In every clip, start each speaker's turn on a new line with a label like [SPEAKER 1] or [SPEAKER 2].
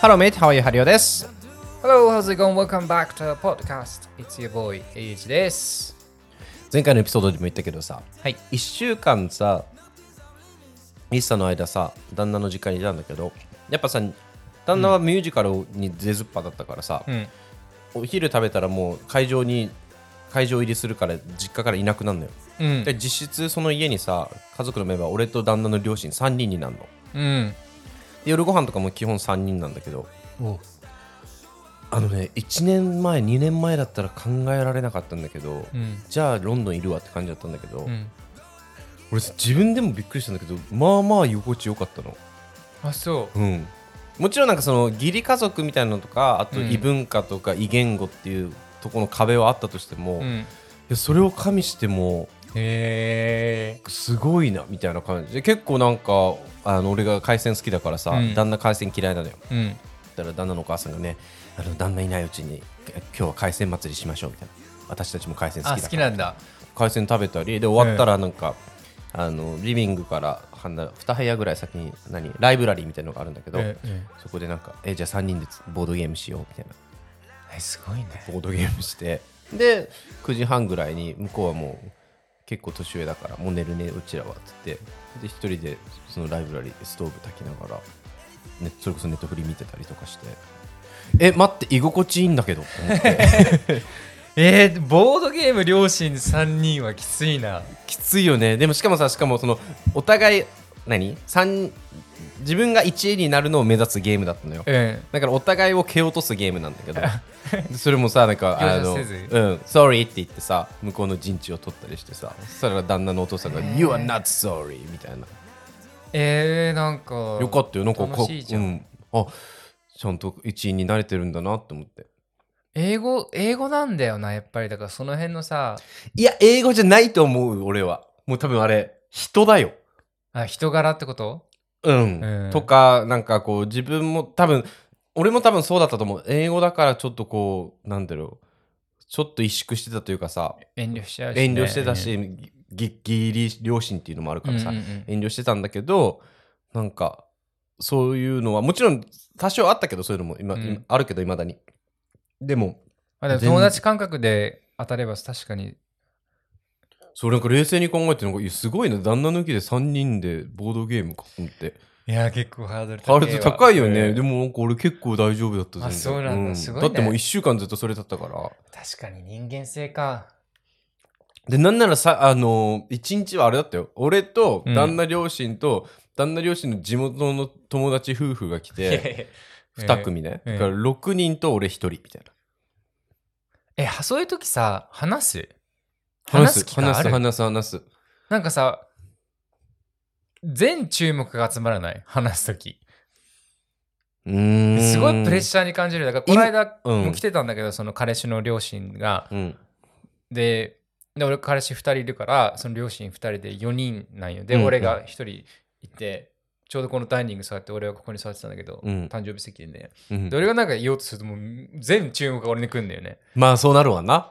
[SPEAKER 1] ハローメイト、ハワイハリオです。
[SPEAKER 2] Hello, how's it going? Welcome back to the podcast. It's your boy, H です。
[SPEAKER 1] 前回のエピソードでも言ったけどさ、
[SPEAKER 2] はい。
[SPEAKER 1] 1週間さ、リッサの間さ、旦那の実家にいたんだけど、やっぱさ、旦那はミュージカルに出ずっぱだったからさ、
[SPEAKER 2] うん。
[SPEAKER 1] お昼食べたらもう会場に、会場入りするから実家からいなくなるのよ。
[SPEAKER 2] うん。
[SPEAKER 1] で、実質その家にさ、家族のメンバー、俺と旦那の両親3人になるの。
[SPEAKER 2] うん。
[SPEAKER 1] で夜ご飯とかも基本3人なんだけど
[SPEAKER 2] お
[SPEAKER 1] あのね1年前2年前だったら考えられなかったんだけど、
[SPEAKER 2] うん。
[SPEAKER 1] じゃあロンドンいるわって感じだったんだけど、
[SPEAKER 2] うん。
[SPEAKER 1] 俺さ自分でもびっくりしたんだけどまあまあ居心地よかったの
[SPEAKER 2] あ、そ
[SPEAKER 1] うんもちろんなんかその義理家族みたいなのとかあと
[SPEAKER 2] うん
[SPEAKER 1] 異文化とか異言語っていうとこの壁はあったとしても、
[SPEAKER 2] う。
[SPEAKER 1] い
[SPEAKER 2] ん。
[SPEAKER 1] やそれを加味しても
[SPEAKER 2] へえ。
[SPEAKER 1] すごいなみたいな感じで結構なんかあの俺が海鮮好きだからさ、
[SPEAKER 2] うん
[SPEAKER 1] 旦那海鮮嫌いなのよ
[SPEAKER 2] うん。
[SPEAKER 1] ったら旦那のお母さんがねあの旦那いないうちに今日は海鮮祭りしましょうみたいな私たちも海鮮好きだ
[SPEAKER 2] あ、
[SPEAKER 1] から
[SPEAKER 2] 好きなんだ。
[SPEAKER 1] 海鮮食べたりで終わったらなんか、あのリビングから2部屋ぐらい先に何ライブラリーみたいなのがあるんだけど、
[SPEAKER 2] ええ
[SPEAKER 1] そこでなんかえじゃあ3人でボードゲームしようみたいな
[SPEAKER 2] えすごいね。
[SPEAKER 1] ボードゲームしてで9時半ぐらいに向こうはもう結構年上だからもう寝るねうちらはっつってで一人でそのライブラリーでストーブ炊きながら、ね、それこそネットフリ見てたりとかしてえ待って居心地いいんだけどと思って
[SPEAKER 2] えー、ボードゲーム両親3人はきついな。
[SPEAKER 1] きついよねでもしかもさしかもそのお互い何三自分が1位になるのを目指すゲームだったのよ
[SPEAKER 2] うん。
[SPEAKER 1] だからお互いを蹴落とすゲームなんだ けどでそれもさなんかあ
[SPEAKER 2] 容
[SPEAKER 1] の「う
[SPEAKER 2] 赦せ
[SPEAKER 1] ん
[SPEAKER 2] ず
[SPEAKER 1] sorry」って言ってさ向こうの陣地を取ったりしてさそしたら旦那のお父さんが「You are not sorry」みたいな
[SPEAKER 2] えー、なんか。
[SPEAKER 1] よかったよなんか
[SPEAKER 2] 楽しいじゃん。
[SPEAKER 1] うん、あちゃんと一員に慣れてるんだなって思って
[SPEAKER 2] 英語、英語なんだよな、やっぱり。だからその辺のさ、
[SPEAKER 1] いや英語じゃないと思う俺はもう多分あれ人だよ
[SPEAKER 2] あ、人柄ってこと
[SPEAKER 1] うん、
[SPEAKER 2] うん
[SPEAKER 1] とかなんかこう自分も多分俺も多分そうだったと思う英語だからちょっとこうなんだろうちょっと萎縮してたというかさ
[SPEAKER 2] 遠慮しちゃうし、ね。
[SPEAKER 1] 遠慮してたし、ぎぎ義理両親っていうのもある
[SPEAKER 2] う
[SPEAKER 1] か
[SPEAKER 2] ん、
[SPEAKER 1] ら
[SPEAKER 2] うんう
[SPEAKER 1] さ、
[SPEAKER 2] ん
[SPEAKER 1] 遠慮してたんだけどなんかそういうのはもちろん多少あったけどそういうのも今,
[SPEAKER 2] う
[SPEAKER 1] 今、
[SPEAKER 2] ん
[SPEAKER 1] あるけどいまだにでも
[SPEAKER 2] まあ、でも友達感覚で当たれば確かに
[SPEAKER 1] それなんか冷静に考えてなんかいやすごいな旦那抜きで3人でボードゲームかと思って
[SPEAKER 2] いや、結構ハードル
[SPEAKER 1] あれって高いよね、
[SPEAKER 2] うん
[SPEAKER 1] でもなんか俺結構大丈夫だった
[SPEAKER 2] あそうなんだすごいね
[SPEAKER 1] だってもう1週間ずっとそれだったから
[SPEAKER 2] 確かに人間性か。
[SPEAKER 1] でなんならさあの1日はあれだったよ俺と
[SPEAKER 2] うん
[SPEAKER 1] 旦那両親と、旦那両親の地元の友達夫婦が来て2組ね、
[SPEAKER 2] ええ
[SPEAKER 1] だから6人と俺1人みたいな
[SPEAKER 2] え、はそういう時さ、話す話
[SPEAKER 1] 話
[SPEAKER 2] す
[SPEAKER 1] す
[SPEAKER 2] 機会あ
[SPEAKER 1] 話す
[SPEAKER 2] る
[SPEAKER 1] 話す話す
[SPEAKER 2] なんかさ、全注目が集まらない話す時。
[SPEAKER 1] うーん
[SPEAKER 2] すごいプレッシャーに感じる。だから、この間
[SPEAKER 1] うん
[SPEAKER 2] も来てたんだけど、その彼氏の両親が。
[SPEAKER 1] うん
[SPEAKER 2] で、で俺彼氏2人いるから、その両親2人で4人なんよ。で、
[SPEAKER 1] うんうん
[SPEAKER 2] 俺が1人いて、ちょうどこのダイニング座って、俺はここに座ってたんだけど、
[SPEAKER 1] うん
[SPEAKER 2] 誕生日席でね。
[SPEAKER 1] うん
[SPEAKER 2] で、俺がなんか言おうとすると、もう全注目が俺に来るんだよね。
[SPEAKER 1] まあそうなるわな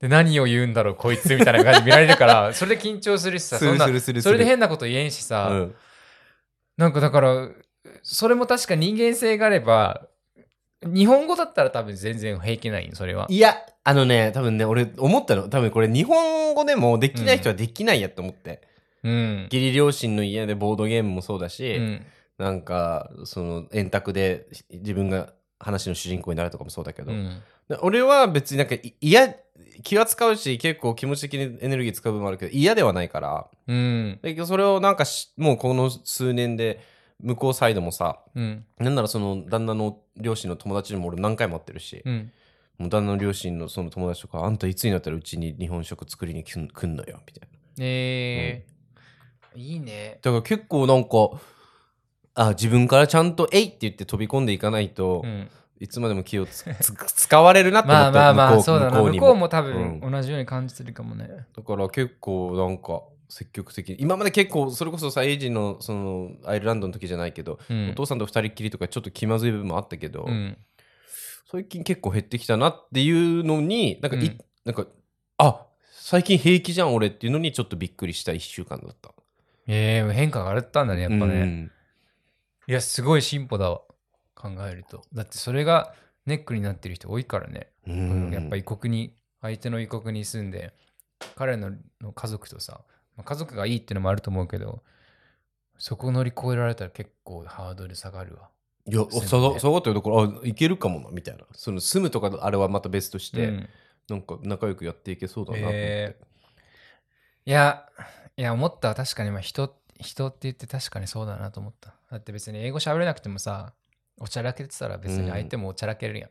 [SPEAKER 2] で何を言うんだろうこいつみたいな感じで見られるから それで緊張するしさ
[SPEAKER 1] する
[SPEAKER 2] そんな
[SPEAKER 1] するするす
[SPEAKER 2] そ
[SPEAKER 1] る
[SPEAKER 2] れで変なこと言えんしさ、
[SPEAKER 1] うん
[SPEAKER 2] なんかだからそれも確か人間性があれば日本語だったら多分全然平気ないよそれはい
[SPEAKER 1] やあのね多分ね俺思ったの多分これ日本語でもできない人はできないやと思って、
[SPEAKER 2] うん、
[SPEAKER 1] 義理両親の家でボードゲームもそうだし、
[SPEAKER 2] うん
[SPEAKER 1] なんかその円卓で自分が話の主人公になるとかもそうだけど、
[SPEAKER 2] うん
[SPEAKER 1] で俺は別になんかい嫌気は使うし結構気持ち的にエネルギー使う部分もあるけど嫌ではないから
[SPEAKER 2] うん
[SPEAKER 1] でそれをなんかしもうこの数年で向こうサイドもさ
[SPEAKER 2] うん
[SPEAKER 1] なんならその旦那の両親の友達にも俺何回も会ってるし、
[SPEAKER 2] うん
[SPEAKER 1] もう旦那の両親のその友達とかあんたいつになったらうちに日本食作りに来ん来んのよみたいな。
[SPEAKER 2] えーいいね
[SPEAKER 1] だから結構なんかあ自分からちゃんと「えい!」って言って飛び込んでいかないと、
[SPEAKER 2] うん、
[SPEAKER 1] いつまでも気をつつ使われるなって思っ
[SPEAKER 2] ま
[SPEAKER 1] た
[SPEAKER 2] あまあま
[SPEAKER 1] 向
[SPEAKER 2] あ
[SPEAKER 1] こ
[SPEAKER 2] そうだな向
[SPEAKER 1] 向こ
[SPEAKER 2] こ
[SPEAKER 1] う
[SPEAKER 2] う
[SPEAKER 1] に
[SPEAKER 2] も多分
[SPEAKER 1] う
[SPEAKER 2] 同じように感じてるかもね、
[SPEAKER 1] だから結構なんか積極的に今まで結構それこそさエイジのそのアイルランドの時じゃないけど、
[SPEAKER 2] うん
[SPEAKER 1] お父さんと二人っきりとかちょっと気まずい部分もあったけど、
[SPEAKER 2] うん
[SPEAKER 1] 最近結構減ってきたなっていうのになんかい、
[SPEAKER 2] うん
[SPEAKER 1] なんかあ最近平気じゃん俺っていうのにちょっとびっくりした1週間だった
[SPEAKER 2] えー変化があったんだねやっぱね、
[SPEAKER 1] うん
[SPEAKER 2] いやすごい進歩だわ考えるとだってそれがネックになってる人多いからね、
[SPEAKER 1] う
[SPEAKER 2] やっぱ異国に相手の異国に住んで彼のの家族とさ、まあ家族がいいってのもあると思うけどそこを乗り越えられたら結構ハードル下がるわ
[SPEAKER 1] いや、
[SPEAKER 2] そうね
[SPEAKER 1] 下が下がってるところ、あ、いけるかもな、みたいな。その住むとかのあれはまた別として、
[SPEAKER 2] うん
[SPEAKER 1] なんか仲良くやっていけそうだなと思って。
[SPEAKER 2] えーいや、いや、思った。確かに、まあ、人、人って言って確かにそうだなと思った。だって別に英語喋れなくてもさ、おちゃらけてたら別に相手もおちゃらけるやん。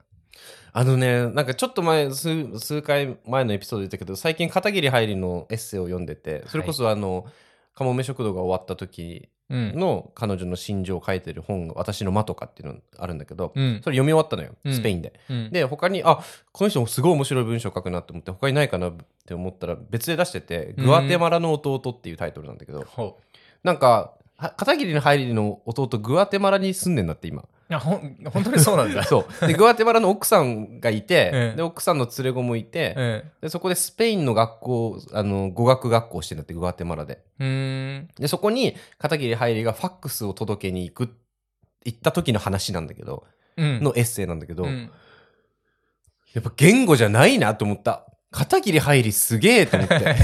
[SPEAKER 1] あのね、なんかちょっと前、数数回前のエピソードで言ったけど、最近片桐はいりのエッセイを読んでて、それこそあの、かもめ食堂が終わった時
[SPEAKER 2] うん。うん
[SPEAKER 1] の彼女の心情を書いてる本が、私の間とかっていうのあるんだけど、
[SPEAKER 2] うん
[SPEAKER 1] それ読み終わったのよ、
[SPEAKER 2] うん
[SPEAKER 1] スペインで。
[SPEAKER 2] うん
[SPEAKER 1] で他にあこの人もすごい面白い文章書くなって思って他にないかなって思ったら別で出してて「
[SPEAKER 2] うん
[SPEAKER 1] グアテマラの弟」っていうタイトルなんだけど、
[SPEAKER 2] ほ
[SPEAKER 1] なんかは片桐の入りの弟グアテマラに住んでんだ って今
[SPEAKER 2] う。あ、ほん、本当にそう なんだ。
[SPEAKER 1] そうでグアテマラの奥さんがいて、
[SPEAKER 2] ええ
[SPEAKER 1] で奥さんの連れ子もいて、
[SPEAKER 2] うん。
[SPEAKER 1] でそこでスペインの学校あの語学学校してんだってグアテマラで
[SPEAKER 2] うーん。
[SPEAKER 1] でそこに片桐入りがファックスを届けに行く行った時の話なんだけど、
[SPEAKER 2] うん。
[SPEAKER 1] のエッセイなんだけど、
[SPEAKER 2] うん
[SPEAKER 1] やっぱ言語じゃないなと思った。片桐入りすげえと思 って。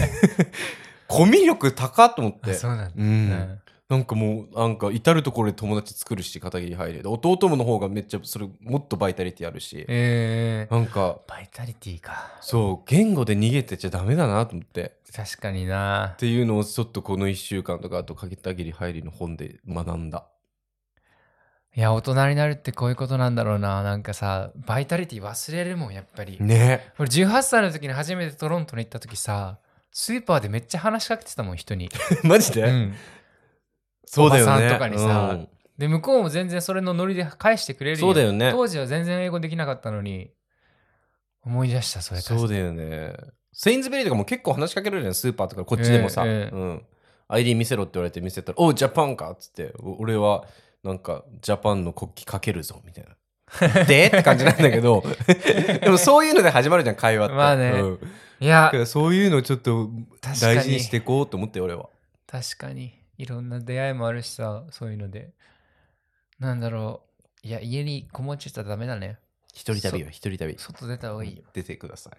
[SPEAKER 1] コミュ力高っと思っ
[SPEAKER 2] あ
[SPEAKER 1] て。
[SPEAKER 2] そうなんだ。
[SPEAKER 1] う。
[SPEAKER 2] うんん
[SPEAKER 1] なんかもう、なんか至る所で友達作るし、片桐入り。で弟もの方がめっちゃ、それもっとバイタリティあるし。
[SPEAKER 2] えー
[SPEAKER 1] なんか、
[SPEAKER 2] バイタリティか。
[SPEAKER 1] そう、言語で逃げてちゃダメだなと思って。
[SPEAKER 2] 確かにな
[SPEAKER 1] っ。ていうのをちょっとこの1週間とか、あと片桐入りの本で学んだ。
[SPEAKER 2] いや、大人になるってこういうことなんだろうな。なんかさ、バイタリティ忘れるもん、やっぱり。
[SPEAKER 1] ね
[SPEAKER 2] 俺18歳の時に初めてトロントに行った時さスーパーでめっちゃ話しかけてたもん人に、
[SPEAKER 1] マジで、
[SPEAKER 2] うん
[SPEAKER 1] そうだよね。
[SPEAKER 2] おばさんとかにさ
[SPEAKER 1] うん
[SPEAKER 2] で向こうも全然それのノリで返してくれる
[SPEAKER 1] そうだ
[SPEAKER 2] よ
[SPEAKER 1] よね。
[SPEAKER 2] 当時は全然英語できなかったのに思い出したそれ
[SPEAKER 1] そうだよね。セインズベリーとかも結構話しかけられるね、スーパーとか、こっちでもさ、
[SPEAKER 2] ええ
[SPEAKER 1] うん。ID 見せろって言われて見せたら、おう、ジャパンかっつって、お俺は、なんか、ジャパンの国旗かけるぞ、みたいな。 でって感じなんだけど、 でもそういうので始まるじゃん、会話って。
[SPEAKER 2] まあね
[SPEAKER 1] うん
[SPEAKER 2] いや
[SPEAKER 1] だからそういうのをちょっと
[SPEAKER 2] 確かに
[SPEAKER 1] 大事にしていこうと思って、俺は。
[SPEAKER 2] 確かにいろんな出会いもあるしさそういうのでなんだろういや家にこもっちゃったらダメだね
[SPEAKER 1] 一人旅
[SPEAKER 2] そ
[SPEAKER 1] は一人旅。
[SPEAKER 2] 外出た方がいいよ
[SPEAKER 1] 出てください。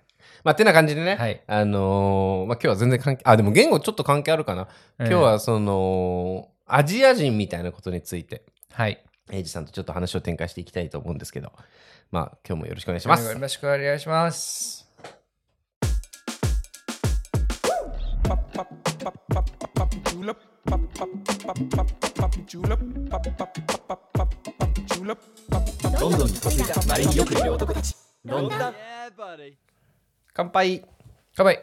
[SPEAKER 1] まあ、てな感じでね、
[SPEAKER 2] はい
[SPEAKER 1] あのーまあ、今日は全然関係、あ、でも言語ちょっと関係あるかな。今日、
[SPEAKER 2] うん
[SPEAKER 1] はその、アジア人みたいなことについて。
[SPEAKER 2] はい
[SPEAKER 1] エイジさんとちょっと話を展開していきたいと思うんですけど、まあ、今日もよろしくお願いします。
[SPEAKER 2] よろしくお願いします
[SPEAKER 3] ロンドンに嫁いだマリンよくいる男たちロンドン
[SPEAKER 1] 乾杯
[SPEAKER 2] 乾杯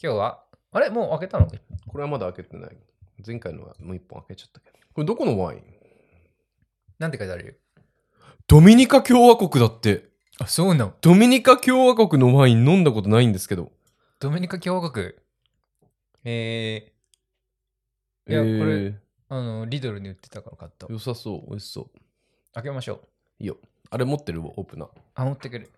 [SPEAKER 2] 今日はあれもう開けたの
[SPEAKER 1] これはまだ開けてない。前回のはもう一本開けちゃったけど。これどこのワイン
[SPEAKER 2] なんて書いてある
[SPEAKER 1] ドミニカ共和国だって。
[SPEAKER 2] あそうなの
[SPEAKER 1] ドミニカ共和国のワイン飲んだことないんですけど。
[SPEAKER 2] ドミニカ共和国えい
[SPEAKER 1] え
[SPEAKER 2] や
[SPEAKER 1] ー、
[SPEAKER 2] これー、あのリドルに売ってたから買った
[SPEAKER 1] 良さそう。美味しそう。
[SPEAKER 2] 開けましょう
[SPEAKER 1] いいよ。あれ持ってるオープナー。
[SPEAKER 2] あ持ってくる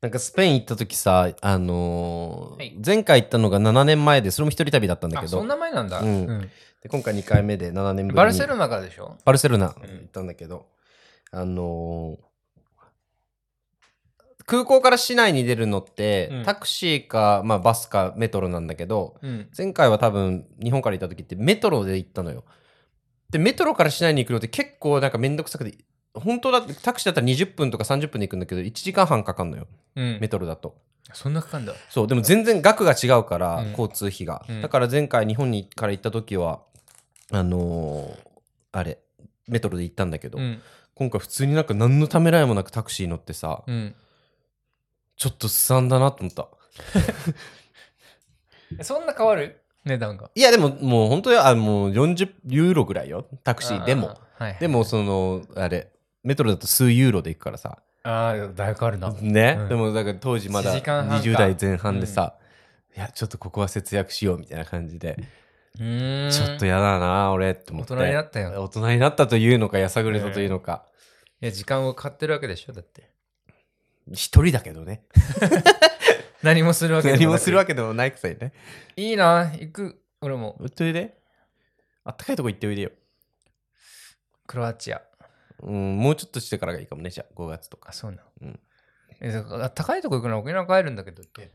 [SPEAKER 1] なんかスペイン行った時さ、あのー
[SPEAKER 2] はい
[SPEAKER 1] 前回行ったのが7年前で、それも一人旅だったんだ
[SPEAKER 2] あ
[SPEAKER 1] け
[SPEAKER 2] そ
[SPEAKER 1] ど
[SPEAKER 2] ん、な前なんだ、
[SPEAKER 1] うんで今回2回目で7年ぶりに。
[SPEAKER 2] バルセロナからでしょ
[SPEAKER 1] バルセロナ
[SPEAKER 2] うん
[SPEAKER 1] 行ったんだけど、あのー空港から市内に出るのって、
[SPEAKER 2] うん
[SPEAKER 1] タクシーか、まあ、バスかメトロなんだけど
[SPEAKER 2] うん
[SPEAKER 1] 前回は多分日本から行った時ってメトロで行ったのよでメトロから市内に行くのって結構なんかめんどくさくて本当だってタクシーだったら20分とか30分で行くんだけど1時間半かかんのよ
[SPEAKER 2] うん
[SPEAKER 1] メトロだと
[SPEAKER 2] そんなかかんだ
[SPEAKER 1] そうでも全然額が違うから、
[SPEAKER 2] うん
[SPEAKER 1] 交通費が、
[SPEAKER 2] うん
[SPEAKER 1] だから前回日本にから行った時はあのーあれメトロで行ったんだけど、
[SPEAKER 2] うん
[SPEAKER 1] 今回普通になんか何のためらいもなくタクシー乗ってさ、
[SPEAKER 2] うん
[SPEAKER 1] ちょっとすさんだなと思った
[SPEAKER 2] えそんな変わる値段が
[SPEAKER 1] いやでももう本当にあもう40ユーロぐらいよタクシーでも
[SPEAKER 2] あーはい
[SPEAKER 1] でもそのあれメトロだと数ユーロで行くからさ
[SPEAKER 2] ああだいぶ変わるな
[SPEAKER 1] ね、
[SPEAKER 2] うん
[SPEAKER 1] でもだから当時まだ
[SPEAKER 2] 1時間半か
[SPEAKER 1] 20代前半でさ、いやちょっとここは節約しようみたいな感じで、
[SPEAKER 2] うーん
[SPEAKER 1] ちょっとやだな俺って思
[SPEAKER 2] 大
[SPEAKER 1] って
[SPEAKER 2] 人になったよ
[SPEAKER 1] 大人になったというのかやさぐれたというのか、
[SPEAKER 2] や、時間を買ってるわけでしょ、だって。
[SPEAKER 1] 一人だけどね。
[SPEAKER 2] 何もするわけでもなく
[SPEAKER 1] 何もするわけでもないくせにね。
[SPEAKER 2] いいな、行く。俺も、
[SPEAKER 1] 売っといで。あったかいとこ行っておいでよ。
[SPEAKER 2] クロアチア。
[SPEAKER 1] うん、もうちょっとしてからがいいかもね、じゃあ、5月とか
[SPEAKER 2] あ、。そうな
[SPEAKER 1] う
[SPEAKER 2] の
[SPEAKER 1] ん。
[SPEAKER 2] えだから高いとこ行くなら沖縄帰るんだけどって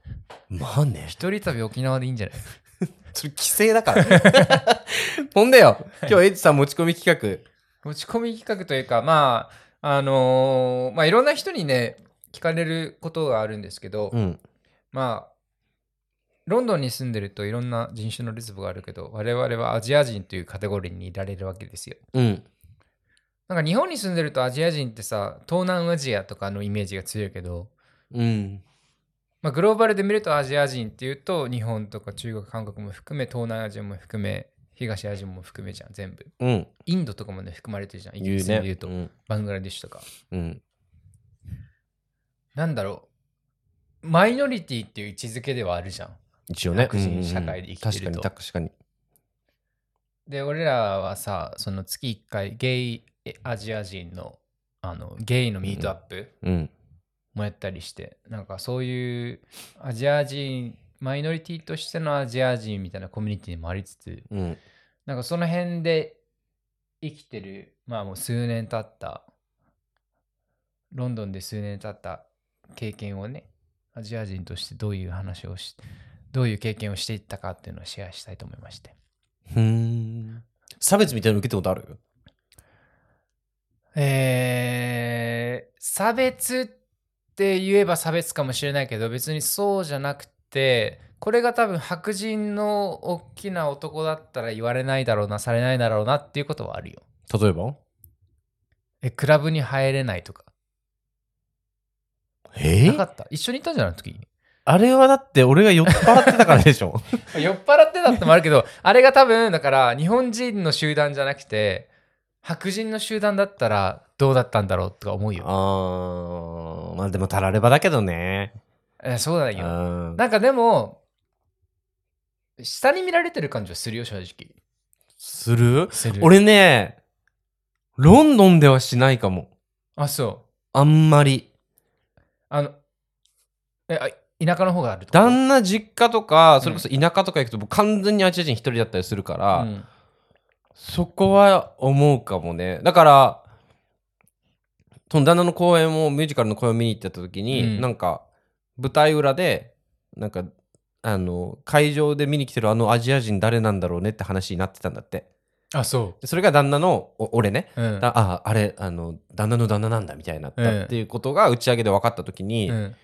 [SPEAKER 1] まあね、
[SPEAKER 2] 一人旅沖縄でいいん じゃない
[SPEAKER 1] それ規制だから。 ほんでよ、今日エイジさん持ち込み企
[SPEAKER 2] 持ち込み企画というかまああのーまあいろんな人にね聞かれることがあるんですけど、
[SPEAKER 1] 画。うん。
[SPEAKER 2] まあロンドンに住んでるといろんな人種のレズブがあるけど我々はアジア人というカテゴリーにいられるわけですよ
[SPEAKER 1] うん。
[SPEAKER 2] なんか日本に住んでるとアジア人ってさ東南アジアとかのイメージが強いけど、
[SPEAKER 1] うん。
[SPEAKER 2] まあ、グローバルで見るとアジア人っていうと日本とか中国韓国も含め東南アジアも含め東アジアも含めじゃん全部
[SPEAKER 1] うん。
[SPEAKER 2] インドとかもね含まれてるじゃんイギ
[SPEAKER 1] 言
[SPEAKER 2] リ
[SPEAKER 1] う
[SPEAKER 2] スで
[SPEAKER 1] ね。
[SPEAKER 2] 言うと、
[SPEAKER 1] うん。
[SPEAKER 2] バングラディッシュとか
[SPEAKER 1] うん。
[SPEAKER 2] なんだろうマイノリティっていう位置づけではあるじゃん
[SPEAKER 1] 一応ね。
[SPEAKER 2] 白人社会で生きてると
[SPEAKER 1] うんうんうん確かに、
[SPEAKER 2] で俺らはさその月1回ゲイアジア人のあのゲイのミートアップ
[SPEAKER 1] 確かに。うん。
[SPEAKER 2] もやったりして、なんかそういうアジア人マイノリティとしてのアジア人みたいなコミュニティもありつつ
[SPEAKER 1] うん。
[SPEAKER 2] なんかその辺で生きてるまあもう数年経ったロンドンで数年経った経験をねアジア人としてどういう話をしどういう経験をしていったかっていうのをシェアしたいと思いまして
[SPEAKER 1] ふーん。差別みたいなの受けたことある
[SPEAKER 2] えー差別って言えば差別かもしれないけど別にそうじゃなくてこれが多分白人の大きな男だったら言われないだろうなされないだろうなっていうことはあるよ
[SPEAKER 1] 例えば
[SPEAKER 2] えクラブに入れないとか
[SPEAKER 1] え
[SPEAKER 2] なかった一緒にいたんじゃない時
[SPEAKER 1] あれはだって俺が酔っ払ってたからでし ょ
[SPEAKER 2] 酔っ払ってたってのもあるけどあれが多分だから日本人の集団じゃなくて白人の集団だったらどうだったんだろうとか思うよ
[SPEAKER 1] あーまあでもたらればだけどね
[SPEAKER 2] えそうだ
[SPEAKER 1] う
[SPEAKER 2] よ
[SPEAKER 1] ん
[SPEAKER 2] なんかでも、下に見られてる感じはするよ、正直。
[SPEAKER 1] する
[SPEAKER 2] する。
[SPEAKER 1] 俺ねロンドンではしないかも
[SPEAKER 2] あ、そう。
[SPEAKER 1] あんまり
[SPEAKER 2] あの、え、あ田舎の方があるとか
[SPEAKER 1] 旦那実家とかそれこそ田舎とか行くと、もう完全にアジア人一人だったりするから、
[SPEAKER 2] うん
[SPEAKER 1] そこは思うかもねだからその旦那の公演をミュージカルの公演を見に行ってた時に、
[SPEAKER 2] うん
[SPEAKER 1] なんか舞台裏でなんかあの会場で見に来てるあのアジア人誰なんだろうねって話になってたんだって
[SPEAKER 2] あ、そ
[SPEAKER 1] でそれが旦那のお俺ね、
[SPEAKER 2] う。うん。
[SPEAKER 1] だああれあの旦那の旦那なんだみたいになったっていうことが打ち上げで分かった時に、
[SPEAKER 2] うん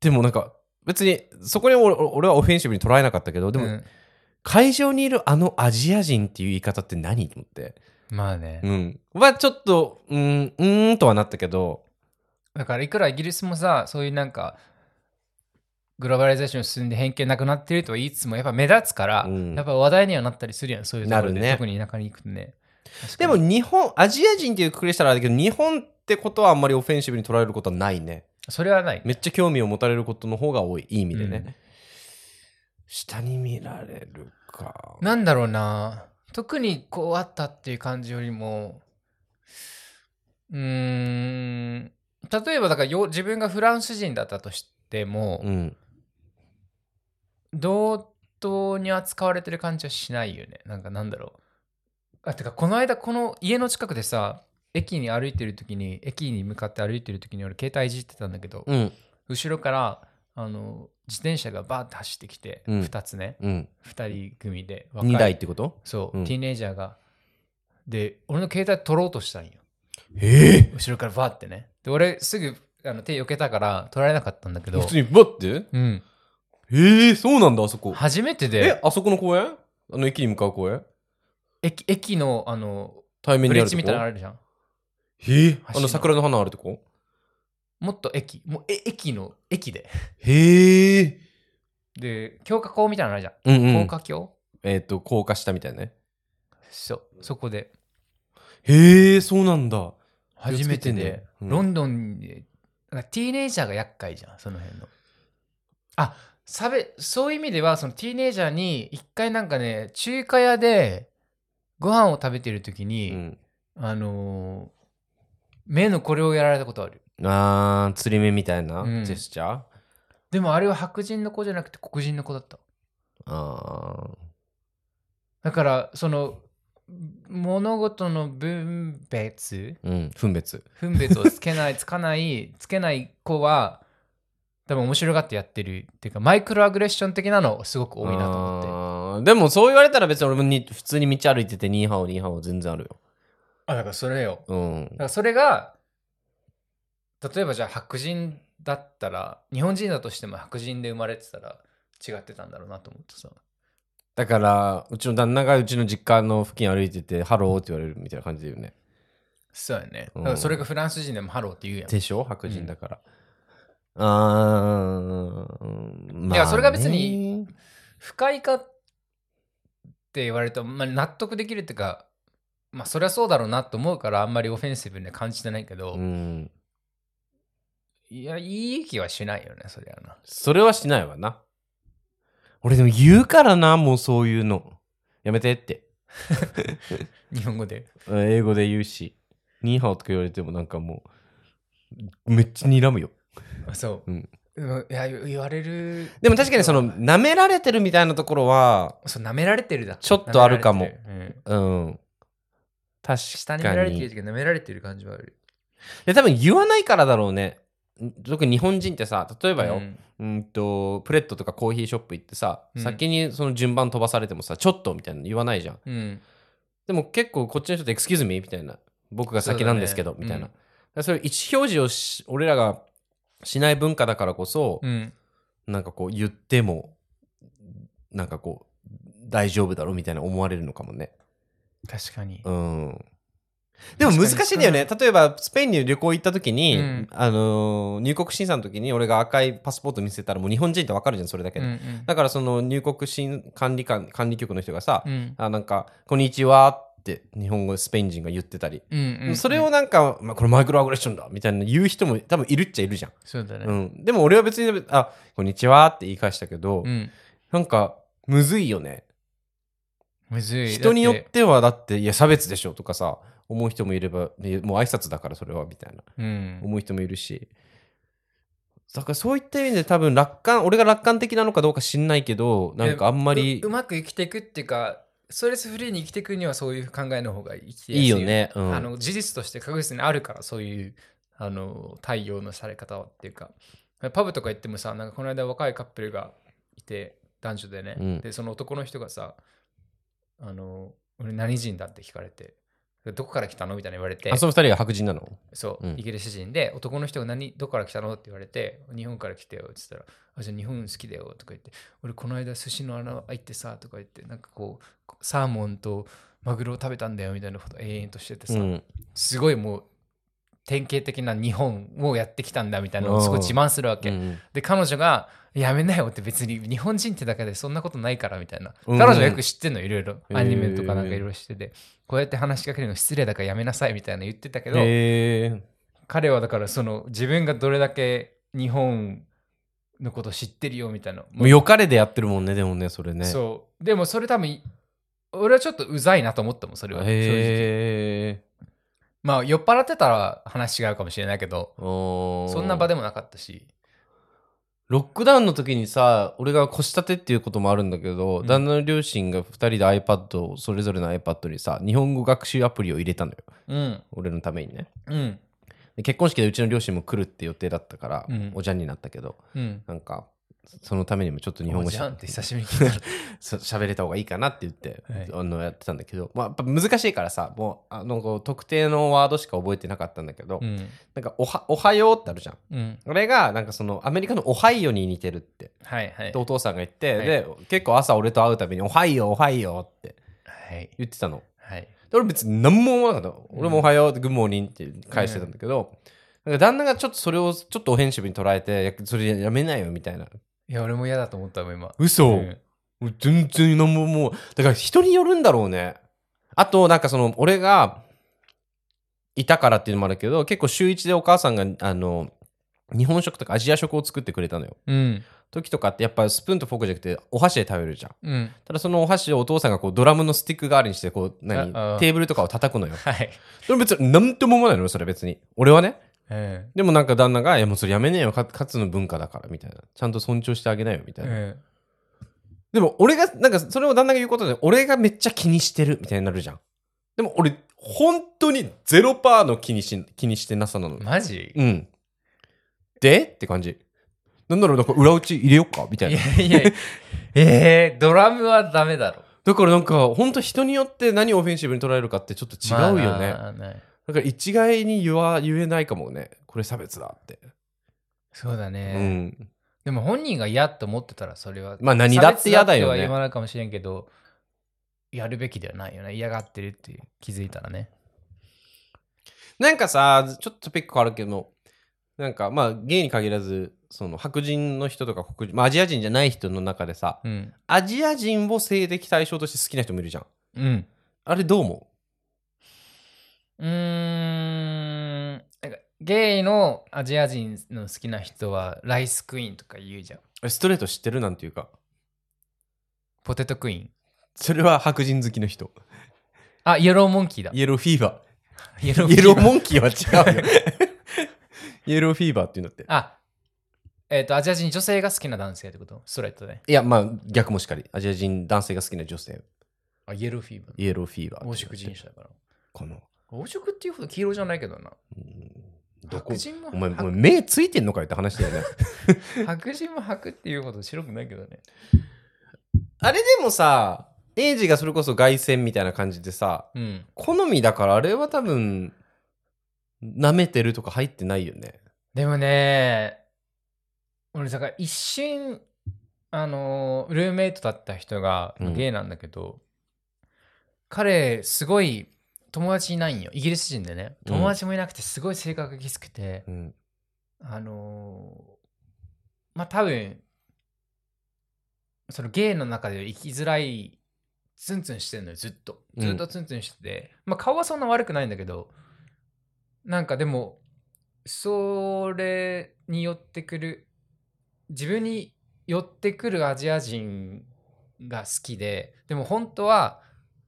[SPEAKER 1] でもなんか別にそこに俺俺はオフェンシブに捉えなかったけどでも、
[SPEAKER 2] うん
[SPEAKER 1] 会場にいるあのアジア人っていう言い方って何と思って。
[SPEAKER 2] まあね。
[SPEAKER 1] うん、はちょっとうんうーんとはなったけど
[SPEAKER 2] だから、いくらイギリスもさ、そういうなんか、グローバリゼーション進んで偏見なくなってるとは言いつつも、やっぱ目立つから、
[SPEAKER 1] うん
[SPEAKER 2] やっぱ話題にはなったりするやん、そういうところで。
[SPEAKER 1] なるね
[SPEAKER 2] 特に田舎に行くとね。
[SPEAKER 1] でも
[SPEAKER 2] 確かに、
[SPEAKER 1] 日本アジア人っていうくくりしたらあれだけど日本ってことはあんまりオフェンシブに捉えることはないね
[SPEAKER 2] それはない。
[SPEAKER 1] めっちゃ興味を持たれることの方が多いいい意味でね、下に見られるか
[SPEAKER 2] なんだろうな特にこうあったっていう感じよりもうーん例えばだからよ自分がフランス人だったとしても、
[SPEAKER 1] うん
[SPEAKER 2] 同等に扱われてる感じはしないよねなんかなんだろうあてかこの間この家の近くでさ駅に歩いてる時に駅に向かって歩いてる時に俺携帯いじってたんだけど、
[SPEAKER 1] うん
[SPEAKER 2] 後ろからあの自転車がバーって走ってきて、
[SPEAKER 1] うん
[SPEAKER 2] 2つね
[SPEAKER 1] うん
[SPEAKER 2] 2人組で若い
[SPEAKER 1] 2台ってこと
[SPEAKER 2] そう、
[SPEAKER 1] うん
[SPEAKER 2] ティーンエイジャーが。で、俺の携帯取ろうとしたんよ。
[SPEAKER 1] え
[SPEAKER 2] 後ろからバーってね。で、俺すぐあの手避けたから取られなかったんだけ
[SPEAKER 1] え
[SPEAKER 2] ど、
[SPEAKER 1] 普通にバッて
[SPEAKER 2] うん、
[SPEAKER 1] ええそうなんだあそこ
[SPEAKER 2] 初めて
[SPEAKER 1] え
[SPEAKER 2] で
[SPEAKER 1] あそこの公園あの駅に向かう公園
[SPEAKER 2] 駅駅のあの
[SPEAKER 1] 対面
[SPEAKER 2] ブ
[SPEAKER 1] に
[SPEAKER 2] リ
[SPEAKER 1] あ
[SPEAKER 2] ッ
[SPEAKER 1] る
[SPEAKER 2] ジ
[SPEAKER 1] と
[SPEAKER 2] み
[SPEAKER 1] こ
[SPEAKER 2] たいなのあるじゃん。
[SPEAKER 1] ええあ
[SPEAKER 2] 橋の
[SPEAKER 1] の桜の花あるとこ
[SPEAKER 2] もっと駅、もうえ駅の駅で。
[SPEAKER 1] へえ
[SPEAKER 2] で、強化校みたいなのあるじゃ。
[SPEAKER 1] うんうんん
[SPEAKER 2] 高架橋、
[SPEAKER 1] えっ、と高架下みたいなね
[SPEAKER 2] そう、そこで。
[SPEAKER 1] へえ、そうなんだ。
[SPEAKER 2] 初めて
[SPEAKER 1] 気をつけて
[SPEAKER 2] で
[SPEAKER 1] ね、うん
[SPEAKER 2] ロンドンで、なんかティーネイジャーが厄介じゃん、その辺の。あ差別そういう意味では、そのティーネイジャーに、一回なんかね、中華屋でご飯を食べてる時
[SPEAKER 1] う
[SPEAKER 2] に、
[SPEAKER 1] ん。
[SPEAKER 2] あのー目のこれをやられたことある。
[SPEAKER 1] あー、釣り目みたいな
[SPEAKER 2] うん
[SPEAKER 1] ジェスチャー、
[SPEAKER 2] でもあれは白人の子じゃなくて黒人の子だった。
[SPEAKER 1] あ
[SPEAKER 2] だから、その、物事の分別、
[SPEAKER 1] ー、うん、分別。
[SPEAKER 2] 分別をつけない、つかない、つけない子は、多分面白がってやってるっていうか、マイクロアグレッション的なのすごく多いなと思って。
[SPEAKER 1] 思って。でもそう言われたら別に俺もに普通に道歩いててニーハオニーハオ全然あるよ。
[SPEAKER 2] あ、だからそれよ。
[SPEAKER 1] うん
[SPEAKER 2] だか。らそれが例えばじゃあ白人だったら日本人だとしても白人で生まれてたら違ってたんだろうなと思ってさ
[SPEAKER 1] だから、うちの旦那がうちの実家の付近歩いてて、ハローって言われるみたいな感じだよね。
[SPEAKER 2] そうやね
[SPEAKER 1] うん
[SPEAKER 2] だからそれがフランス人でもハローって言うやん、
[SPEAKER 1] でしょ白人だから。あー、まあ、
[SPEAKER 2] いやそれが別に。不快かって言われると、まあ、納得できるっていうかまあそりゃそうだろうなと思うからあんまりオフェンシブに感じてないけど、
[SPEAKER 1] うん。
[SPEAKER 2] いやいい気はしないよねそりゃな
[SPEAKER 1] それはしないわな。俺でも言うからな、もうそういうの。やめてって。
[SPEAKER 2] 日本語で
[SPEAKER 1] 英語で言うし、ニーハオとか言われてもなんかもう、めっちゃ睨むよ。
[SPEAKER 2] あそう、
[SPEAKER 1] うん
[SPEAKER 2] うんいや言われる
[SPEAKER 1] でも確かにその、舐められてるみたいなところは、
[SPEAKER 2] そう舐められてるだ
[SPEAKER 1] ちょっとあるか
[SPEAKER 2] 舐
[SPEAKER 1] も
[SPEAKER 2] められてるうん
[SPEAKER 1] うん。確
[SPEAKER 2] 下に見
[SPEAKER 1] から
[SPEAKER 2] れてる
[SPEAKER 1] に。
[SPEAKER 2] けど舐められてる感じはある。
[SPEAKER 1] で、多分言わないからだろうね。特に日本人ってさ、例えばよ、
[SPEAKER 2] うん
[SPEAKER 1] うんとプレットとかコーヒーショップ行ってさ、
[SPEAKER 2] うん
[SPEAKER 1] 先にその順番飛ばされてもさちょっとみたいなの言わないじゃん
[SPEAKER 2] うん
[SPEAKER 1] でも結構こっちの人って「エクスキューズミみたいな僕が先なんですけど、
[SPEAKER 2] そうだね
[SPEAKER 1] みたいな、
[SPEAKER 2] うん
[SPEAKER 1] だからそういう意思表示をし俺らがしない文化だからこそ、
[SPEAKER 2] うん
[SPEAKER 1] なんかこう言ってもなんかこう大丈夫だろみたいな思われるのかもね
[SPEAKER 2] 確かに。
[SPEAKER 1] うんでも難しいんだよね例えばスペインに旅行行った時に、
[SPEAKER 2] うん
[SPEAKER 1] あのー入国審査の時に俺が赤いパスポート見せたらもう日本人ってわかるじゃんそれだけ
[SPEAKER 2] う
[SPEAKER 1] で
[SPEAKER 2] んうん
[SPEAKER 1] だからその入国審管理官管理局の人がさ、
[SPEAKER 2] うん
[SPEAKER 1] あなんか「こんにちは」って日本語でスペイン人が言ってたり、
[SPEAKER 2] うんうん
[SPEAKER 1] それをなんか、まあ、これマイクロアグレッションだみたいな言う人も多分いるっちゃいるじゃん、
[SPEAKER 2] そうだ
[SPEAKER 1] う
[SPEAKER 2] ね。
[SPEAKER 1] ん、でも俺は別に「あこんにちは」って言い返したけど、
[SPEAKER 2] うん
[SPEAKER 1] なんかむずいよね
[SPEAKER 2] むずい。
[SPEAKER 1] 人によ
[SPEAKER 2] だ
[SPEAKER 1] ってはだって「いや差別でしょ」とかさ思う人もいればいやもう挨拶だからそれはみたいな
[SPEAKER 2] うん
[SPEAKER 1] 思う人もいるしだからそういった意味で多分楽観俺が楽観的なのかどうか知んないけどなんかあんまり
[SPEAKER 2] ううまく生きていくっていうか、ストレスフリーに生きていくにはそういう考えの方が生きてやす
[SPEAKER 1] いいよ。ね、うん、
[SPEAKER 2] あの事実として確実にあるから、そういうあの対応のされ方はっていうか。パブとか行ってもさ、なんかこの間若いカップルがいて、男女でね。
[SPEAKER 1] うん
[SPEAKER 2] で、その男の人がさ、あの、俺何人だって聞かれて、どこから来たのみたいな言われて。
[SPEAKER 1] あその二人が白人なの
[SPEAKER 2] そう、
[SPEAKER 1] うん
[SPEAKER 2] イギリス人で男の人が何どこから来たのって言われて日本から来てよって言ったらあじゃあ日本好きだよとか言って俺この間寿司の穴行ってさとか言ってなんかこうサーモンとマグロを食べたんだよみたいなこと延々としててさ、
[SPEAKER 1] うん
[SPEAKER 2] すごいもう典型的な日本をやってきたんだみたいなのをすごい自慢するわけ、
[SPEAKER 1] うん
[SPEAKER 2] で彼女が「やめなよ」って別に日本人ってだけでそんなことないからみたいな、
[SPEAKER 1] うん
[SPEAKER 2] 彼女はよく知ってんのいろいろ
[SPEAKER 1] へー
[SPEAKER 2] アニメとかなんかいろいろしてて、こうやって話しかけるの失礼だからやめなさいみたいな言ってたけど、
[SPEAKER 1] へえ
[SPEAKER 2] 彼はだからその自分がどれだけ日本のこと知ってるよみたいな、
[SPEAKER 1] もうよかれでやってるもんねでもねそれねう
[SPEAKER 2] そうでもそれ多分俺はちょっとうざいなと思ったもんそれは正直
[SPEAKER 1] へえ
[SPEAKER 2] まあ酔っ払ってたら話違うかもしれないけど
[SPEAKER 1] そ
[SPEAKER 2] そんな場
[SPEAKER 1] で
[SPEAKER 2] でもなかったし
[SPEAKER 1] ロックダウンの時にさ俺が腰立てっていうこともあるんだけど、
[SPEAKER 2] うん
[SPEAKER 1] 旦那の両親が2人で iPad をそれぞれの iPad にさ日本語学習アプリを入れたのよ
[SPEAKER 2] うん
[SPEAKER 1] 俺のためにね
[SPEAKER 2] うん
[SPEAKER 1] で結婚式でうちの両親も来るって予定だったから、
[SPEAKER 2] うん
[SPEAKER 1] おじゃんになったけど
[SPEAKER 2] うん
[SPEAKER 1] なんかそのためにもちょっと日
[SPEAKER 2] 日
[SPEAKER 1] 本
[SPEAKER 2] 本
[SPEAKER 1] 語
[SPEAKER 2] 語
[SPEAKER 1] し
[SPEAKER 2] じゃんって久しぶりに聞いたら
[SPEAKER 1] そ喋れた方がいいかなって言って、
[SPEAKER 2] はい
[SPEAKER 1] あのやってたんだけど、まあ、やっぱ難しいからさもうあのこう特定のワードしか覚えてなかったんだけど、
[SPEAKER 2] うん
[SPEAKER 1] なんかおは「おはよう」ってあるじゃん。
[SPEAKER 2] うん
[SPEAKER 1] これがなんかそのアメリカの「オハイオ」に似てるって
[SPEAKER 2] はいはい
[SPEAKER 1] でお父さんが言って、
[SPEAKER 2] はい
[SPEAKER 1] で結構朝俺と会うたびに「おはようおはよう」って
[SPEAKER 2] はい
[SPEAKER 1] 言ってたの。
[SPEAKER 2] はい
[SPEAKER 1] で俺別に何も思わなかったの俺も「おはよう」って「グッモーニン」って返してたんだけど、なんか旦那がちょっとそれをちょっとオフェンシブに捉えていや「それやめないよ」みたいない
[SPEAKER 2] や俺も嫌だと思ったもん今
[SPEAKER 1] 嘘、
[SPEAKER 2] うん
[SPEAKER 1] もう全然何ももうだから人によるんだろうねあとなんかその俺がいたからっていうのもあるけど結構週一でお母さんがあの日本食とかアジア食を作ってくれたのよ
[SPEAKER 2] うん。
[SPEAKER 1] 時とかってやっぱスプーンとフォークじゃなくてお箸で食べるじゃん
[SPEAKER 2] うん。
[SPEAKER 1] ただそのお箸をお父さんがこうドラムのスティック代わりにしてこう何
[SPEAKER 2] ああ
[SPEAKER 1] テーブルとかを叩くのよ
[SPEAKER 2] はい。
[SPEAKER 1] それ別に何とも思わないのよそれ別に俺はね
[SPEAKER 2] うん。
[SPEAKER 1] でもなんか旦那が「いやもうそれやめねえよか勝つの文化だから」みたいなちゃんと尊重してあげなよみた
[SPEAKER 2] う
[SPEAKER 1] いな、
[SPEAKER 2] ん。
[SPEAKER 1] でも俺がなんかそれを旦那が言うことで俺がめっちゃ気にしてるみたいになるじゃんでも俺本当にゼロパーの気にし気にしてなさなの、
[SPEAKER 2] マジ
[SPEAKER 1] うんでって感じなんだろうなんか裏打ち入れよっかみたい
[SPEAKER 2] い
[SPEAKER 1] な
[SPEAKER 2] やいや、 えー、ドラムはダメだろ。
[SPEAKER 1] だからなんか本当人によって何をオフェンシブに捉えるかってちょっと違うよね、
[SPEAKER 2] まあない
[SPEAKER 1] だから一概に言わ言えないかもねこれ差別だって、
[SPEAKER 2] そうだね。
[SPEAKER 1] うん
[SPEAKER 2] でも本人が嫌と思ってたらそれは。
[SPEAKER 1] まあ何だって嫌だよね
[SPEAKER 2] 差別は言わないかもしれんけど、やるべきではないよね。嫌がってるっていう気づいたらね。
[SPEAKER 1] なんかさちょっとトピック変わるけどなんかまあゲイに限らずその白人の人とか黒人、まあ、アジア人じゃない人の中でさ
[SPEAKER 2] うん。
[SPEAKER 1] アジア人を性的対象として好きな人もいるじゃん
[SPEAKER 2] うん。
[SPEAKER 1] あれどう思
[SPEAKER 2] うーん。なんかゲイのアジア人の好きな人はライスクイーンとか言うじゃん。
[SPEAKER 1] うストレート知ってるなんていうか
[SPEAKER 2] ポテトクイーン。
[SPEAKER 1] それは白人好きの人
[SPEAKER 2] あ、イエローモンキーだ。
[SPEAKER 1] イエローフィーバ
[SPEAKER 2] イエ
[SPEAKER 1] ーイエロ
[SPEAKER 2] ン
[SPEAKER 1] ー
[SPEAKER 2] キー。
[SPEAKER 1] モンキーは違うよイエローフィーバーっていうんだって
[SPEAKER 2] あ、えっ、と、アジア人女性が好きな男性ってことストレートで。
[SPEAKER 1] いやまあ逆もしかりアジア人男性が好きな女性
[SPEAKER 2] あ、イエローフィーバー。
[SPEAKER 1] イエローフィーバー
[SPEAKER 2] 黄色人種だから。
[SPEAKER 1] この
[SPEAKER 2] 黄色っていうほど黄色じゃないけどな。
[SPEAKER 1] どこ
[SPEAKER 2] 白人も
[SPEAKER 1] お前お前
[SPEAKER 2] 白
[SPEAKER 1] 目ついてんのかよって話だよね
[SPEAKER 2] 白人も白っていうほど白くないけどね。
[SPEAKER 1] あれでもさエイジがそれこそ凱旋みたいな感じでさ
[SPEAKER 2] うん。
[SPEAKER 1] 好みだからあれは多分舐めてるとか入ってないよね
[SPEAKER 2] でもね、俺だから一瞬、あのー、ルームメイトだった人が
[SPEAKER 1] うん
[SPEAKER 2] ゲイなんだけど、彼、すごい友達いないんよ。イギリス人でね。
[SPEAKER 1] うん
[SPEAKER 2] 友達もいなくて、すごい性格がきつくて、
[SPEAKER 1] うん
[SPEAKER 2] あのーまあ多分そのゲイの中で生きづらいツンツンしてるのよずっと
[SPEAKER 1] うん
[SPEAKER 2] ずっとツンツンしてて、まあ顔はそんな悪くないんだけどなんかでもそれに寄ってくる自分に寄ってくるアジア人が好きででも本当は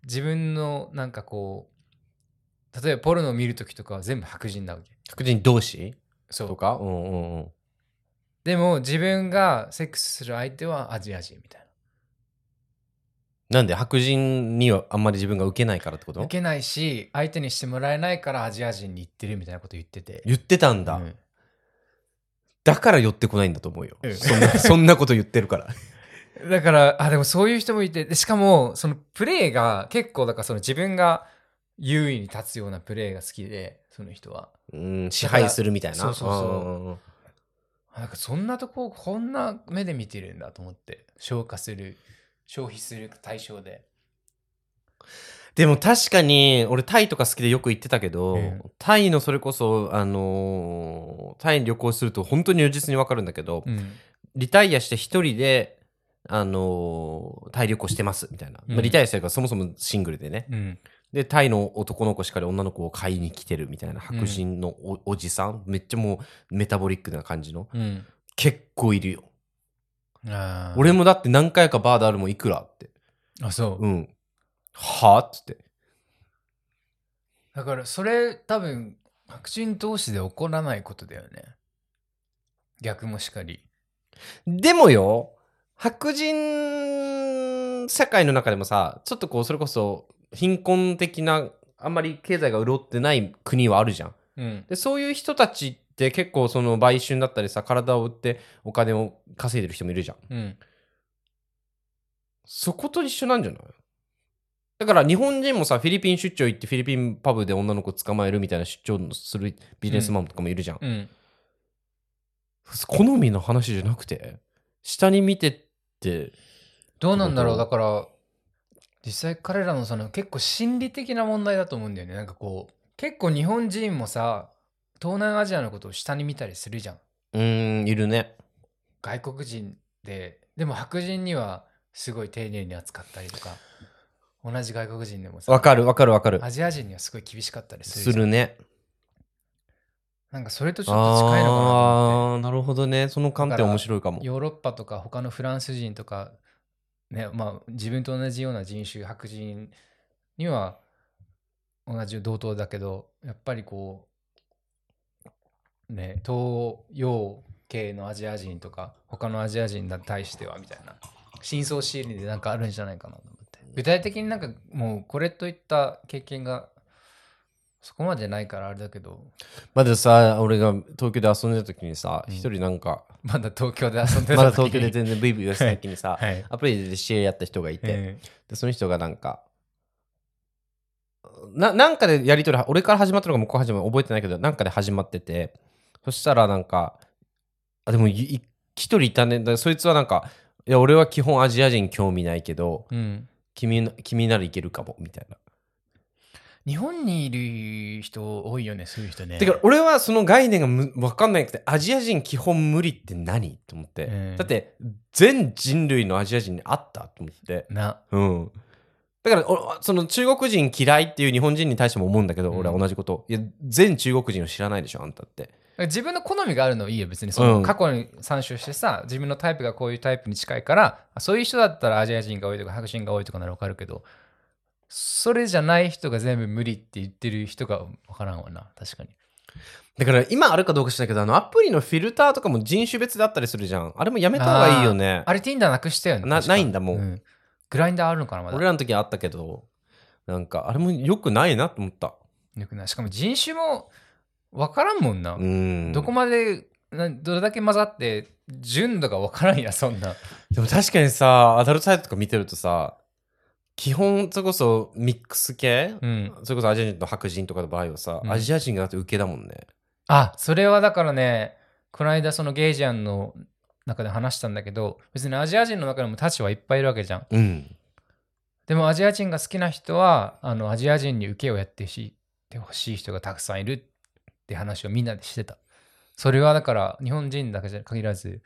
[SPEAKER 2] 自分のなんかこう例えばポルノを見る時とかは全部白人なわけ
[SPEAKER 1] 白人同士
[SPEAKER 2] そう
[SPEAKER 1] とかうんうんうん
[SPEAKER 2] でも自分がセックスする相手はアジア人みたい
[SPEAKER 1] なんで白人にはあんまり自分が受けないからってこ
[SPEAKER 2] な。
[SPEAKER 1] と
[SPEAKER 2] 受けないし相手にしてもらえないからアジア人に行ってるみたいなこと言ってて。
[SPEAKER 1] 言ってたんだ、
[SPEAKER 2] うん
[SPEAKER 1] だから寄ってこないんだと思うよ、
[SPEAKER 2] うん
[SPEAKER 1] そんなそんなこと言ってるから
[SPEAKER 2] だからあでもそういう人もいてでしかもそのプレーが結構だからその自分が優位に立つようなプレーが好きでその人は。
[SPEAKER 1] うん支配するみたいな
[SPEAKER 2] そうそうそうん
[SPEAKER 1] んん
[SPEAKER 2] あなんかそんなとここんな目で見てるんだと思って消化する消費する対象で。
[SPEAKER 1] でも確かに俺タイとか好きでよく行ってたけど、
[SPEAKER 2] ええ
[SPEAKER 1] タイのそれこそ、あのータイに旅行すると本当に如実に分かるんだけど、
[SPEAKER 2] うん
[SPEAKER 1] リタイアして一人で、あのータイ旅行してますみたいな、
[SPEAKER 2] うん
[SPEAKER 1] まあリタイアしてるからそもそもシングルでね
[SPEAKER 2] うん
[SPEAKER 1] でタイの男の子しかり女の子を買いに来てるみたいな白人のお,、おじさんめっちゃもうメタボリックな感じの
[SPEAKER 2] うん、
[SPEAKER 1] 結構いるよ
[SPEAKER 2] あー
[SPEAKER 1] 俺もだって何回かバーであるもんいくらって
[SPEAKER 2] あそう、
[SPEAKER 1] うんはあっつって
[SPEAKER 2] だからそれ多分白人同士で起こらないことだよね逆もしかり
[SPEAKER 1] でもよ、白人社会の中でもさ、ちょっとこう、それこそ貧困的な、あんまり経済が潤ってない国はあるじゃん。
[SPEAKER 2] うん
[SPEAKER 1] で、そういう人たちって結構その売春だったりさ、体を売ってお金を稼いでる人もいるじゃん。
[SPEAKER 2] うん
[SPEAKER 1] そこと一緒なんじゃないだから日本人もさ、フィリピン出張行ってフィリピンパブで女の子捕まえるみたいな出張のするビジネスマンとかもいるじゃん。
[SPEAKER 2] うん
[SPEAKER 1] 好みの話じゃなくて、下に見てって、
[SPEAKER 2] どうなんだろう
[SPEAKER 1] って
[SPEAKER 2] だから実際彼らのその結構心理的な問題だと思うんだよねなんかこう結構日本人もさ東南アジアのことを下に見たりするじゃん
[SPEAKER 1] うーん、いるね。
[SPEAKER 2] 外国人ででも白人にはすごい丁寧に扱ったりとか同じ外国人でもさ
[SPEAKER 1] わかるわかるわかる。
[SPEAKER 2] アジア人にはすごい厳しかったりするじ
[SPEAKER 1] す
[SPEAKER 2] ゃん
[SPEAKER 1] るね。
[SPEAKER 2] なんかそれとちょっと近いのかなと思って
[SPEAKER 1] ああーなるほどねその観点面白いかも
[SPEAKER 2] ヨーロッパとか他のフランス人とか、ねまあ、自分と同じような人種白人には同じ同等だけどやっぱりこう、ね、東洋系のアジア人とか他のアジア人に対してはみたいな深層心理でなんかあるんじゃないかなと思って具体的になんかもうこれといった経験がそこまでないからあれだけど
[SPEAKER 1] まださ俺が東京で遊んでた時にさ
[SPEAKER 2] うん
[SPEAKER 1] 一、人な んか
[SPEAKER 2] まだ東京で遊んでた時に
[SPEAKER 1] まだ東京で全然ブイブイ言わせた時にさ、
[SPEAKER 2] はい
[SPEAKER 1] アプリで知り合った人がいて、
[SPEAKER 2] え
[SPEAKER 1] でその人がなんかななんかでやり取り俺から始まったのか向こう始まる覚えてないけどなんかで始まっててそしたらなんかあでもいい一人いたねだそいつはなんかいや俺は基本アジア人興味ないけど
[SPEAKER 2] えうん
[SPEAKER 1] 君の君ならいけるかもみたいな、
[SPEAKER 2] 日本にいる人多いよね、そういう人ね。
[SPEAKER 1] てか俺はその概念がむ分かんないくてアジア人基本無理って何と思って、
[SPEAKER 2] うん
[SPEAKER 1] だって全人類のアジア人に会ったと思って
[SPEAKER 2] な、
[SPEAKER 1] うん。だからお、その中国人嫌いっていう日本人に対しても思うんだけど、
[SPEAKER 2] うん
[SPEAKER 1] 俺は同じこと。いや、全中国人を知らないでしょ、あんたって。
[SPEAKER 2] 自分の好みがあるのいいよ、別に。そうの
[SPEAKER 1] ん
[SPEAKER 2] 過去に参照してさ、自分のタイプがこういうタイプに近いから、あそういう人だったらアジア人が多いとか白人が多いとかならわかるけど、それじゃない人が全部無理って言ってる人がわからんわな、確かに。
[SPEAKER 1] だから、今あるかどうか知らないけど、あの、アプリのフィルターとかも人種別だったりするじゃん。あれもやめた方がいいよね。
[SPEAKER 2] あれ Tinder なくしたよね。
[SPEAKER 1] な
[SPEAKER 2] 確か
[SPEAKER 1] ないんだもう
[SPEAKER 2] グラインダーあるのかな、まだ。
[SPEAKER 1] 俺らの時はあったけど、なんか、あれも良くないなと思った。
[SPEAKER 2] よくないしかも人種もわからんもんな。
[SPEAKER 1] うん。
[SPEAKER 2] どこまで、などれだけ混ざって、純度がわからんや、そんな。
[SPEAKER 1] でも確かにさ、アダルトサイトとか見てるとさ、基本、それこそミックス系、
[SPEAKER 2] うん。
[SPEAKER 1] それこそアジア人と白人とかの場合はさ、
[SPEAKER 2] うん
[SPEAKER 1] アジア人がだって受けだもんね。
[SPEAKER 2] あそれはだからねこの間そのゲージアンの中で話したんだけど別にアジア人の中でも立場いっぱいいるわけじゃん
[SPEAKER 1] うん。
[SPEAKER 2] でもアジア人が好きな人はあのアジア人に受けをやってしってほしい人がたくさんいるって話をみんなでしてたそれはだから日本人だけじゃ限らず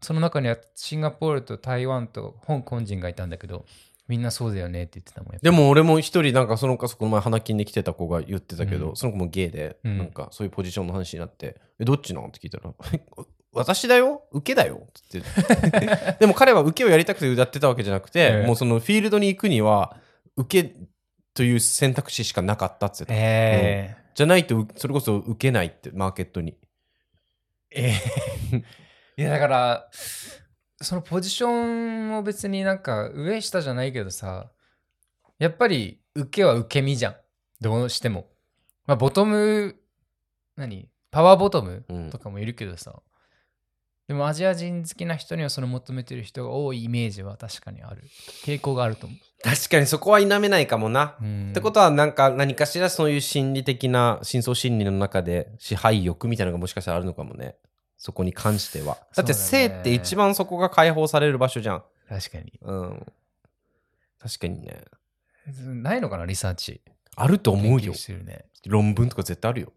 [SPEAKER 2] その中にはシンガポールと台湾と香港人がいたんだけどみんなそうだよねって言ってたもんやっぱ
[SPEAKER 1] でも俺も一人なんかその子そこの前花金で来てた子が言ってたけど、
[SPEAKER 2] うん
[SPEAKER 1] その子もゲイで、
[SPEAKER 2] うん
[SPEAKER 1] なんかそういうポジションの話になって「えどっちなん?」って聞いたら 「私だよ受けだよ」って言って でも彼は受けをやりたくて歌ってたわけじゃなくて、
[SPEAKER 2] ええ
[SPEAKER 1] もうそのフィールドに行くには受けという選択肢しかなかったっつってた、
[SPEAKER 2] え
[SPEAKER 1] じゃないとそれこそ受けないってマーケットに
[SPEAKER 2] ええいやだからそのポジションを別になんか上下じゃないけどさやっぱり受けは受け身じゃんどうしても、まあ、ボトム何パワーボトム
[SPEAKER 1] うん
[SPEAKER 2] とかもいるけどさ、でもアジア人好きな人にはその求めてる人が多いイメージは確かにある傾向があると思
[SPEAKER 1] 確かにそこは否めないかもな、
[SPEAKER 2] う、うん
[SPEAKER 1] ってことはなんか何かしらそういう心理的な深層心理の中で支配欲みたいなのがもしかしたらあるのかもねそこに関してはだって
[SPEAKER 2] そうだ
[SPEAKER 1] 性
[SPEAKER 2] ね
[SPEAKER 1] って一番そこが解放される場所じゃん
[SPEAKER 2] 確かに
[SPEAKER 1] うん確かにね
[SPEAKER 2] ないのかなリサーチ
[SPEAKER 1] あると思う
[SPEAKER 2] 研
[SPEAKER 1] よ
[SPEAKER 2] 究してるね
[SPEAKER 1] 論文とか絶対あるよ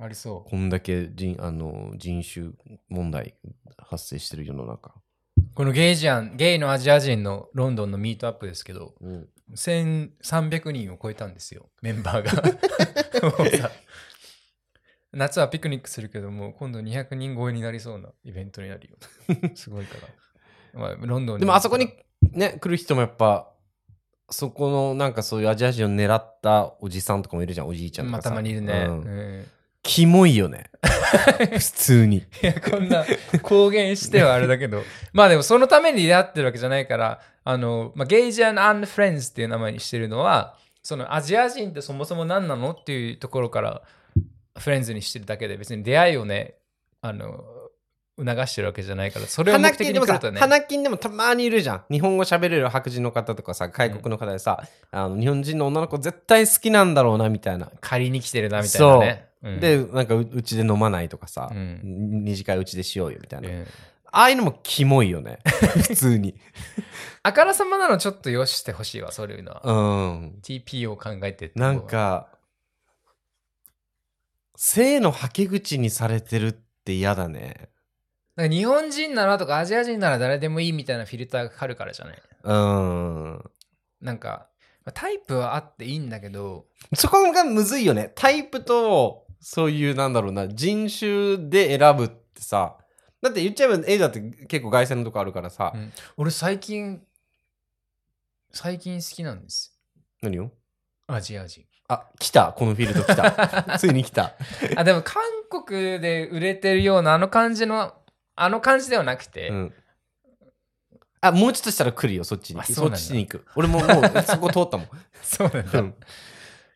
[SPEAKER 2] ありそう
[SPEAKER 1] こんだけ人あの人種問題発生してる世の中
[SPEAKER 2] このゲイジアン、ゲイのアジア人のロンドンのミートアップですけど、
[SPEAKER 1] うん
[SPEAKER 2] 1300人を超えたんですよ、メンバー が。もうさ夏はピクニックするけども、今度200人超えになりそうなイベントになるよ。すごいから。まあ、ロンドン
[SPEAKER 1] でもあそこにね来る人もやっぱそこのなんかそういうアジア人を狙ったおじさんとかもいるじゃんおじいちゃんと
[SPEAKER 2] まあ、
[SPEAKER 1] かさ
[SPEAKER 2] たまにいるね。
[SPEAKER 1] うん
[SPEAKER 2] うん
[SPEAKER 1] キモい よね普通に
[SPEAKER 2] いや、こんな公言してはあれだけど。 まあでもそのために出会ってるわけじゃないから、あの、まあ、ゲイジアン・アン・フレンズっていう名前にしてるのは、そのアジア人ってそもそも何なのっていうところからフレンズにしてるだけで、別に出会いをね、あの、促してるわけじゃないから、それを目
[SPEAKER 1] 花
[SPEAKER 2] 的
[SPEAKER 1] 金
[SPEAKER 2] に
[SPEAKER 1] でも
[SPEAKER 2] 来る
[SPEAKER 1] さ
[SPEAKER 2] とね。
[SPEAKER 1] 花金でもたまにいるじゃん日本語喋れる白人の方とかさ外国の方でさ、あの日本人の女の子絶対好きなんだろうなみたいな、
[SPEAKER 2] 借りに来てるなみたいなね。うん、
[SPEAKER 1] でなんかううちで飲まないとかさ、
[SPEAKER 2] うん
[SPEAKER 1] 二次会うちでしようよみたいな、
[SPEAKER 2] うん
[SPEAKER 1] ああいうのもキモい よね普通に
[SPEAKER 2] あからさまなのちょっとよしてほしいわ、そういうのは。
[SPEAKER 1] うん
[SPEAKER 2] TP を考えてって
[SPEAKER 1] なん、か性のはけ口にされてるって嫌だね
[SPEAKER 2] なんか日本人ならとかアジア人なら誰でもいいみたいなフィルターがかかるからじゃない
[SPEAKER 1] うん
[SPEAKER 2] なんか、まあタイプはあっていいんだけど、
[SPEAKER 1] そこがむずいよねタイプとそういうなんだろうな人種で選ぶってさだって言っちゃえばエイだって結構外線のとこあるからさ、
[SPEAKER 2] うん俺最近最近好きなんです
[SPEAKER 1] 何を
[SPEAKER 2] アジア 人
[SPEAKER 1] あ来たこのフィールド来 たついに来た
[SPEAKER 2] あでも韓国で売れてるようなあの感じのあの感じではなくて、
[SPEAKER 1] うんあもうちょっとしたら来るよそっちに
[SPEAKER 2] あ
[SPEAKER 1] そ
[SPEAKER 2] そうなんだ
[SPEAKER 1] っちに行く俺ももうそこ通ったもん
[SPEAKER 2] そう なんだ、
[SPEAKER 1] うん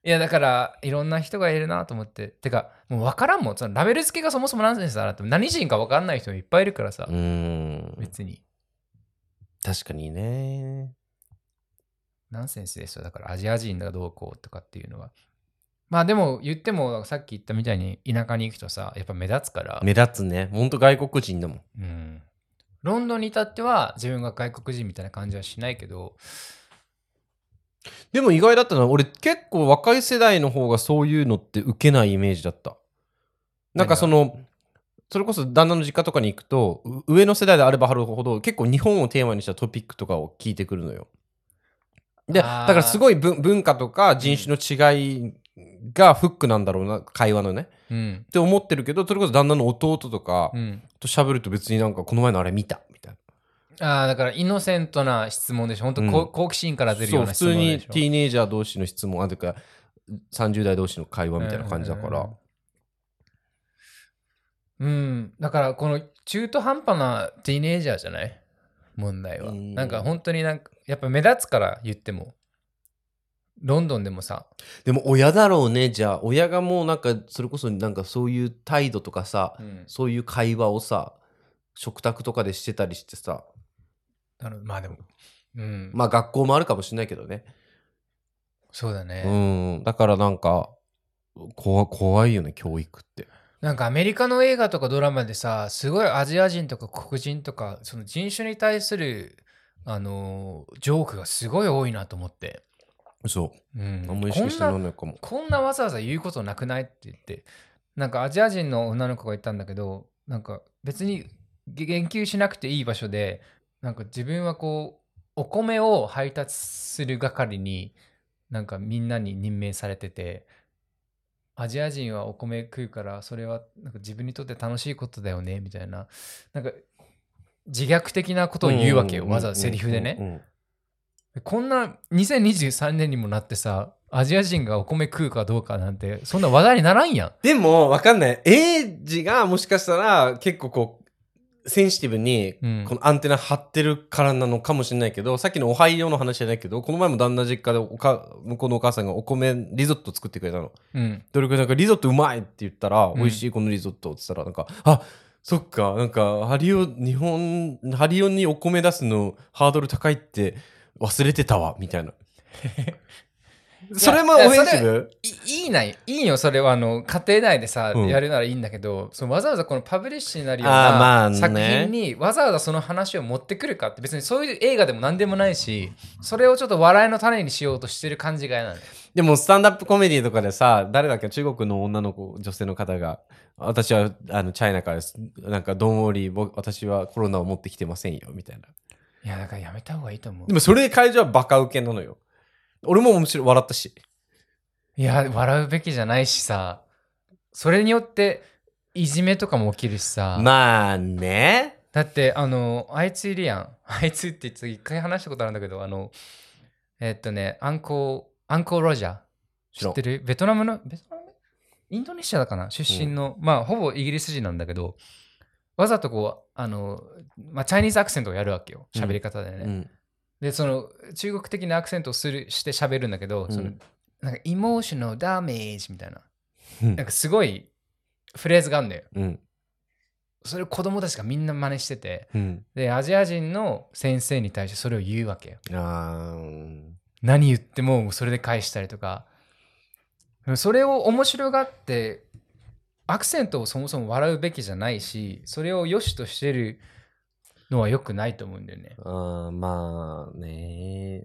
[SPEAKER 2] いやだからいろんな人がいるなと思っててかもう分からんもんそのラベル付けがそもそもナンセンスだなって何人か分かんない人もいっぱいいるからさ、
[SPEAKER 1] うーん
[SPEAKER 2] 別に
[SPEAKER 1] 確かにね
[SPEAKER 2] ナンセンスですよだからアジア人がどうこうとかっていうのはまあでも言ってもさっき言ったみたいに田舎に行くとさやっぱ目立つから、
[SPEAKER 1] 目立つねほんと外国人だもん
[SPEAKER 2] うん、ロンドンに至っては自分が外国人みたいな感じはしないけど
[SPEAKER 1] でも意外だったのは俺結構若い世代の方がそういうのって受けないイメージだったなんかそのそれこそ旦那の実家とかに行くとう上の世代であればあるほど結構日本をテーマにしたトピックとかを聞いてくるのよでだ
[SPEAKER 2] あー
[SPEAKER 1] からすごい文文化とか人種の違いがフックなんだろうな会話のね
[SPEAKER 2] うん
[SPEAKER 1] って思ってるけどそれこそ旦那の弟とか
[SPEAKER 2] うん
[SPEAKER 1] と喋ると別になんかこの前のあれ見たみたいな
[SPEAKER 2] ああだからイノセントな質問でしょ本当、こ
[SPEAKER 1] うん
[SPEAKER 2] 好奇心から出る
[SPEAKER 1] そ
[SPEAKER 2] よ
[SPEAKER 1] う
[SPEAKER 2] うな
[SPEAKER 1] 普
[SPEAKER 2] 質
[SPEAKER 1] 通
[SPEAKER 2] 問
[SPEAKER 1] に
[SPEAKER 2] でしょ
[SPEAKER 1] ティーネイジャー同士の質問あというか30代同士の会話みたいな感じだから、
[SPEAKER 2] うん、だからこの中途半端なティーネイジャーじゃない問題は、
[SPEAKER 1] うん
[SPEAKER 2] なんか本当になんかやっぱ目立つから言ってもロンドンでもさ
[SPEAKER 1] でも親だろうねじゃあ親がもうなんかそれこそなんかそういう態度とかさ、
[SPEAKER 2] うん
[SPEAKER 1] そういう会話をさ食卓とかでしてたりしてさ
[SPEAKER 2] あのまあでもうん、
[SPEAKER 1] まあ学校もあるかもしれないけどね、
[SPEAKER 2] そうだね、
[SPEAKER 1] うんだからなんか怖怖いよね教育って
[SPEAKER 2] なんかアメリカの映画とかドラマでさすごいアジア人とか黒人とかその人種に対するあのージョークがすごい多いなと思って、
[SPEAKER 1] そ
[SPEAKER 2] うん
[SPEAKER 1] うあんま意識して
[SPEAKER 2] こん
[SPEAKER 1] な
[SPEAKER 2] ない
[SPEAKER 1] のかも
[SPEAKER 2] こんなわざわざ言うことなくないって言ってなんかアジア人の女の子がいたんだけどなんか別に言及しなくていい場所でなんか自分はこうお米を配達する係になんかみんなに任命されててアジア人はお米食うからそれはなんか自分にとって楽しいことだよねみたいななんか自虐的なことを言うわけよ
[SPEAKER 1] んんん
[SPEAKER 2] わざわざセリフでね。
[SPEAKER 1] うんうん
[SPEAKER 2] こんな2023年にもなってさアジア人がお米食うかどうかなんてそんな話題にならんやん
[SPEAKER 1] でもわかんないエイジがもしかしたら結構こうセンシティブに
[SPEAKER 2] うん
[SPEAKER 1] このアンテナ張ってるからなのかもしれないけどさっきの「おはよう」の話じゃないけどこの前も旦那実家でおか向こうのお母さんがお米リゾット作ってくれたの。
[SPEAKER 2] うん
[SPEAKER 1] どれくらいなんかリゾットうまいって言ったら、
[SPEAKER 2] ん
[SPEAKER 1] 美味しいこのリゾットって言ったらなんかあそっかなんかハリオ日本ハリオにお米出すのハードル高いって忘れてたわみたい な。それもオ
[SPEAKER 2] いや
[SPEAKER 1] フェン
[SPEAKER 2] そ
[SPEAKER 1] シ
[SPEAKER 2] れ
[SPEAKER 1] ブ
[SPEAKER 2] いいいないいいよそれはあの家庭内でさ、
[SPEAKER 1] うん
[SPEAKER 2] やるならいいんだけどそのわざわざこのパブリッシュになるよう
[SPEAKER 1] あーま
[SPEAKER 2] な
[SPEAKER 1] あね
[SPEAKER 2] 作品にわざわざその話を持ってくるかって別にそういう映画でも何でもないしそれをちょっと笑いの種にしようとしてる感じが嫌なの
[SPEAKER 1] でも、スタンダップコメディとかでさ、誰だっけ、中国の女の子、女性の方が、私は、あの、チャイナからです、なんか、どんおり、僕私はコロナを持ってきてませんよ、みたいな。
[SPEAKER 2] いやだからやめた方がいいと思う
[SPEAKER 1] でも、それで会場はバカウケなのよ。俺もむしろ笑ったし。
[SPEAKER 2] いや笑うべきじゃないしさそれによっていじめとかも起きるしさ
[SPEAKER 1] まあね。
[SPEAKER 2] だってあのあいついるやん あいつって一回話したことあるんだけどあのえっとねアンコーアンコーロジャー知って
[SPEAKER 1] る。
[SPEAKER 2] るベトナムのベトナムインドネシアだかな出身の、まあほぼイギリス人なんだけどわざとこうあの、まあ、チャイニーズアクセントをやるわけよ
[SPEAKER 1] うん
[SPEAKER 2] 喋り方でね、
[SPEAKER 1] うん。
[SPEAKER 2] でその中国的なアクセントをするして喋るんだけど、
[SPEAKER 1] うん
[SPEAKER 2] そのなんかイモーショナルダメージみたいな
[SPEAKER 1] うん
[SPEAKER 2] なんかすごいフレーズがあるんだよ
[SPEAKER 1] うん。
[SPEAKER 2] それを子供たちがみんな真似してて、
[SPEAKER 1] うん。
[SPEAKER 2] でアジア人の先生に対してそれを言うわけよ
[SPEAKER 1] あー
[SPEAKER 2] 何言ってもそれで返したりとかそれを面白がってアクセントをそもそも笑うべきじゃないしそれを良しとしてるのは良くないと思うんだよね
[SPEAKER 1] あーまあね。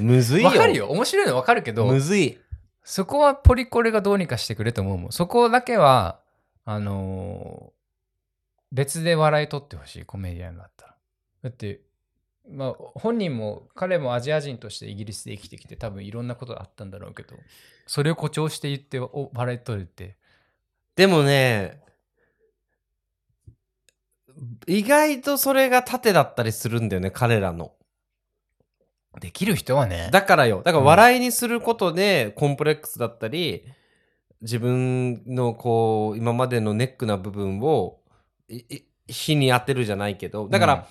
[SPEAKER 1] むずいよ。
[SPEAKER 2] わかる。よ面白いのわかるけど
[SPEAKER 1] むずい。
[SPEAKER 2] そこはポリコレがどうにかしてくれと思うもんそこだけはあのー別で笑い取ってほしいコメディアンだったらだってまあ本人も彼もアジア人としてイギリスで生きてきて多分いろんなことがあったんだろうけどそれを誇張して言ってお笑い取るって
[SPEAKER 1] でもね、意外とそれが盾だったりするんだよね、彼らの。
[SPEAKER 2] できる人はね。
[SPEAKER 1] だからよ。だから
[SPEAKER 2] うん
[SPEAKER 1] 笑いにすることで、コンプレックスだったり、自分のこう、今までのネックな部分を、いい火に当てるじゃないけど、だから、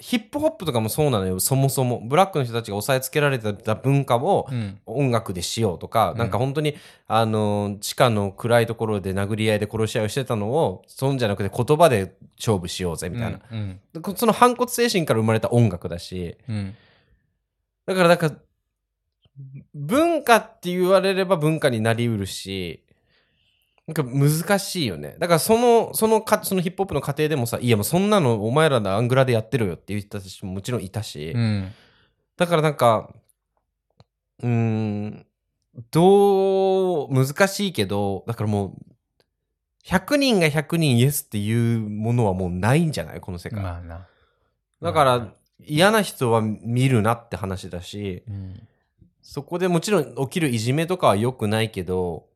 [SPEAKER 1] ヒップホップとかもそうなのよ、そもそも。ブラックの人たちが抑えつけられてた文化を
[SPEAKER 2] うん、うん。
[SPEAKER 1] 音楽でしようとか、
[SPEAKER 2] うん
[SPEAKER 1] なんか本当に、あの、地下の暗いところで殴り合いで殺し合いをしてたのを、そんじゃなくて言葉で勝負しようぜ、みたいな。
[SPEAKER 2] うん。
[SPEAKER 1] こその反骨精神から生まれた音楽だし、
[SPEAKER 2] うん。
[SPEAKER 1] だから、なんか、文化って言われれば文化になりうるし、なんか難しいよね。だからその、そのか、そのヒップホップの過程でもさ、いやもうそんなのお前らのアングラでやってろよって言った人ももちろんいたし、
[SPEAKER 2] うん。
[SPEAKER 1] だからなんか、うーん、どう、難しいけど、だからもう、100人が100人イエスっていうものはもうないんじゃないこの世界。
[SPEAKER 2] まあな。
[SPEAKER 1] だか
[SPEAKER 2] ま
[SPEAKER 1] ら、嫌な人は見るなって話だし、
[SPEAKER 2] うん。
[SPEAKER 1] そこでもちろん起きるいじめとかは良くないけど、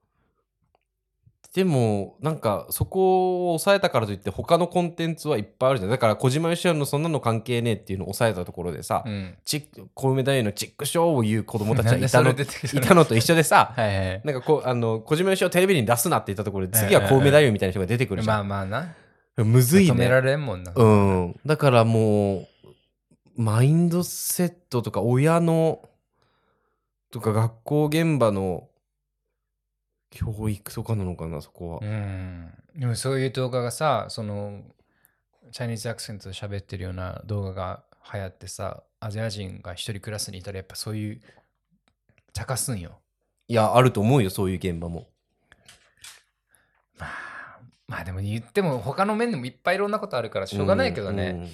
[SPEAKER 1] でも、なんか、そこを抑えたからといって、他のコンテンツはいっぱいあるじゃん。だから、小島よしおのそんなの関係ねえっていうのを抑えたところでさ、
[SPEAKER 2] うん。
[SPEAKER 1] チッ小梅太夫のチックショーを言う子供たちがい た
[SPEAKER 2] なん
[SPEAKER 1] の
[SPEAKER 2] でそれ出てき
[SPEAKER 1] い
[SPEAKER 2] たの
[SPEAKER 1] たのと一緒でさ、
[SPEAKER 2] はいはい。
[SPEAKER 1] なんかこう、あの、小島よしおテレビに出すなって言ったところで、次は小梅太夫みたいな人が出てくるじ
[SPEAKER 2] ま
[SPEAKER 1] ゃ
[SPEAKER 2] あ
[SPEAKER 1] ん。
[SPEAKER 2] まあな。
[SPEAKER 1] むずい
[SPEAKER 2] 止め
[SPEAKER 1] ね
[SPEAKER 2] ら。れんもんな。
[SPEAKER 1] うん。だからもう、マインドセットとか、親の、とか学校現場の教育とかなのかな、そこは
[SPEAKER 2] う。ん。でもそういう動画がさ、その、チャイニーズアクセントで喋ってるような動画が流行ってさ、アジア人が一人クラスにいたらやっぱそういう、茶化すんよ。
[SPEAKER 1] いや、あると思うよ、そういう現場も。
[SPEAKER 2] まあ、まあでも言っても他の面でもいっぱいいろんなことあるからしょうがないけどね。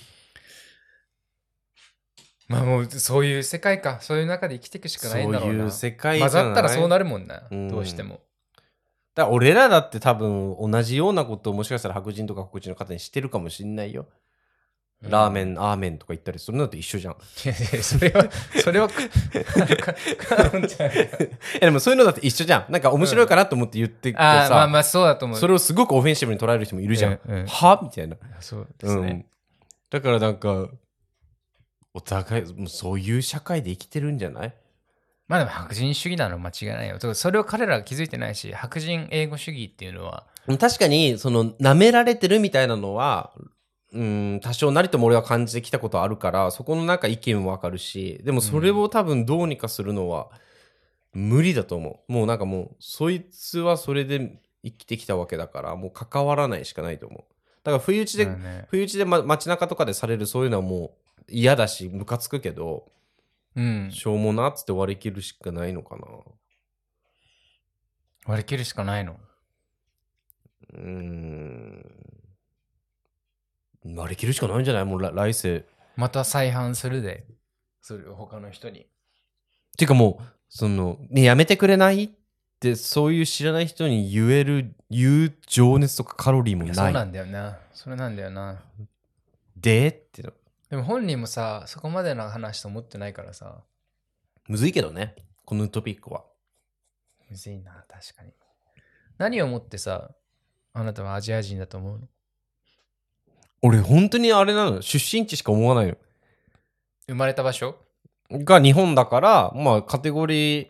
[SPEAKER 2] まあもうそういう世界か、そういう中で生きていくしかないんだろう
[SPEAKER 1] そうい
[SPEAKER 2] な。
[SPEAKER 1] う世界じゃ
[SPEAKER 2] 混
[SPEAKER 1] ない
[SPEAKER 2] ざったらそうなるもんな、
[SPEAKER 1] うん
[SPEAKER 2] どうしても。
[SPEAKER 1] だから俺らだって多分同じようなことをもしかしたら白人とか黒人の方にしてるかもしんないよ。ラーメ
[SPEAKER 2] ン。
[SPEAKER 1] ン、アーメンとか言ったりするのと一緒じゃん。
[SPEAKER 2] いやいやそれ は、それは、カノンちゃんが
[SPEAKER 1] えでもそういうのだって一緒じゃん。なんか面白いかなと思って言ってて
[SPEAKER 2] ああ、まあ
[SPEAKER 1] さ、
[SPEAKER 2] まあそうだと思う。
[SPEAKER 1] それをすごくオフェンシブに捉える人もいるじゃん。
[SPEAKER 2] うんうん
[SPEAKER 1] はみたいな。
[SPEAKER 2] そうで
[SPEAKER 1] う
[SPEAKER 2] すね。
[SPEAKER 1] ん。だからなんか、お互い、もうそういう社会で生きてるんじゃない
[SPEAKER 2] まあでも白人主義なのは間違いないよ。てかそれを彼らは気づいてないし、白人英語主義っていうのは、
[SPEAKER 1] 確かに、その、舐められてるみたいなのは、うん、多少なりとも俺は感じてきたことあるから、そこのなんか意見もわかるし、でもそれを多分どうにかするのは無理だと思う。もうなんかもう、そいつはそれで生きてきたわけだから、もう関わらないしかないと思う。だから不意打ちで、
[SPEAKER 2] まあね
[SPEAKER 1] 不意打ちで、ま、街中とかでされるそういうのはもう嫌だし、ムカつくけど、
[SPEAKER 2] うん、
[SPEAKER 1] しょうもなっつって割り切るしかないのかな。
[SPEAKER 2] 割り切るしかないの。
[SPEAKER 1] うーん。割り切るしかないんじゃないもうら来世。
[SPEAKER 2] また再犯するで、それを他の人に。
[SPEAKER 1] ていうかもう、その、ね、やめてくれないって、そういう知らない人に言える、言う情熱とかカロリーも
[SPEAKER 2] いや
[SPEAKER 1] な
[SPEAKER 2] そう
[SPEAKER 1] い。
[SPEAKER 2] なんだよな。それなんだよな。
[SPEAKER 1] でっての。
[SPEAKER 2] でも本人もさ、そこまでの話と思ってないからさ、
[SPEAKER 1] むずいけどね。このトピックは。
[SPEAKER 2] むずいな、確かに。何をもってさ、あなたはアジア人だと思うの
[SPEAKER 1] 俺、本当にあれなの。出身地しか思わないよ。
[SPEAKER 2] 生まれた場所
[SPEAKER 1] が日本だから、まあ、カテゴリー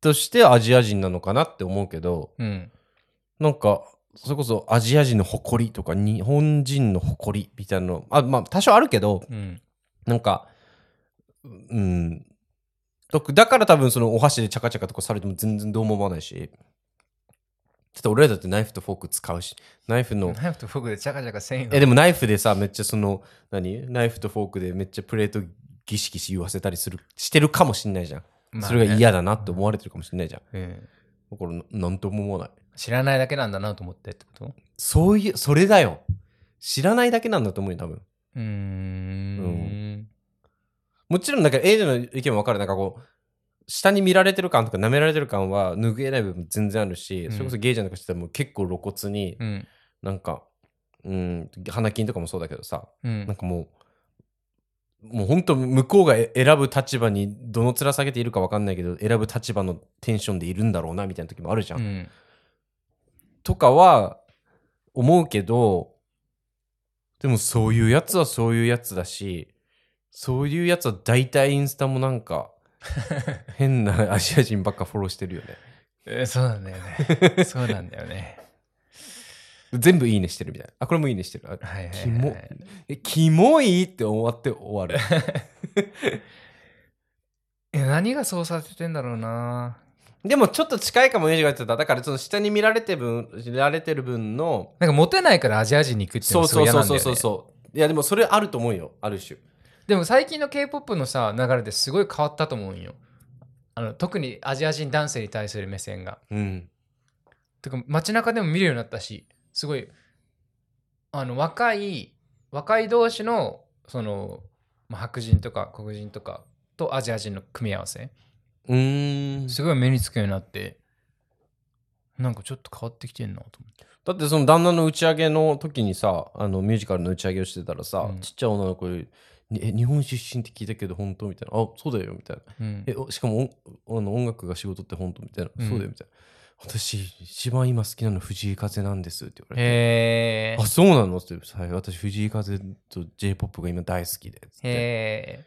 [SPEAKER 1] としてアジア人なのかなって思うけど、
[SPEAKER 2] うん。
[SPEAKER 1] なんか、それこそアジア人の誇りとか、日本人の誇りみたいなの、あまあ、多少あるけど、
[SPEAKER 2] うん。
[SPEAKER 1] なんか、うん。だだから多分そのお箸でチャカチャカとかされても全然どうも思わないし。だって俺らだってナイフとフォーク使うし、ナイフの、
[SPEAKER 2] ナイフとフォークでチャカチャカせんよ。
[SPEAKER 1] え、でもナイフでさ、めっちゃその、何ナイフとフォークでめっちゃプレートギシギシ言わせたりする、してるかもしんないじゃん。
[SPEAKER 2] まあ
[SPEAKER 1] そ
[SPEAKER 2] ね
[SPEAKER 1] れが嫌だなって思われてるかもしんないじゃん。
[SPEAKER 2] うん
[SPEAKER 1] だからななんとも思わない。
[SPEAKER 2] 知らないだけなんだなと思ってってこと
[SPEAKER 1] そういう、それだよ。知らないだけなんだと思うよ、多分。
[SPEAKER 2] うーん。
[SPEAKER 1] もちろん、なんか、エイジの意見もわかる。なんかこう、下に見られてる感とか、舐められてる感は拭えない部分も全然あるし、
[SPEAKER 2] うん
[SPEAKER 1] それこそゲイじゃなくしても結構露骨に、
[SPEAKER 2] うん。
[SPEAKER 1] なんか、うん、花金とかもそうだけどさ、
[SPEAKER 2] うん
[SPEAKER 1] なん。かもう、もう本当向こうが選ぶ立場にどの面下げているかわかんないけど選ぶ立場のテンションでいるんだろうなみたいな時もあるじゃん、
[SPEAKER 2] うん
[SPEAKER 1] とかは思うけどでもそういうやつはそういうやつだしそういうやつは大体インスタもなん か変なアジア人ばっかフォローしてるよね
[SPEAKER 2] えーそうなんだよ ね。そうなんだよね。
[SPEAKER 1] 全部いいねしてるみたいなあこれもいいねしてるあ
[SPEAKER 2] はいはいはいはい
[SPEAKER 1] キモえキモいって終わって終わる
[SPEAKER 2] え何がそうさせてんだろうな。
[SPEAKER 1] でもちょっと近いかもねジが言ってただからその下に見られて分見られてる分の
[SPEAKER 2] なんかモテないからアジア人に行くっていうの
[SPEAKER 1] そう
[SPEAKER 2] はすごいう嫌なだ
[SPEAKER 1] そそうん
[SPEAKER 2] よ
[SPEAKER 1] そ
[SPEAKER 2] ね。
[SPEAKER 1] うそうそういやでもそれあると思うよある種
[SPEAKER 2] でも最近の K-POP のさ流れですごい変わったと思うんよ。あの特にアジア人男性に対する目線が。
[SPEAKER 1] うん
[SPEAKER 2] てか街中でも見るようになったしすごいあの若い若い同士のその、まあ、白人とか黒人とかとアジア人の組み合わせ
[SPEAKER 1] うーん
[SPEAKER 2] すごい目につくようになってなんかちょっと変わってきてんなと思って
[SPEAKER 1] だってその旦那の打ち上げの時にさあのミュージカルの打ち上げをしてたらさ、
[SPEAKER 2] うん
[SPEAKER 1] ちっちゃい女の子にえ日本出身って聞いたけど本当みたいなあそうだよみたいな
[SPEAKER 2] うん
[SPEAKER 1] えおしかもおあの音楽が仕事って本当みたいな、
[SPEAKER 2] うん
[SPEAKER 1] そうだよみたいな私一番今好きなの藤井風なんですって言われて、
[SPEAKER 2] へえ
[SPEAKER 1] あそうなのってはい私藤井風と j p o p が今大好きでつって
[SPEAKER 2] へえ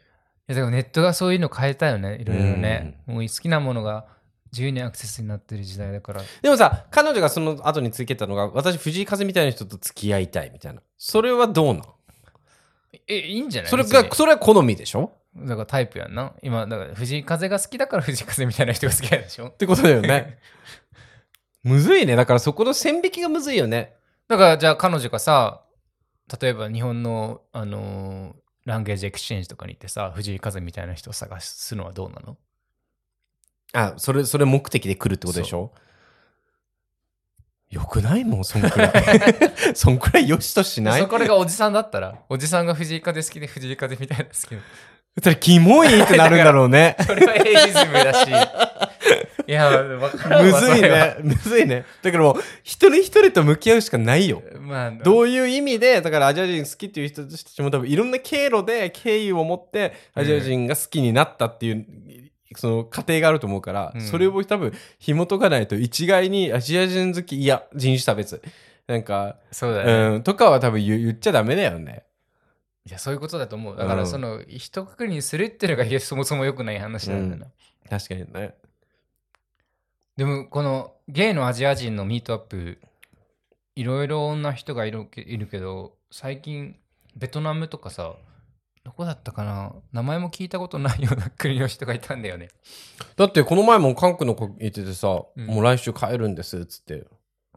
[SPEAKER 2] いやだからネットがそういうの変えたよねいろいろね、もう好きなものが自由にアクセスになってる時代だから
[SPEAKER 1] でもさ彼女がその後につけたのが私藤井風みたいな人と付き合いたいみたいなそれはどうなん
[SPEAKER 2] えいいんじゃない
[SPEAKER 1] それ
[SPEAKER 2] 別に
[SPEAKER 1] がそれは好みでしょ
[SPEAKER 2] だからタイプやんな。今、だから藤井風が好きだから 藤井風みたいな人が好きなんでしょ
[SPEAKER 1] ってことだよね。 むずいね。だからそこの線引きがむずいよね。
[SPEAKER 2] だからじゃあ彼女がさ、例えば日本の、あのーランゲージエクスチェンジとかに行ってさ、藤井風みたいな人を探すのはどうなの
[SPEAKER 1] あ、それ、それ目的で来るってことでしょよくないもん、そんくらい。 そんくらいよしとしない
[SPEAKER 2] そこれがおじさんだったら、おじさんが藤井風好きで藤井風みたいなの好きな
[SPEAKER 1] それ、キモいってなるんだろう ね。
[SPEAKER 2] それはエイジズムだ し。いや、わからん
[SPEAKER 1] む
[SPEAKER 2] わ
[SPEAKER 1] ずい。
[SPEAKER 2] それは
[SPEAKER 1] ね。むずいね。だからもう、一人一人と向き合うしかないよ。
[SPEAKER 2] まあ、どう
[SPEAKER 1] どういう意味で、だからアジア人好きっていう人たちも多分いろんな経路で敬意を持ってアジア人が好きになったっていう、その過程があると思うから、
[SPEAKER 2] うん
[SPEAKER 1] それを多分紐解かないと一概にアジア人好き、いや、人種差別。なんか、
[SPEAKER 2] そうだね。
[SPEAKER 1] うん、とかは多分言言っちゃダメだよね。
[SPEAKER 2] いや、そういうことだと思う。だか
[SPEAKER 1] う
[SPEAKER 2] ら、
[SPEAKER 1] ん
[SPEAKER 2] その、一括りにするっていうのがいやそもそも良くない話なんだな。
[SPEAKER 1] 確かにね。
[SPEAKER 2] でもこのゲイのアジア人のミートアップいろいろな人がいるけいるけど最近ベトナムとかさどこだったかな名前も聞いたことないような国の人がいたんだよね。
[SPEAKER 1] だってこの前も韓国の子言っててさ、
[SPEAKER 2] うん
[SPEAKER 1] もう来週帰るんですっつって。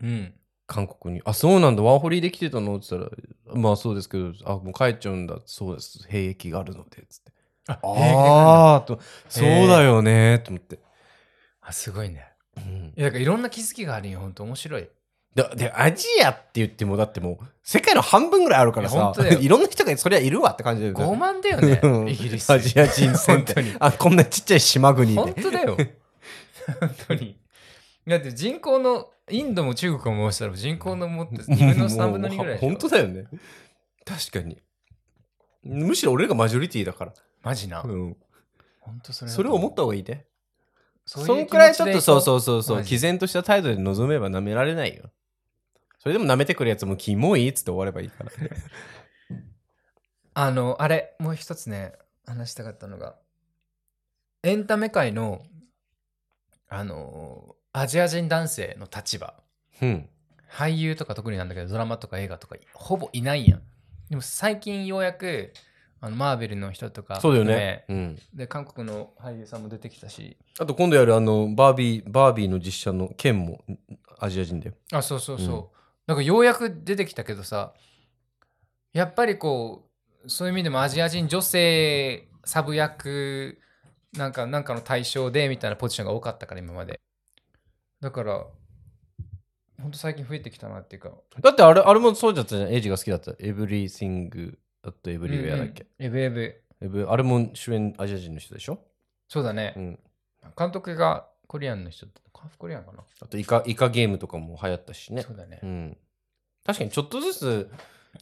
[SPEAKER 2] うん。
[SPEAKER 1] 韓国に「あそうなんだワーホリで来てたの?」って言ったら「まあそうですけどあもう帰っちゃうんだそうです兵役があるので」っつって「ああーとそうだよね」と思って、
[SPEAKER 2] あすごいね。
[SPEAKER 1] うん
[SPEAKER 2] いやだからいろんな気づきがあるよ本当面白い。
[SPEAKER 1] だでアジアって言ってもだってもう世界の半分ぐらいあるから
[SPEAKER 2] いや
[SPEAKER 1] さ
[SPEAKER 2] 本当だよ
[SPEAKER 1] いろんな人がそりゃいるわって感じだよね
[SPEAKER 2] 傲慢だよね
[SPEAKER 1] うん
[SPEAKER 2] イギリス。
[SPEAKER 1] アジア人選
[SPEAKER 2] 本
[SPEAKER 1] っ
[SPEAKER 2] 当
[SPEAKER 1] て
[SPEAKER 2] に
[SPEAKER 1] あこんなちっちゃい島国
[SPEAKER 2] 本
[SPEAKER 1] で
[SPEAKER 2] 当だよ。本当に。だって人口のインドも中国ももしたら人口のもって自分の3分の2ぐらいでしょ。
[SPEAKER 1] 本当だよね確かにむしろ俺がマジョリティだから、
[SPEAKER 2] マジな。
[SPEAKER 1] うん、
[SPEAKER 2] 本当それだ
[SPEAKER 1] そ
[SPEAKER 2] と
[SPEAKER 1] れを
[SPEAKER 2] 思う
[SPEAKER 1] 思った方がいいね
[SPEAKER 2] そ
[SPEAKER 1] そう
[SPEAKER 2] い
[SPEAKER 1] んくらいちょっ
[SPEAKER 2] う気持
[SPEAKER 1] と
[SPEAKER 2] でこ
[SPEAKER 1] そう
[SPEAKER 2] う
[SPEAKER 1] そうそうそう
[SPEAKER 2] マジ
[SPEAKER 1] 毅然とした態度で臨めば舐められないよそれでも舐めてくるやつもキモいっつって終わればいい から
[SPEAKER 2] あの、あれ、もう一つね、話したかったのが、エンタメ界の、あのーアジア人男性の立場、
[SPEAKER 1] うん
[SPEAKER 2] 俳優とか特になんだけど、ドラマとか映画とか、ほぼいないやん。でも最近ようやく、あのマーベルの人とか、
[SPEAKER 1] そうだよね、うん、
[SPEAKER 2] で、韓国の俳優さんも出てきたし、
[SPEAKER 1] あと今度やるあのバービーバービーの実写の剣もんアジア人だよ
[SPEAKER 2] あ、そうそうそう。
[SPEAKER 1] うん
[SPEAKER 2] なんかようやく出てきたけどさ、やっぱりこう、そういう意味でもアジア人女性サブ役なんかなんかの対象でみたいなポジションが多かったから今まで。だから、ほんと最近増えてきたなっていうか。
[SPEAKER 1] だってあれあれもそうだったじゃんエイジが好きだったエブリ t ィングあとエブリウェアだっけ、
[SPEAKER 2] うんうんエブエブ。
[SPEAKER 1] エブあれも主演アジア人の人でしょ、
[SPEAKER 2] そうだね
[SPEAKER 1] う。ん、
[SPEAKER 2] 監督がコリアンの人だった。ハーフコリアンかな、
[SPEAKER 1] あとイカイカゲームとかも流行ったしね
[SPEAKER 2] そうだね、
[SPEAKER 1] うん確かにちょっとずつ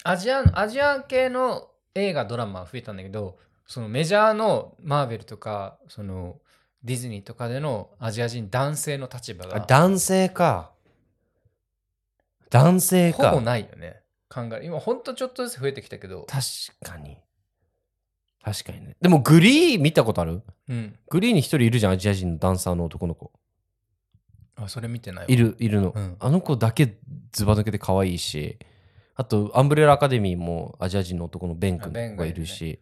[SPEAKER 2] アジア。アジア系の映画、ドラマは増えたんだけど、そのメジャーのマーベルとか、そのディズニーとかでのアジア人男性の立場が
[SPEAKER 1] あ男性か男性
[SPEAKER 2] ほ
[SPEAKER 1] か
[SPEAKER 2] ぼないよね。考え今ほんとちょっとずつ増えてきたけど、
[SPEAKER 1] 確かに確かにねでもグリー見たことある
[SPEAKER 2] うん。
[SPEAKER 1] グリーに一人いるじゃんアジア人のダンサーの男の子
[SPEAKER 2] あ、それ見てないわ
[SPEAKER 1] い。るいるの、
[SPEAKER 2] うん
[SPEAKER 1] あの子だけズバ抜けて可愛いしあとアンブレラアカデミーもアジア人の男のベン君
[SPEAKER 2] あベン
[SPEAKER 1] が
[SPEAKER 2] が
[SPEAKER 1] い
[SPEAKER 2] いるね
[SPEAKER 1] るし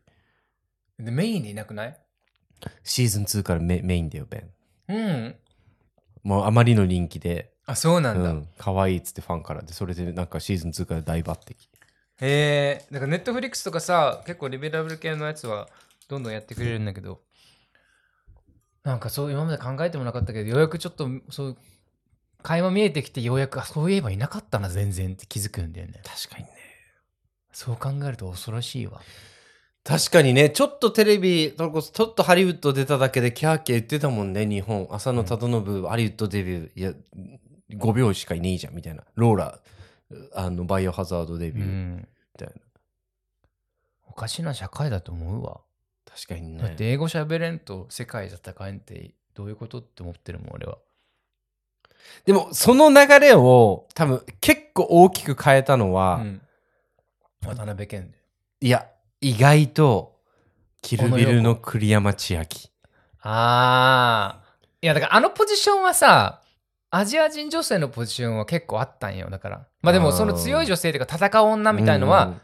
[SPEAKER 2] で、メインでいなくない
[SPEAKER 1] シーズン2からメメインだよベン
[SPEAKER 2] うん。
[SPEAKER 1] もうあまりの人気で
[SPEAKER 2] あ、そうなんだ。
[SPEAKER 1] うん可愛いっつってファンからでそれでなんかシーズン2から大抜擢
[SPEAKER 2] へえ。だからネットフリックスとかさ、結構リベラブル系のやつはどんどんやってくれるんだけど、なんかそう今まで考えてもなかったけど、ようやくちょっとそう、会話見えてきてようやく、あ、そういえばいなかったな、全然って気づくんだよね。
[SPEAKER 1] 確かにね
[SPEAKER 2] そう考えると恐ろしいわ。
[SPEAKER 1] 確かにねちょっとテレビそれこそちょっとハリウッド出ただけでキャーキャー言ってたもんね日本浅野忠信ハリウッドデビューいや5秒しかいねえじゃんみたいなローラあのバイオハザードデ
[SPEAKER 2] う
[SPEAKER 1] ビュー、
[SPEAKER 2] ん。
[SPEAKER 1] たいな
[SPEAKER 2] おかしな社会だと思うわ。
[SPEAKER 1] 確かにね
[SPEAKER 2] だって英語喋れんと世界じゃ戦えんってどういうことって思ってるもん俺は。
[SPEAKER 1] でも、その流れを、多分、結構大きく変えたのは、
[SPEAKER 2] うん渡辺謙。
[SPEAKER 1] いや、意外と、キルビルの栗山千明。
[SPEAKER 2] ああ。いやだからあのポジションはさ、アジア人女性のポジションは結構あったんよ。だから。まあで
[SPEAKER 1] あ
[SPEAKER 2] も
[SPEAKER 1] ー
[SPEAKER 2] その強い女性というか戦う女みたいの
[SPEAKER 1] うん
[SPEAKER 2] は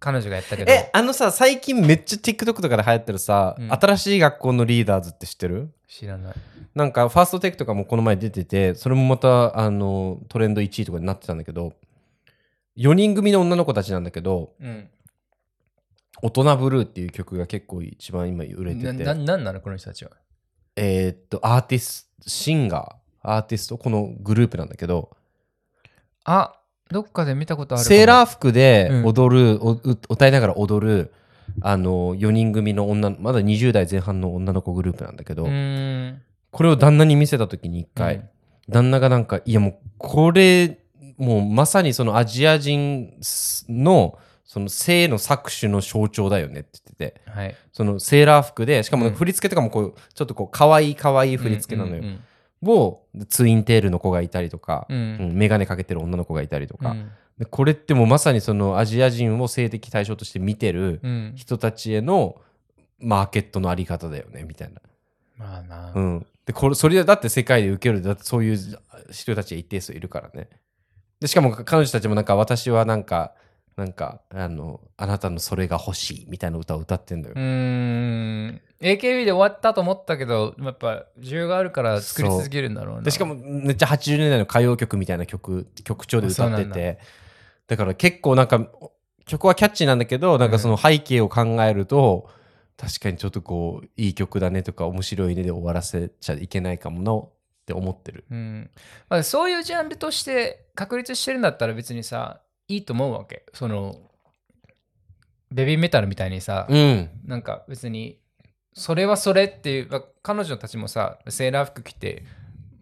[SPEAKER 2] 彼女がやったけど。
[SPEAKER 1] え、あのさ、最近めっちゃ TikTok とかで流行ってるさ、
[SPEAKER 2] うん
[SPEAKER 1] 新しい学校のリーダーズって知ってる
[SPEAKER 2] 知らない。
[SPEAKER 1] なんか、ファーストテイクとかもこの前出てて、それもまた、あの、トレンド1位とかになってたんだけど、4人組の女の子たちなんだけど、
[SPEAKER 2] うん。
[SPEAKER 1] 大人ブルーっていう曲が結構一番今売れてて。
[SPEAKER 2] な、ななんなのこの人たちは。
[SPEAKER 1] えーっと、アーティスト、シンガー、アーティスト、このグループなんだけど、
[SPEAKER 2] あ、どっかで見たことある
[SPEAKER 1] セーラ
[SPEAKER 2] ー
[SPEAKER 1] ー服で
[SPEAKER 2] うん
[SPEAKER 1] 踊る、おう歌いながら踊る、あの、4人組の女の、まだ20代前半の女の子グループなんだけど、
[SPEAKER 2] うーん。
[SPEAKER 1] これを旦那に見せた時に一回、
[SPEAKER 2] うん
[SPEAKER 1] 旦那がなんか、いやもう、これ、もうまさにそのアジア人の、その性の搾取の象徴だよねって言ってて、
[SPEAKER 2] はい。
[SPEAKER 1] そのセーラー服で、しかもなんか
[SPEAKER 2] うん
[SPEAKER 1] 振り付けとかもこう、ちょっとこう、可愛い可愛い振り付けなのよ。
[SPEAKER 2] うんうん
[SPEAKER 1] をツインテールの子がいたりとか、
[SPEAKER 2] うんうん
[SPEAKER 1] うん眼鏡かけてる女の子がいたりと
[SPEAKER 2] う
[SPEAKER 1] か、
[SPEAKER 2] ん。
[SPEAKER 1] でこれってもうまさにそのアジア人を性的対象として見てる
[SPEAKER 2] うん。
[SPEAKER 1] 人たちへのマーケットのあり方だよねみたいな。
[SPEAKER 2] まあな。
[SPEAKER 1] うん、でこれそれだって世界で受けるだってそういう人たちが一定数いるからね。でしかも彼女たちもなんか私はなんかなんかあのあなたのそれが欲しいみたいな歌を歌ってんだよ
[SPEAKER 2] う。ーん AKB で終わったと思ったけどやっぱ需要があるから作り続けるんだろうな
[SPEAKER 1] でしかもめっちゃ80年代の歌謡曲みたいな曲曲調で歌
[SPEAKER 2] あ
[SPEAKER 1] っ
[SPEAKER 2] そ
[SPEAKER 1] て
[SPEAKER 2] うなん
[SPEAKER 1] てだから結構なんか曲はキャッチーなんだけどなんかその背景を考えると、確かにちょっとこういい曲だねとか面白いねで終わらせちゃいけないかもなって思ってる
[SPEAKER 2] うんまあ、そういうジャンルとして確立してるんだったら別にさいいと思うわけそのベビーメタルみたいにさ、
[SPEAKER 1] うん
[SPEAKER 2] なんか別にそれはそれっていう、まあ彼女たちもさセーラー服着て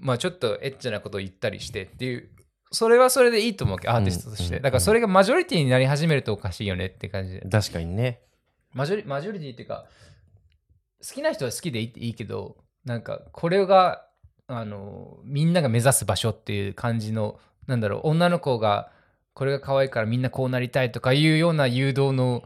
[SPEAKER 2] まあちょっとエッチなことを言ったりしてっていうそれはそれでいいと思うわけアーティストとして、
[SPEAKER 1] うんうん
[SPEAKER 2] だからそれがマジョリティになり始めるとおかしいよねって感じで
[SPEAKER 1] 確かにね
[SPEAKER 2] マジョリマジョリティっていうか好きな人は好きでいいいいけどなんかこれがあのみんなが目指す場所っていう感じのなんだろう女の子がこれが可愛いからみんなこうなりたいとかいうような誘導の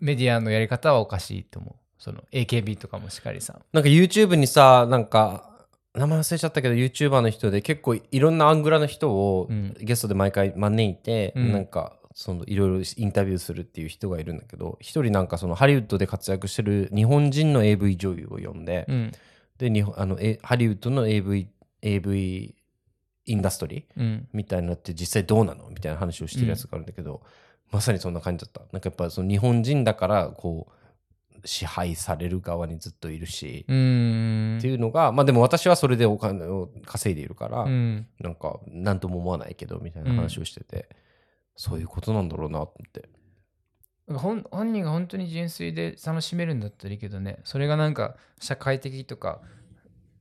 [SPEAKER 2] メディアのやり方はおかしいと思うその AKB とかもしっかりさ
[SPEAKER 1] なんか YouTube にさなんか名前忘れちゃったけど YouTuber の人で結構いろんなアングラの人を
[SPEAKER 2] うん
[SPEAKER 1] ゲストで毎回招いて、
[SPEAKER 2] うん
[SPEAKER 1] なんかそのいろいろインタビューするっていう人がいるんだけど一人なんかそのハリウッドで活躍してる日本人の AV 女優を呼んで、
[SPEAKER 2] うん
[SPEAKER 1] で日本あのえハリウッドの AV, AV インダストリー
[SPEAKER 2] うん
[SPEAKER 1] みたいになって実際どうなのみたいな話をしてるやつがあるんだけど、まさにそんな感じだったなんかやっぱその日本人だからこう支配される側にずっといるし、
[SPEAKER 2] うーん
[SPEAKER 1] っていうのが、まあでも私はそれでお金を稼いでいるから、
[SPEAKER 2] うん
[SPEAKER 1] なんか何とも思わないけどみたいな話をしてて、そういうことなんだろうなと思って
[SPEAKER 2] 本本人が本当に純粋で楽しめるんだったらいいけどねそれがなんか社会的とか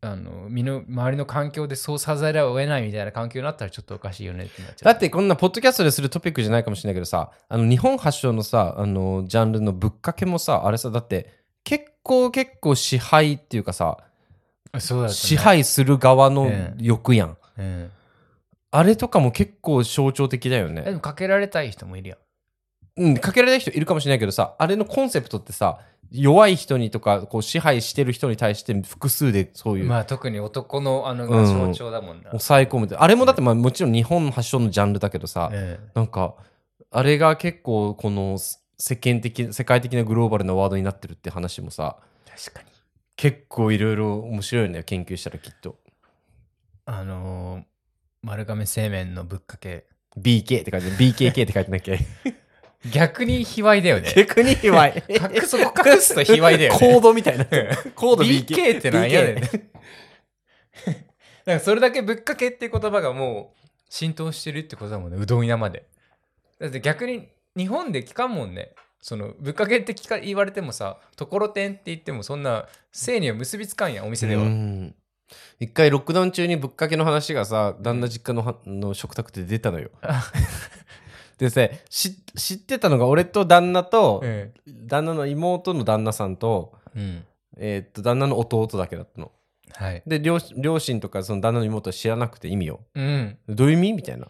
[SPEAKER 2] あの身の周りの環境でそうさざるを得ないみたいな環境になったらちょっとおかしいよねってなっちゃ
[SPEAKER 1] だ
[SPEAKER 2] う
[SPEAKER 1] ってこんなポッドキャストでするトピックじゃないかもしれないけどさあの日本発祥のさあのジャンルのぶっかけもさあれさだって結構結構支配っていうかさ
[SPEAKER 2] あそうだったね
[SPEAKER 1] 支配する側の欲やん、
[SPEAKER 2] うん
[SPEAKER 1] あれとかも結構象徴的だ
[SPEAKER 2] え
[SPEAKER 1] よ
[SPEAKER 2] で
[SPEAKER 1] ね。
[SPEAKER 2] もかけられたい人もいるやん。
[SPEAKER 1] うん、かけられない人いるかもしれないけどさ、あれのコンセプトってさ、弱い人にとか、こう支配してる人に対して複数でそういう
[SPEAKER 2] まあ特に男のあの
[SPEAKER 1] うん
[SPEAKER 2] 象徴だもんな。
[SPEAKER 1] 抑え込むって、あれもだってまあもちろん日本発祥のジャンルだけどさ、
[SPEAKER 2] うん
[SPEAKER 1] なんか、あれが結構この世間的、世界的なグローバルなワードになってるって話もさ、
[SPEAKER 2] 確かに。
[SPEAKER 1] 結構いろいろ面白いんだよ、研究したらきっと。
[SPEAKER 2] あのー丸亀製麺のぶっかけ。
[SPEAKER 1] BK って書いて、BKK って書いてなきゃ。
[SPEAKER 2] 逆に卑猥だよね。
[SPEAKER 1] 逆に卑 猥。
[SPEAKER 2] 隠す、隠すと卑猥だ よね。
[SPEAKER 1] コードみたいな。 コード BK。
[SPEAKER 2] BK ってなんやねん。だ からそれだけぶっかけって言葉がもう浸透してるってことだもんね、うどん屋まで。だって逆に日本で聞かんもんね。そのぶっかけって聞か言われてもさ、ところてんって言ってもそんな性には結びつかんやん、お店では。
[SPEAKER 1] うん一回ロックダウン中にぶっかけの話がさ旦那実家のはの食卓で出たのよ
[SPEAKER 2] あ。
[SPEAKER 1] でさし知ってたのが俺と旦那と、
[SPEAKER 2] うん。
[SPEAKER 1] 旦那の妹の旦那さんと,、
[SPEAKER 2] うん。
[SPEAKER 1] えーっと旦那の弟だけだったの。
[SPEAKER 2] はい。
[SPEAKER 1] で両両親とかその旦那の妹は知らなくて意味を。
[SPEAKER 2] うん。
[SPEAKER 1] どういう意味みたいな。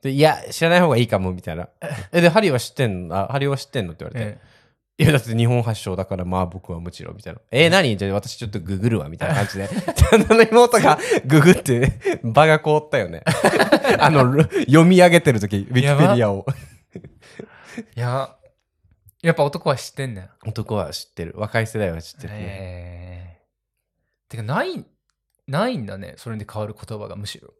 [SPEAKER 1] でいや知らない方がいいかもみたいな。えでハリーは知ってんのあハリーは知ってんのって言われて。
[SPEAKER 2] え
[SPEAKER 1] いや、だって日本発祥だから、まあ僕はもちろん、みたいな。えー、何じゃあ私ちょっとググるわ、みたいな感じで。 旦那の妹がググって、 場が凍ったよね。 あの、ル読み上げてる時ウィキペディアを。
[SPEAKER 2] いや、やっぱ男は知ってんだよ。
[SPEAKER 1] 男は知ってる。若い世代は知ってる、ね
[SPEAKER 2] ええてか、ない、ないんだね。それで変わる言葉がむしろ。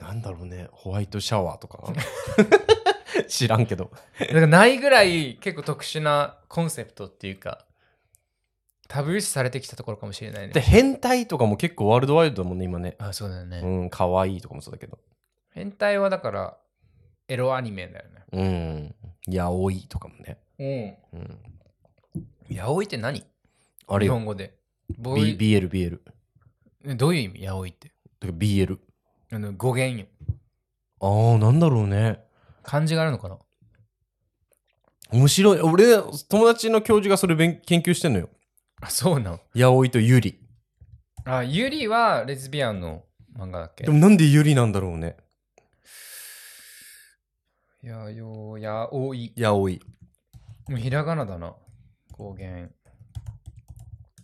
[SPEAKER 1] なんだろうね、ホワイトシャワーとか。 知らんけど。
[SPEAKER 2] だからないぐらい結構特殊なコンセプトっていうか、タブー視されてきたところかもしれない
[SPEAKER 1] で、
[SPEAKER 2] ね。
[SPEAKER 1] 変態とかも結構ワールドワイドだもんね、今ね。
[SPEAKER 2] あ、そうだよね。
[SPEAKER 1] うん、可愛いとかもそうだけど。
[SPEAKER 2] 変態はだから、エロアニメだよ
[SPEAKER 1] うん、やおいとかもね。
[SPEAKER 2] ね。
[SPEAKER 1] うん、
[SPEAKER 2] うん。ヤオイって何
[SPEAKER 1] あれ
[SPEAKER 2] 日
[SPEAKER 1] よ、
[SPEAKER 2] 本語で。ボー
[SPEAKER 1] B-
[SPEAKER 2] イ
[SPEAKER 1] BL、BL。
[SPEAKER 2] ねどういう意味ヤオイって。
[SPEAKER 1] てか BL。
[SPEAKER 2] あの語源よ。
[SPEAKER 1] ああ、なんだろうね。
[SPEAKER 2] 漢字があるのかな
[SPEAKER 1] 面白い。俺、友達の教授がそれ勉研究してんのよ。
[SPEAKER 2] あ、そうなの。
[SPEAKER 1] ヤオイとユリ。
[SPEAKER 2] あ、ユリはレズビアンの漫画だっけ
[SPEAKER 1] でもなんでユリなんだろうね。
[SPEAKER 2] やよやおい。
[SPEAKER 1] ヤオイ。
[SPEAKER 2] もうひらがなだな。語源。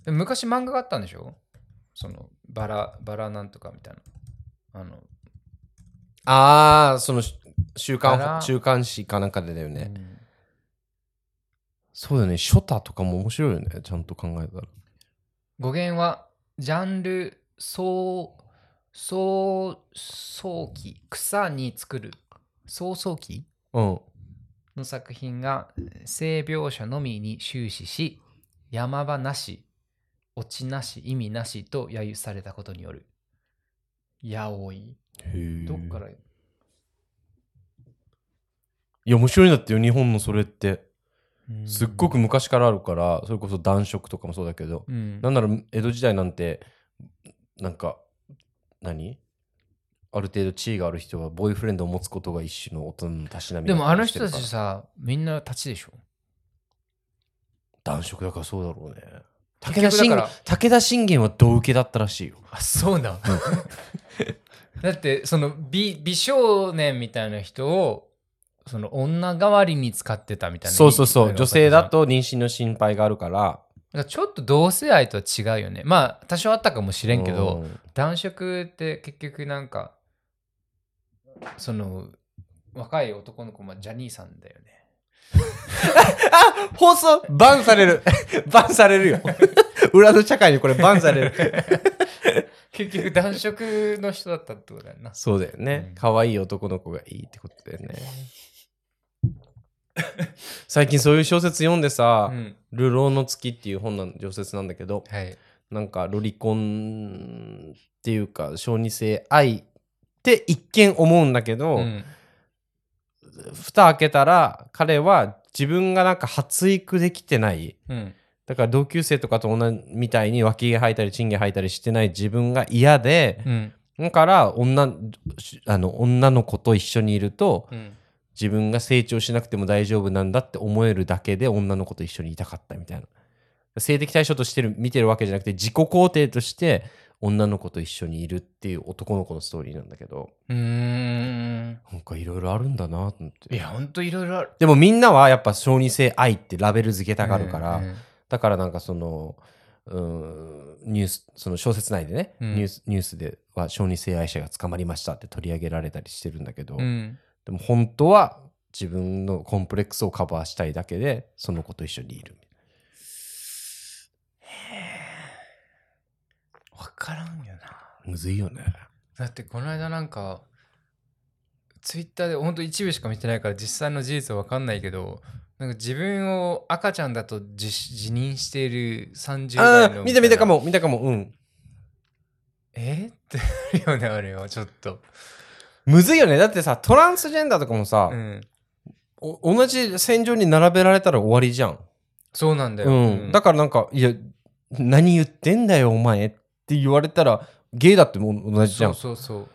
[SPEAKER 2] でも昔漫画があったんでしょそのバラ、バラなんとかみたいな。あの、
[SPEAKER 1] ああ、その、し週
[SPEAKER 2] あ
[SPEAKER 1] 刊、
[SPEAKER 2] ら
[SPEAKER 1] 週刊誌かなんかでだよね。
[SPEAKER 2] うん
[SPEAKER 1] そうだよね。ショタとかも面白いよね。ちゃんと考えたら。
[SPEAKER 2] 語源はジャンル、そう、そう、早期、草に作る、草草期
[SPEAKER 1] うん。
[SPEAKER 2] の作品が性描写のみに終始し、山場なし、落ちなし、意味なしと揶揄されたことによる。やおい。
[SPEAKER 1] へえ。
[SPEAKER 2] どっから
[SPEAKER 1] いや、面白いんだってよ。日本のそれって。すっご
[SPEAKER 2] く、
[SPEAKER 1] く昔からあるから、それこそ男色とかもそうだけど。
[SPEAKER 2] うん
[SPEAKER 1] なんなら江戸時代なんてなんか何ある程度地位がある人はボーイフレンドを持つことが一種の大人のたしなみ
[SPEAKER 2] で
[SPEAKER 1] だ
[SPEAKER 2] もあ
[SPEAKER 1] った
[SPEAKER 2] の
[SPEAKER 1] りして
[SPEAKER 2] 人
[SPEAKER 1] る
[SPEAKER 2] た
[SPEAKER 1] から
[SPEAKER 2] ちさ、みんな立ちでしょ。
[SPEAKER 1] 男色だからそうだろうね
[SPEAKER 2] 結局
[SPEAKER 1] 武田
[SPEAKER 2] だ
[SPEAKER 1] 信
[SPEAKER 2] か
[SPEAKER 1] 玄
[SPEAKER 2] ら
[SPEAKER 1] 武田信玄は道受けだったらしいよ
[SPEAKER 2] あ、そうだ。 だって、その美美少年みたいな人を、その女代わりに使ってたみたいな。
[SPEAKER 1] そうそうそう女性だ
[SPEAKER 2] と。
[SPEAKER 1] と妊娠の心配があるから
[SPEAKER 2] だからちょっと同性愛とは違うよね。まあ、多少あったかもしれんけど、
[SPEAKER 1] うん
[SPEAKER 2] 男色って結局なんか、その、若い男の子、まあ、ジャニーさんだよね。
[SPEAKER 1] あ放送バンされるバンさ れるよ裏の社会にこれバンされる
[SPEAKER 2] 結局男色の人だったってことだよな。
[SPEAKER 1] そうだよね
[SPEAKER 2] うん
[SPEAKER 1] 可愛、い男の子がいいってことだよね最近そういう小説読んでさ、
[SPEAKER 2] うん。
[SPEAKER 1] 流浪の月っていう本なん常設なんだけど
[SPEAKER 2] はい。
[SPEAKER 1] なんかロリコンっていうか小児性愛って一見思うんだけど、
[SPEAKER 2] うん
[SPEAKER 1] 蓋開けたら彼は自分がなんか発育できてない
[SPEAKER 2] うん。
[SPEAKER 1] だから同級生とかと同じみたいに脇毛吐いたりチンゲ吐いたりしてない自分が嫌で、
[SPEAKER 2] うん。
[SPEAKER 1] だから女あの女の子と一緒にいると
[SPEAKER 2] うん。
[SPEAKER 1] 自分が成長しなくても大丈夫なんだって思えるだけで女の子と一緒にいたかったみたいな性的対象としてる見てるわけじゃなくて自己肯定として女の子と一緒にいるっていう男の子のストーリーなんだけど
[SPEAKER 2] うーん。
[SPEAKER 1] なんかいろいろあるんだなと思っ
[SPEAKER 2] い
[SPEAKER 1] て
[SPEAKER 2] や、ほんといろいろある。
[SPEAKER 1] でもみんなはやっぱ小児性愛ってラベル付けたがるから、
[SPEAKER 2] うんうん
[SPEAKER 1] だからなんかそのうーんニュースその小説内でね、
[SPEAKER 2] うん
[SPEAKER 1] ニュースニュースでは小児性愛者が捕まりましたって取り上げられたりしてるんだけど、
[SPEAKER 2] うん。
[SPEAKER 1] でも本当は自分のコンプレックスをカバーしたいだけでその子と一緒にいる
[SPEAKER 2] わからんよな。
[SPEAKER 1] むずいよね
[SPEAKER 2] だってこの間なんかツイッターでほんと一部しか見てないから実際の事実は分かんないけどなんか自分を赤ちゃんだと自自認している30代
[SPEAKER 1] あ
[SPEAKER 2] の
[SPEAKER 1] あ
[SPEAKER 2] み
[SPEAKER 1] 見
[SPEAKER 2] いな
[SPEAKER 1] た見たかも見たかもうん
[SPEAKER 2] えってなるよねあれはちょっと、
[SPEAKER 1] むずいよねだってさトランスジェンダーとかもさ、
[SPEAKER 2] うん、
[SPEAKER 1] お同じ線上に並べられたら終わりじゃん、
[SPEAKER 2] そうなんだよ、
[SPEAKER 1] うんだからなんかいや何言ってんだよお前って言われたらゲイだってもう同じじゃん
[SPEAKER 2] そうそう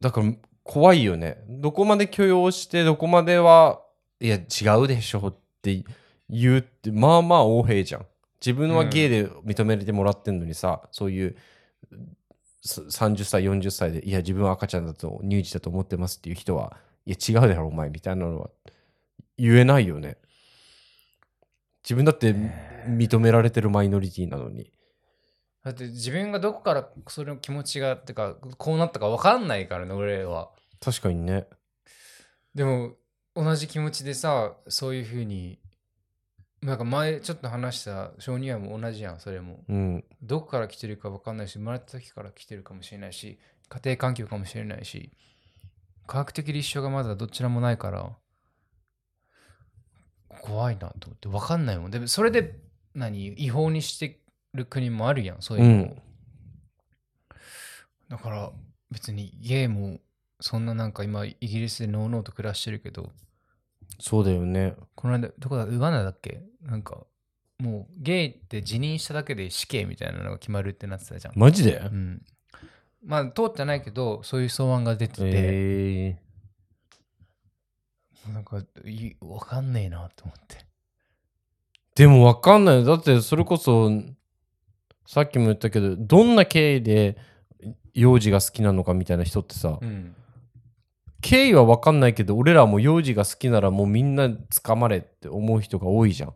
[SPEAKER 1] だから怖いよねどこまで許容してどこまではいや違うでしょって言うってまあまあ横柄じゃん自分はゲイで認めてもらってんのにさ、そういうす30歳40歳でいや自分は赤ちゃんだと乳児だと思ってますっていう人はいや違うだろお前みたいなのは言えないよね自分だって認められてるマイノリティなのに
[SPEAKER 2] だって自分がどこからそれの気持ちがってかこうなったか分かんないからね俺は
[SPEAKER 1] 確かにね
[SPEAKER 2] でも同じ気持ちでさそういうふうになんか前ちょっと話した小児愛も同じやんそれも
[SPEAKER 1] うん
[SPEAKER 2] どこから来てるか分かんないし生まれた時から来てるかもしれないし家庭環境かもしれないし科学的立証がまだどちらもないから怖いなと思って分かんないもんでもそれで何違法にしてる国もあるやんそういう
[SPEAKER 1] う
[SPEAKER 2] の、
[SPEAKER 1] ん
[SPEAKER 2] だから別にゲイもそんななんか今イギリスでノーノーと暮らしてるけど
[SPEAKER 1] そうだよね
[SPEAKER 2] この間どこだウガンダだっけなんかもうゲイって辞任しただけで死刑みたいなのが決まるってなってたじゃん
[SPEAKER 1] マジで
[SPEAKER 2] うん、まあ通ってないけどそういう草案が出てて、
[SPEAKER 1] えー
[SPEAKER 2] なんかいわかんねえなと思って
[SPEAKER 1] でもわかんない。だってそれこそ、さっきも言ったけど、どんな経緯で幼児が好きなのかみたいな人ってさ、
[SPEAKER 2] うん
[SPEAKER 1] 経緯はわかんないけど、俺らも幼児が好きならもうみんなつかまれって思う人が多いじゃん。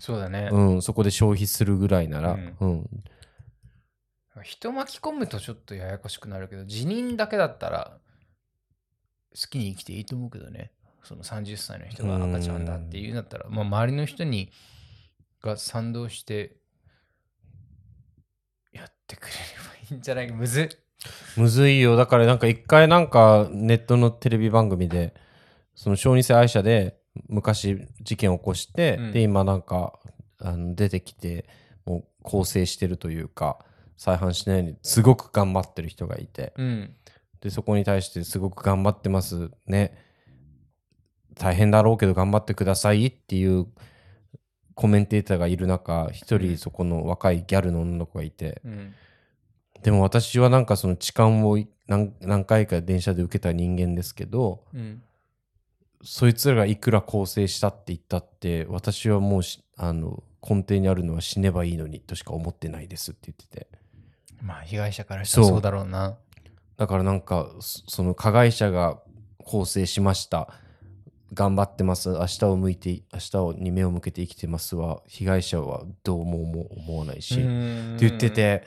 [SPEAKER 2] そうだね、
[SPEAKER 1] うん、そこで消費するぐらいなら。
[SPEAKER 2] うん
[SPEAKER 1] うん。
[SPEAKER 2] 人巻き込むとちょっとややこしくなるけど辞任だけだったら好きに生きていいと思うけどねその30歳の人が赤ちゃんだっていうんだったら、まあ、周りの人にが賛同してやってくれればいいんじゃないかむずっ
[SPEAKER 1] むずいよ。だからなんか一回なんかネットのテレビ番組で、その小児性愛者で昔事件を起こして、
[SPEAKER 2] うん
[SPEAKER 1] で、今なんかあの出てきて、もう更生してるというか、再犯しないようにすごく頑張ってる人がいて、
[SPEAKER 2] うん
[SPEAKER 1] で、そこに対してすごく頑張ってますね。大変だろうけど頑張ってくださいっていうコメンテーターがいる中、一人そこの若いギャルの女の子がいて、
[SPEAKER 2] うん
[SPEAKER 1] でも私はなんかその痴漢を何何回か電車で受けた人間ですけど
[SPEAKER 2] うん
[SPEAKER 1] そいつらがいくら更生したって言ったって私はもうしあの根底にあるのは死ねばいいのにとしか思ってないですって言ってて
[SPEAKER 2] まあ被害者からしたら
[SPEAKER 1] そう
[SPEAKER 2] そうだろうな
[SPEAKER 1] だからなんかそその加害者が更生しました頑張ってます明日を向いて明日をに目を向けて生きてますは被害者はどうも思思わないし、って言ってて、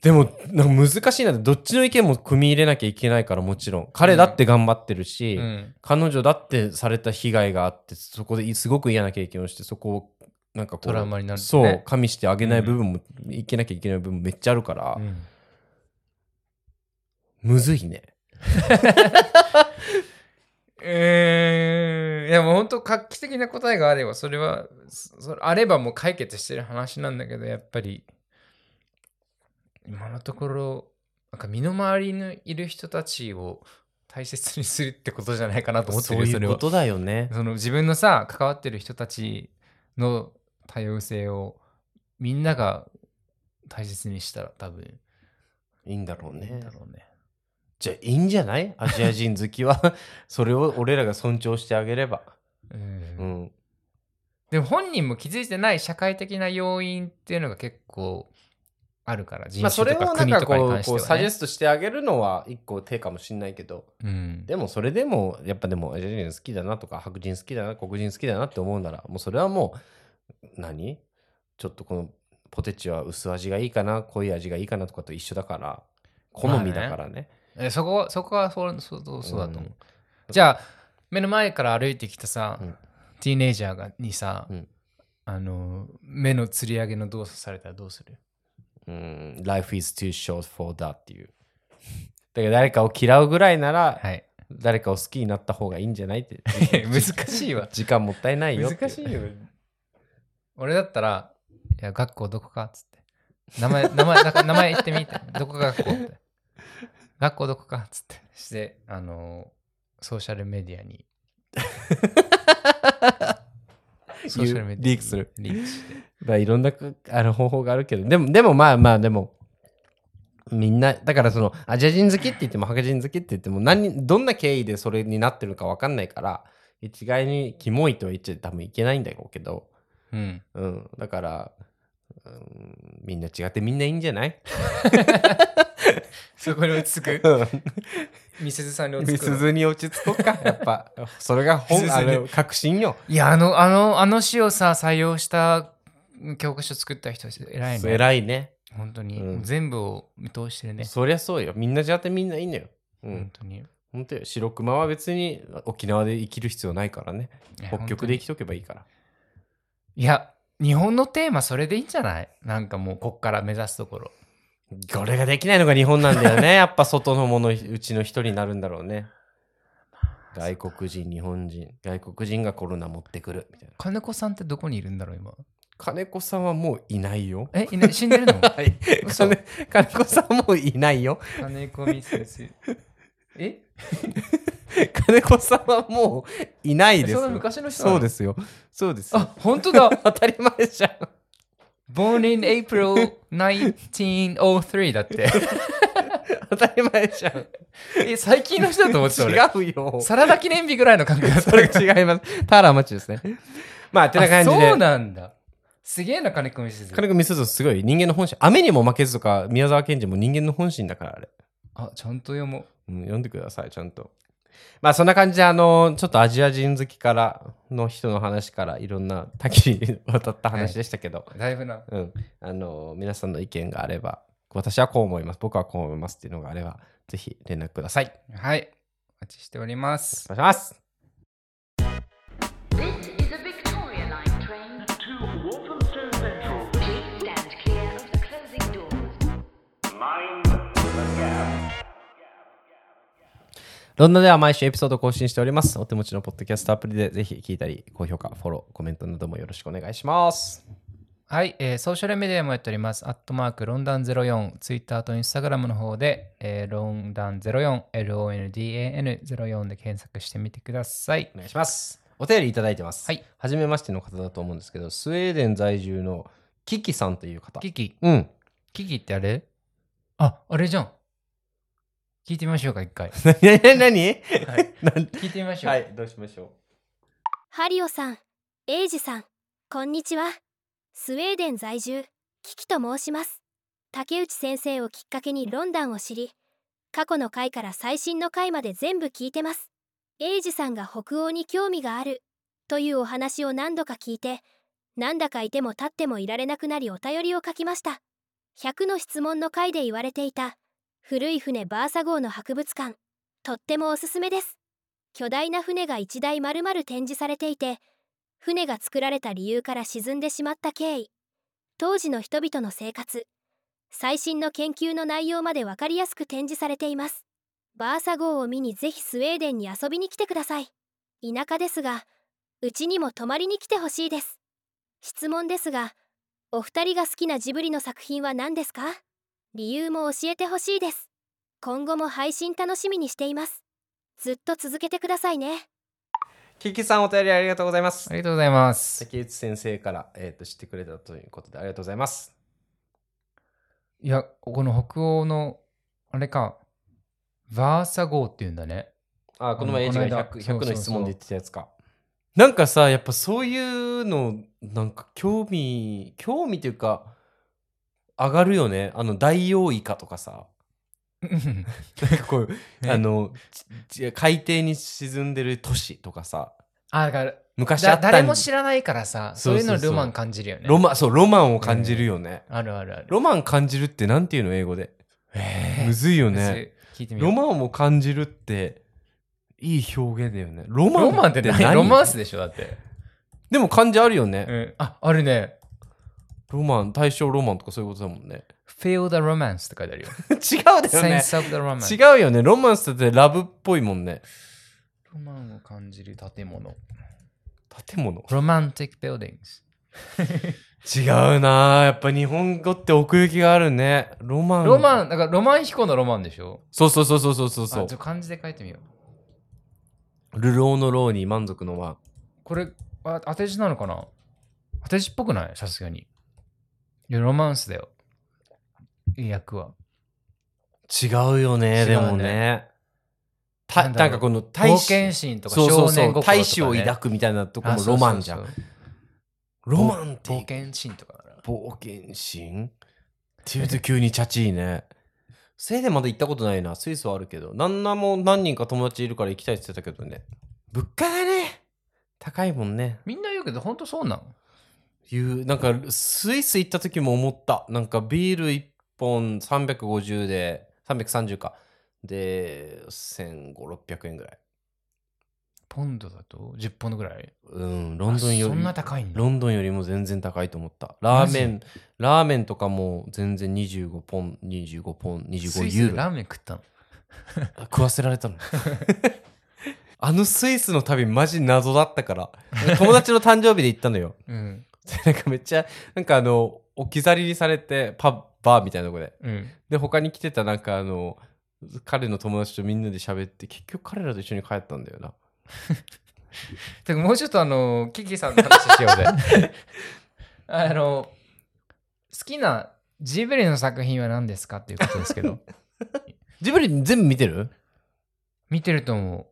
[SPEAKER 1] でもなんか難しいなどっちの意見も組み入れなきゃいけないからもちろん彼だって頑張ってるし、
[SPEAKER 2] うん
[SPEAKER 1] 彼女だってされた被害があってそこですごく嫌な経験をしてそこをなんかこう
[SPEAKER 2] トラウマになるね
[SPEAKER 1] そう加味してあげない部分も、いけなきゃいけない部分めっちゃあるから、
[SPEAKER 2] うん
[SPEAKER 1] むずいね
[SPEAKER 2] えー、いやもう本当画期的な答えがあればそれはそそれあればもう解決してる話なんだけどやっぱり今のところなんか身の回りにいる人たちを大切にするってことじゃないかなと思って
[SPEAKER 1] そ
[SPEAKER 2] る
[SPEAKER 1] う
[SPEAKER 2] よ
[SPEAKER 1] い
[SPEAKER 2] それ
[SPEAKER 1] うこ
[SPEAKER 2] は
[SPEAKER 1] とだよね
[SPEAKER 2] その自分のさ関わってる人たちの多様性をみんなが大切にしたら多分
[SPEAKER 1] いいんだろう
[SPEAKER 2] いいん
[SPEAKER 1] ね
[SPEAKER 2] だろうね
[SPEAKER 1] じゃあいいんじゃないアジア人好きは それを俺らが尊重してあげれば
[SPEAKER 2] うん
[SPEAKER 1] うん
[SPEAKER 2] でも本人も気づいてない社会的な要因っていうのが結構あるから、人
[SPEAKER 1] まあそ
[SPEAKER 2] 種
[SPEAKER 1] れ
[SPEAKER 2] とか
[SPEAKER 1] をなん
[SPEAKER 2] 国
[SPEAKER 1] か
[SPEAKER 2] とかに
[SPEAKER 1] こ
[SPEAKER 2] 関
[SPEAKER 1] うこ
[SPEAKER 2] し
[SPEAKER 1] う
[SPEAKER 2] ては、
[SPEAKER 1] サジ
[SPEAKER 2] ね
[SPEAKER 1] ェ。ストしてあげるのは一個手かもしんないけど
[SPEAKER 2] うん、
[SPEAKER 1] でもそれでもやっぱでもアジア人好きだなとか白人好きだな黒人好きだなって思うならもうそれはもう何ちょっとこのポテチは薄味がいいかな濃い味がいいかなとかと一緒だから好みだからね。
[SPEAKER 2] えそこはそこはそうそうそうそうだと思う、
[SPEAKER 1] うん
[SPEAKER 2] じゃあ目の前から歩いてきたさ、
[SPEAKER 1] うん
[SPEAKER 2] ティーネイジャーがにさ、
[SPEAKER 1] うん
[SPEAKER 2] あの目の吊り上げの動作されたらどうする
[SPEAKER 1] うん、Life is too short for that っていう。だから誰かを嫌うぐらいなら、
[SPEAKER 2] はい
[SPEAKER 1] 誰かを好きになった方がいいんじゃないって。
[SPEAKER 2] 難しいわ
[SPEAKER 1] 時間もったいないよって。
[SPEAKER 2] 難しいよ俺だったら「いや学校どこか?」っつって名前名前なんか名前言ってみ て「どこが学校?」って「学校どこか?」っつってしてあのソーシャルメディア にソーシャルメディアに
[SPEAKER 1] リークする
[SPEAKER 2] リークして
[SPEAKER 1] まあ、いろんなかあの方法があるけど、でも、でもまあまあ、でも、みんな、だからその、アジア人好きって言っても、白人好きって言っても、何、どんな経緯でそれになってるか分かんないから、一概にキモいとは言っちゃ多分いけないんだろうけど、
[SPEAKER 2] うん
[SPEAKER 1] うん、だから、うん、みんな違ってみんないいんじ ゃない
[SPEAKER 2] そこに落ち着く みすずさんに落ち
[SPEAKER 1] み
[SPEAKER 2] 着く
[SPEAKER 1] す
[SPEAKER 2] の
[SPEAKER 1] ずに落ち着こ うか、やっぱ。それが
[SPEAKER 2] みす
[SPEAKER 1] 本、
[SPEAKER 2] ず
[SPEAKER 1] あ
[SPEAKER 2] に
[SPEAKER 1] の、確信よ。
[SPEAKER 2] いやあのあのあの詩をさ採用した教科書作った人偉いね
[SPEAKER 1] 偉いね。
[SPEAKER 2] 本当に、
[SPEAKER 1] うん
[SPEAKER 2] 全部を見通してるね
[SPEAKER 1] そりゃそうよ。みんな違ってみんないいのよ。う
[SPEAKER 2] 本
[SPEAKER 1] ん。
[SPEAKER 2] 当に
[SPEAKER 1] 本当よ。白熊は別に沖縄で生きる必要ないからね。
[SPEAKER 2] いや
[SPEAKER 1] 北
[SPEAKER 2] 本当
[SPEAKER 1] 極
[SPEAKER 2] に
[SPEAKER 1] で生きとけばいいから。
[SPEAKER 2] いや、日本のテーマそれでいいんじゃないなんかもうこっから目指すところ。
[SPEAKER 1] これができないのが日本なんだよね。や っぱ外のものうちの一人になるんだろうね。外国人、日本人。外国人がコロナ持ってくる。みたいな。
[SPEAKER 2] 金子さんってどこにいるんだろう今。
[SPEAKER 1] 金子さんはもういないよ。
[SPEAKER 2] え、いない死んでる の
[SPEAKER 1] はい。
[SPEAKER 2] 嘘
[SPEAKER 1] 金金子さんはもういないよ。
[SPEAKER 2] 金子み先生。 え
[SPEAKER 1] 金子さんはもういないですよ。
[SPEAKER 2] そんな昔の人なの
[SPEAKER 1] そうですよ。そうですよ。
[SPEAKER 2] あ、本当だ
[SPEAKER 1] 当たり前じゃん。
[SPEAKER 2] !Born in April 1903だって。
[SPEAKER 1] 当たり前じゃ ん。
[SPEAKER 2] え、最近の人だと思ってた俺。
[SPEAKER 1] 違うよ。
[SPEAKER 2] サラダ記念日ぐらいの感覚だった
[SPEAKER 1] そ。れ違います。ターラーマッチですね。まあ、ってな
[SPEAKER 2] あ
[SPEAKER 1] 感じ
[SPEAKER 2] そう
[SPEAKER 1] で。
[SPEAKER 2] なんだ。すげえな、金子み先生。
[SPEAKER 1] 金子みすずすごい人間の本心。雨にも負けずとか、宮沢賢治も人間の本心だから、あれ。
[SPEAKER 2] あ、ちゃんと読もう。
[SPEAKER 1] うん、読んでください、ちゃんと。まあ、そんな感じで、あの、ちょっとアジア人好きからの人の話から、いろんな多岐にわたった話でしたけど、
[SPEAKER 2] だいぶな。
[SPEAKER 1] うん。あの、皆さんの意見があれば、私はこう思います、僕はこう思いますっていうのがあれば、ぜひ連絡ください。
[SPEAKER 2] はい。お待ちしております
[SPEAKER 1] お。願いします。
[SPEAKER 4] This is a Victoria Line train to Walthamstow Central. Please stand clear of the closing doors.
[SPEAKER 1] ロンドンでは毎週エピソードを更新しております。お手持ちのポッドキャストアプリでぜひ聞いたり、高評価、フォロー、コメントなどもよろしくお願いします。
[SPEAKER 2] はい、えーソーシャルメディアもやっております。アットマーク、ロンダン04、ツイッターとインスタグラムの方で、えーロンダン04、LONDAN04 で検索してみてください
[SPEAKER 1] お。願いします。お便りいただいてます。
[SPEAKER 2] はい。
[SPEAKER 1] はじめましての方だと思うんですけど、スウェーデン在住のキキさんという方。
[SPEAKER 2] キキ、
[SPEAKER 1] うん。
[SPEAKER 2] キキってあれあ、あれじゃん。聞いてみましょうか、一回。
[SPEAKER 1] なに なになに
[SPEAKER 2] はい
[SPEAKER 1] なん
[SPEAKER 2] 聞いてみましょう。
[SPEAKER 1] はい、どうしましょ
[SPEAKER 5] ハリオさん、エイジさん、こんにちは。スウェーデン在住、キキと申します。竹内先生をきっかけにロンダンを知り、過去の回から最新の回まで全部聞いてます。エイジさんが北欧に興味があるというお話を何度か聞いて、なんだかいても立ってもいられなくなりお便りを書きました。100の質問の回で言われていた、古い船バーサ号の博物館、とってもおすすめです。巨大な船が1台丸々展示されていて船が作られた理由から沈んでしまった経緯当時の人々の生活最新の研究の内容まで分かりやすく展示されていますバーサ号を見にぜひスウェーデンに遊びに来てください田舎ですがうちにも泊まりに来てほしいです質問ですがお二人が好きなジブリの作品は何ですか理由も教えてほしいです今後も配信楽しみにしていますずっと続けてくださいね。
[SPEAKER 1] う。キキさん、お便りありがとうございます
[SPEAKER 2] あ。りがとうございます。
[SPEAKER 1] 関内先生から、えー、と知ってくれたということでありがとうございます。
[SPEAKER 2] いや、この北欧の、あれか、バーサ号って言うんだね。
[SPEAKER 1] あこの前
[SPEAKER 2] う
[SPEAKER 1] エイ
[SPEAKER 2] ん
[SPEAKER 1] ジ
[SPEAKER 2] こ
[SPEAKER 1] が
[SPEAKER 2] の間
[SPEAKER 1] 100, 100
[SPEAKER 2] そ
[SPEAKER 1] の
[SPEAKER 2] うそうそう
[SPEAKER 1] 質問で言ってたやつか。なんかさやっぱそういうのなんか興味興味というか上がるよねあのダイオウイカとかさ
[SPEAKER 2] うん
[SPEAKER 1] なんか こう、
[SPEAKER 2] ね
[SPEAKER 1] あのちち海底に沈んでる都市とかさ
[SPEAKER 2] あだから
[SPEAKER 1] 昔あ
[SPEAKER 2] だ
[SPEAKER 1] った
[SPEAKER 2] 誰
[SPEAKER 1] ん
[SPEAKER 2] も知らないからさ
[SPEAKER 1] そ
[SPEAKER 2] そうう
[SPEAKER 1] そ
[SPEAKER 2] いうう
[SPEAKER 1] そう
[SPEAKER 2] のロマン感じるよね
[SPEAKER 1] ロマンそうロマンを感じるよね、
[SPEAKER 2] あるあるある
[SPEAKER 1] ロマン感じるってなんていうの英語で、
[SPEAKER 2] えー
[SPEAKER 1] むずいよ
[SPEAKER 2] むずい
[SPEAKER 1] ね
[SPEAKER 2] 聞いてみよ
[SPEAKER 1] ロ
[SPEAKER 2] う
[SPEAKER 1] マンを感じるっていい表現だよねロマン
[SPEAKER 2] ロマンって
[SPEAKER 1] 何
[SPEAKER 2] 何ロマンスでしょだって、
[SPEAKER 1] でも漢字あるよね、
[SPEAKER 2] うん、ああるね
[SPEAKER 1] ロマン大正ロマンとかそういうことだも んね
[SPEAKER 2] Feel the romance って書いてあるよ。
[SPEAKER 1] 違う だよね
[SPEAKER 2] Sense of the romance。
[SPEAKER 1] 違うよねロマンスってラブっぽいもんね
[SPEAKER 2] ロマンを感じる建物。
[SPEAKER 1] 建物
[SPEAKER 2] Romantic buildings。
[SPEAKER 1] 違うなあやっぱ日本語って奥行きがあるねロマン
[SPEAKER 2] ロマン、だからロマン飛行のロマンでしょ
[SPEAKER 1] そうそうそうそうそうそう
[SPEAKER 2] あ
[SPEAKER 1] そう
[SPEAKER 2] ちょっと漢字で書いてみよう。
[SPEAKER 1] 流浪の浪に満足の和
[SPEAKER 2] これ、あ当て字なのかな当て字っぽくないさすがに。いや、ロマンスだよ。役は。
[SPEAKER 1] 違うよね
[SPEAKER 2] 違うね
[SPEAKER 1] でもね
[SPEAKER 2] な
[SPEAKER 1] たなんん
[SPEAKER 2] だろう
[SPEAKER 1] かこの大
[SPEAKER 2] 冒
[SPEAKER 1] 使
[SPEAKER 2] 険心とか
[SPEAKER 1] そうそ
[SPEAKER 2] 少
[SPEAKER 1] うそ
[SPEAKER 2] 年
[SPEAKER 1] う
[SPEAKER 2] 心とか、ね。
[SPEAKER 1] 大使を抱くみたいなとこ
[SPEAKER 2] あ
[SPEAKER 1] もロマンじゃん
[SPEAKER 2] そうそう
[SPEAKER 1] ロマンっ
[SPEAKER 2] そう冒
[SPEAKER 1] て
[SPEAKER 2] 険心とかだな。
[SPEAKER 1] 冒険心っていうと急にチャチいねスウェーデンまだ行ったことないなスイスはあるけどなんなも何人か友達いるから行きたいって言ってたけどね物価がね高いもんね
[SPEAKER 2] みんな言うけど、本当そうなの
[SPEAKER 1] いうなんかスイス行った時も思ったなんかビール1本350で330かで1500600円ぐらい
[SPEAKER 2] ポンドだと10ポンドぐらい
[SPEAKER 1] うんロンドンよ
[SPEAKER 2] あそ
[SPEAKER 1] り
[SPEAKER 2] んな高いんだ。
[SPEAKER 1] ロンドンよりも全然高いと思ったラーメ
[SPEAKER 2] マ
[SPEAKER 1] ンラーメンとかも全然25ポン25ポン
[SPEAKER 2] ス
[SPEAKER 1] 25
[SPEAKER 2] イ
[SPEAKER 1] ユ
[SPEAKER 2] ス
[SPEAKER 1] ー
[SPEAKER 2] で
[SPEAKER 1] ロ
[SPEAKER 2] ラーメン食ったの
[SPEAKER 1] 食わせられたの あのスイスの旅マジ謎だったから友達の誕生日で行ったのよ
[SPEAKER 2] うん。
[SPEAKER 1] なんかめっちゃなんかあの置き去りにされてパブバーみたいなとこで
[SPEAKER 2] うん。
[SPEAKER 1] で他に来てたなんかあの彼の友達とみんなで喋って結局彼らと一緒に帰ったんだよな
[SPEAKER 2] てかもうちょっとあの、キキさんの話しようぜ。 あの、好きなジブリの作品は何ですかっていうことですけど、
[SPEAKER 1] ジブリ全部見てる
[SPEAKER 2] 見てると思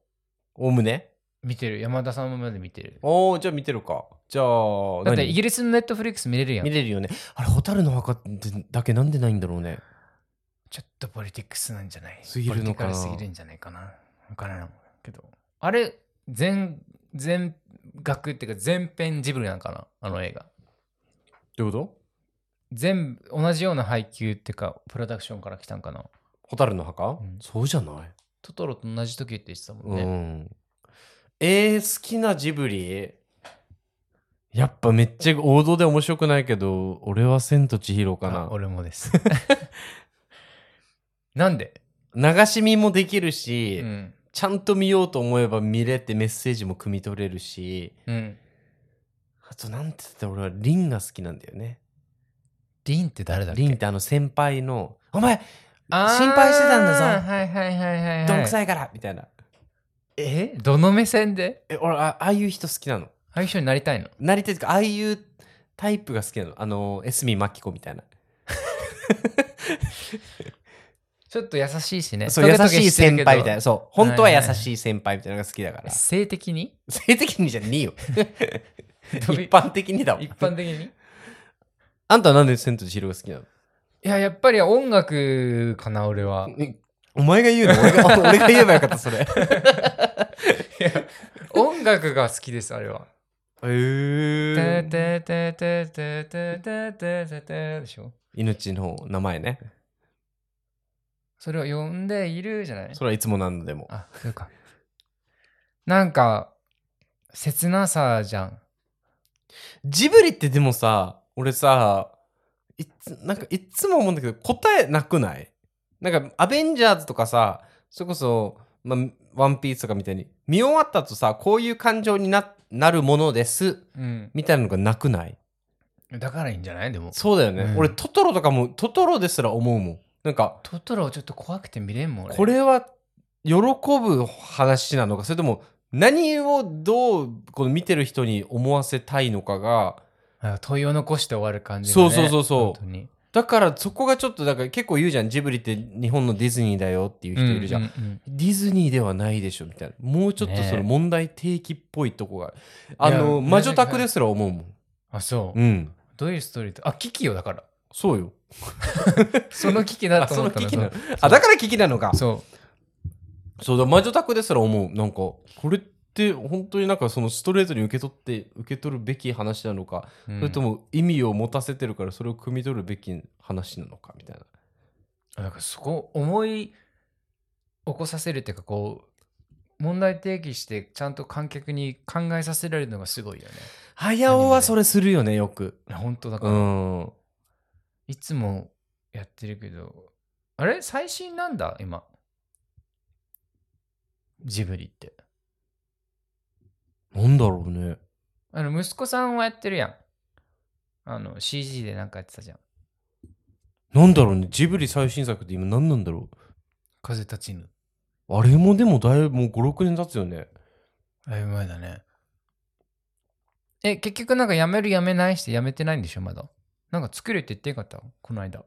[SPEAKER 1] おおむね
[SPEAKER 2] う。見てる。山田さんまで見てる。
[SPEAKER 1] おおじゃあ見てるかじゃあ
[SPEAKER 2] だって
[SPEAKER 1] 何
[SPEAKER 2] イギリスのネットフリックス見れるやん
[SPEAKER 1] 見。れるよねあれ蛍の墓ってだけなんでないんだろうね
[SPEAKER 2] ちょっとポリティックスなんじゃない
[SPEAKER 1] すぎるのかな
[SPEAKER 2] ポリティカルすぎるんじゃないかな。わからんけど。あれ、全、全額っていうか全編ジブリなんかなあの映画。
[SPEAKER 1] どういうこと
[SPEAKER 2] 全部同じような配給っていうか、プロダクションから来たんかな
[SPEAKER 1] 蛍の墓、
[SPEAKER 2] ん
[SPEAKER 1] そうじゃない
[SPEAKER 2] トトロと同じ時って言ってたもん
[SPEAKER 1] う
[SPEAKER 2] ね。
[SPEAKER 1] んえー、好きなジブリやっぱめっちゃ王道で面白くないけど俺は「千と千尋」か
[SPEAKER 2] あ
[SPEAKER 1] な
[SPEAKER 2] 俺も です。なんで、
[SPEAKER 1] 流し見もできるし、
[SPEAKER 2] うん
[SPEAKER 1] ちゃんと見ようと思えば見れてメッセージも汲み取れるし
[SPEAKER 2] うん、
[SPEAKER 1] あとなんて言ったら俺はリンが好きなんだよね
[SPEAKER 2] リンって誰だっけ
[SPEAKER 1] リンってあの先輩の「お前
[SPEAKER 2] あー
[SPEAKER 1] 心配してたんだぞ
[SPEAKER 2] はいはいはいはい、はい。
[SPEAKER 1] どんくさいから」みたいな
[SPEAKER 2] えどの目線で
[SPEAKER 1] え俺あああいう人好きなの
[SPEAKER 2] ああいう人になりたいの
[SPEAKER 1] なりてるかああいうタイプが好きなのあのエスミマキコみたいな
[SPEAKER 2] ちょっと優しいしね。
[SPEAKER 1] そう優しい先輩みたい
[SPEAKER 2] な。
[SPEAKER 1] なそう本当は優
[SPEAKER 2] はいはい
[SPEAKER 1] しい先輩みたいなのが好きだ から、
[SPEAKER 2] 性的に
[SPEAKER 1] 性的にじゃねえよ
[SPEAKER 2] どういう
[SPEAKER 1] 一般的にだわ
[SPEAKER 2] 一般的にい
[SPEAKER 1] あんたはなんで「千と千尋」が好きなの
[SPEAKER 2] や、やっぱり音楽かな、俺は。
[SPEAKER 1] お前が言うの俺が 俺が言えばよかったそれへ
[SPEAKER 2] 音楽が好きです、あれは。
[SPEAKER 1] え
[SPEAKER 2] ててててててててててでしょ
[SPEAKER 1] 命の名前ね
[SPEAKER 2] それを呼んでいるじゃない
[SPEAKER 1] それはいつも何度でも
[SPEAKER 2] あ、そうか。なんか、切なさじゃん。
[SPEAKER 1] ジブリってでもさ俺さいつなんかいっつも思うんだけど答えなくないなんかアベンジャーズとかさそれこそ、まあ、ワンピースとかみたいに見終わったとさこういう感情にななるものです
[SPEAKER 2] うん。
[SPEAKER 1] みたいなのがなくない
[SPEAKER 2] だからいいんじゃないでも。
[SPEAKER 1] そうだよね、
[SPEAKER 2] うん
[SPEAKER 1] 俺トトロとかもトトロですら思うもんなんか
[SPEAKER 2] トトロちょっと怖くて見れんもん、俺
[SPEAKER 1] これは喜ぶ話なのかそれとも何をどうこの見てる人に思わせたいのかが
[SPEAKER 2] あ問いを残して終わる感じ
[SPEAKER 1] そうそうそうそう
[SPEAKER 2] 本当に。
[SPEAKER 1] だからそこがちょっとだから結構言うじゃんジブリって日本のディズニーだよっていう人いるじゃん、
[SPEAKER 2] うううん
[SPEAKER 1] ディズニーではないでしょみたいなもうちょっと
[SPEAKER 2] ねえ
[SPEAKER 1] その問題提起っぽいとこがあるあ
[SPEAKER 2] いや
[SPEAKER 1] の魔女宅ですら思うもん
[SPEAKER 2] あ、そう
[SPEAKER 1] う。ん
[SPEAKER 2] どういうストーリーとあ、キキよだから。
[SPEAKER 1] そうよ。
[SPEAKER 2] その危機だ
[SPEAKER 1] あ、
[SPEAKER 2] と
[SPEAKER 1] そ
[SPEAKER 2] 思っ
[SPEAKER 1] の
[SPEAKER 2] たの
[SPEAKER 1] 危機なの
[SPEAKER 2] そう。
[SPEAKER 1] あ、だから危機なのか。
[SPEAKER 2] そ
[SPEAKER 1] そうだ、魔女宅ですら思う。なんか、これって本当になんかそのストレートに受け取って、受け取るべき話なのか、
[SPEAKER 2] う、うん
[SPEAKER 1] それとも意味を持たせてるからそれを汲み取るべき話なのかみたいな。
[SPEAKER 2] なんかそこを思い起こさせるっていうかこう問題提起してちゃんと観客に考えさせられるのがすごいよね。
[SPEAKER 1] 早尾はそれするよね、よく。
[SPEAKER 2] 本当だか
[SPEAKER 1] う
[SPEAKER 2] ら、
[SPEAKER 1] ん。
[SPEAKER 2] いつもやってるけどあれ最新なんだ今ジブリって
[SPEAKER 1] なんだろうね。
[SPEAKER 2] あの息子さんはやってるやんあの CG でなんかやってたじゃん
[SPEAKER 1] なんだろうね。ジブリ最新作って今何なんだろ
[SPEAKER 2] 風立ちぬ
[SPEAKER 1] う。あれもでもだいぶもう5、6年経つよね。
[SPEAKER 2] だいぶ前だねえ結局なんかやめるやめないしてやめてないんでしょまだなんか作るって言ってよかったこの間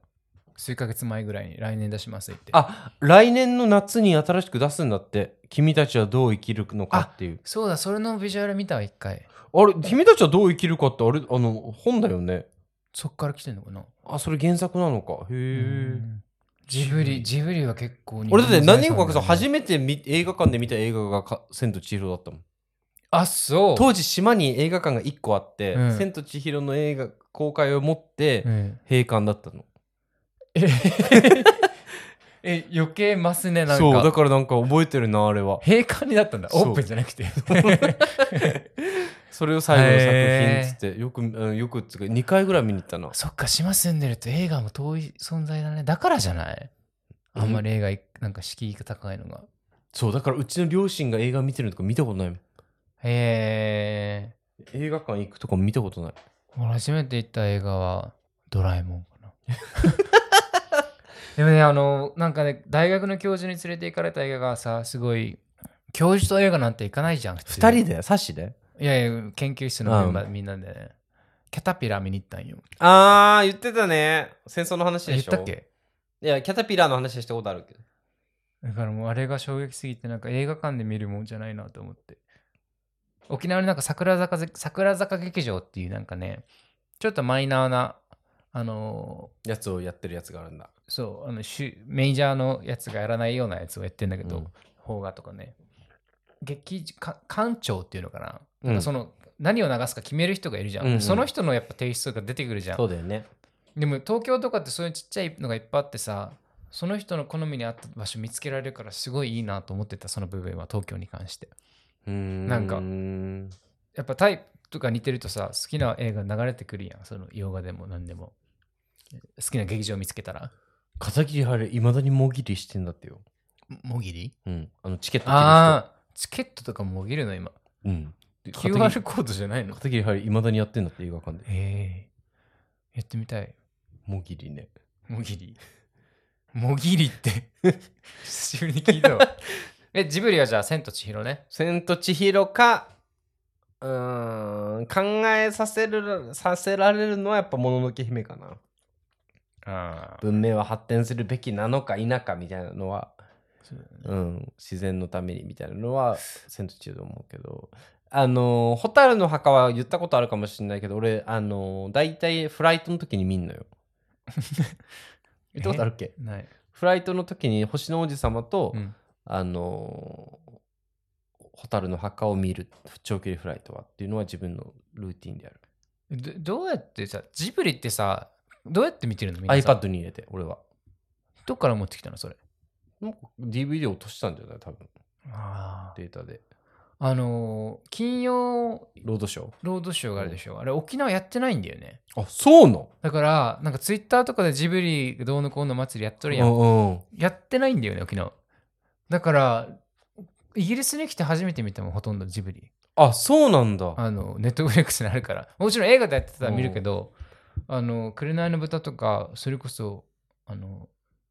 [SPEAKER 2] 数ヶ月前ぐらいに来年出しますって
[SPEAKER 1] あ、来年の夏に新しく出すんだって。君たちはどう生きるのかっていう。
[SPEAKER 2] そうだそれのビジュアル見たわ一回
[SPEAKER 1] あれ、君たちはどう生きるかってあれ、あの、本だよね。
[SPEAKER 2] そっから来てんのかな
[SPEAKER 1] あ、それ原作なのか。へえ。
[SPEAKER 2] ジブリジブリは結構
[SPEAKER 1] 俺だって何年か
[SPEAKER 2] か
[SPEAKER 1] さ、初めて見映画館で見た映画がか千と千尋だったもん。
[SPEAKER 2] あそう
[SPEAKER 1] 当時島に映画館が1個あって、
[SPEAKER 2] うん
[SPEAKER 1] 千と千尋の映画公開を持って
[SPEAKER 2] うん
[SPEAKER 1] 閉館だったの。
[SPEAKER 2] ええ余計ますねなんか
[SPEAKER 1] そう、だからなんか覚えてるな、あれは。
[SPEAKER 2] 閉館になったんだ
[SPEAKER 1] そ
[SPEAKER 2] オ
[SPEAKER 1] う
[SPEAKER 2] ープンじゃなく て
[SPEAKER 1] それを最後の
[SPEAKER 2] へー
[SPEAKER 1] 作品っつって、よく、うんよくっつうか、2回ぐらい見に行ったな。
[SPEAKER 2] そっか島住んでると映画も遠い存在だねだからじゃないあんまり映画いなんか敷居が高いのが
[SPEAKER 1] そう、だからうちの両親が映画見てるのとか見たことないもん。
[SPEAKER 2] へえ
[SPEAKER 1] 映画館行くとかも見たことない。
[SPEAKER 2] 俺初めて行った映画は「ドラえもん」か なでもねあのなんかね大学の教授に連れて行かれた映画がさすごい教授と映画なんて行かないじゃん普通
[SPEAKER 1] 2人でサシで
[SPEAKER 2] いやいや研究室のメンバーみんなでねキャタピラー見に行ったんよ
[SPEAKER 1] あー、言ってたね。戦争の話
[SPEAKER 2] 言ったっけ
[SPEAKER 1] いや、キャタピラーの話はしたことあるけど。
[SPEAKER 2] だからもうあれが衝撃すぎてなんか映画館で見るもんじゃないなと思って沖縄になんか桜坂ぜ桜坂劇場っていうなんかねちょっとマイナーなあの
[SPEAKER 1] やつをやってるやつがあるんだ。
[SPEAKER 2] ーそうあの主メジャーのやつがやらないようなやつをやってんだけど、
[SPEAKER 1] うん
[SPEAKER 2] 邦画とかね劇か館長っていうのかな,、
[SPEAKER 1] うん
[SPEAKER 2] なんかその何を流すか決める人がいるじゃん、
[SPEAKER 1] うんうん
[SPEAKER 2] その人のやっぱテイストが出てくるじゃん
[SPEAKER 1] そうだよね。
[SPEAKER 2] でも東京とかってそういうちっちゃいのがいっぱいあってさその人の好みに合った場所見つけられるからすごいいいなと思ってたその部分は東京に関して
[SPEAKER 1] なん
[SPEAKER 2] かやっぱタイプとか似てるとさ好きな映画流れてくるやんその洋画でも何でも好きな劇場見つけたら
[SPEAKER 1] 片桐晴れいまだにもぎりしてんだってよ。
[SPEAKER 2] もぎり
[SPEAKER 1] うん。あのチケット切る人
[SPEAKER 2] ああチケットとかもぎるの今
[SPEAKER 1] うん。で片桐
[SPEAKER 2] QR コードじゃないの
[SPEAKER 1] 片桐晴れいまだにやってんだって映画館で。
[SPEAKER 2] ええやってみたい
[SPEAKER 1] もぎりね。
[SPEAKER 2] もぎりもぎりって 久しぶりに聞いたわえジブリはじゃあ「千と千尋」ね
[SPEAKER 1] 千と千尋か、うーん、考えさせる、させられるのはやっぱもののけ姫かな。
[SPEAKER 2] ああ
[SPEAKER 1] 文明は発展するべきなのか否かみたいなのは、うん、自然のためにみたいなのは千と千尋だと思うけどあの「蛍の墓」は言ったことあるかもしれないけど俺あの大体フライトの時に見んのよ言ったことあるっけ
[SPEAKER 2] ない。
[SPEAKER 1] フライトの時に星の王子様と、
[SPEAKER 2] うん
[SPEAKER 1] あの蛍の墓を見る長距離フライトはっていうのは自分のルーティンである
[SPEAKER 2] どどうやってさ、ジブリってさ、どうやって見てるのみんなさ
[SPEAKER 1] iPad に入れて俺は
[SPEAKER 2] どっから持ってきたのそれ。
[SPEAKER 1] なんか DVD 落としたんじゃない多分
[SPEAKER 2] あ
[SPEAKER 1] データで
[SPEAKER 2] のー金曜
[SPEAKER 1] ロードショー
[SPEAKER 2] ロードショーがあるでしょ。あれ、沖縄やってないんだよね。
[SPEAKER 1] あそうなの
[SPEAKER 2] だから、なんかツイッターとかでジブリどうのこうの祭りやっと
[SPEAKER 1] う
[SPEAKER 2] るやん。
[SPEAKER 1] んうん
[SPEAKER 2] やってないんだよね、沖縄。だから、イギリスに来て初めて見たもんほとんどジブリ。
[SPEAKER 1] あそうなんだ
[SPEAKER 2] あの、ネットフレックスにあるから。もちろん映画でやってたら見るけど、あの、紅の豚とか、それこそ、あの、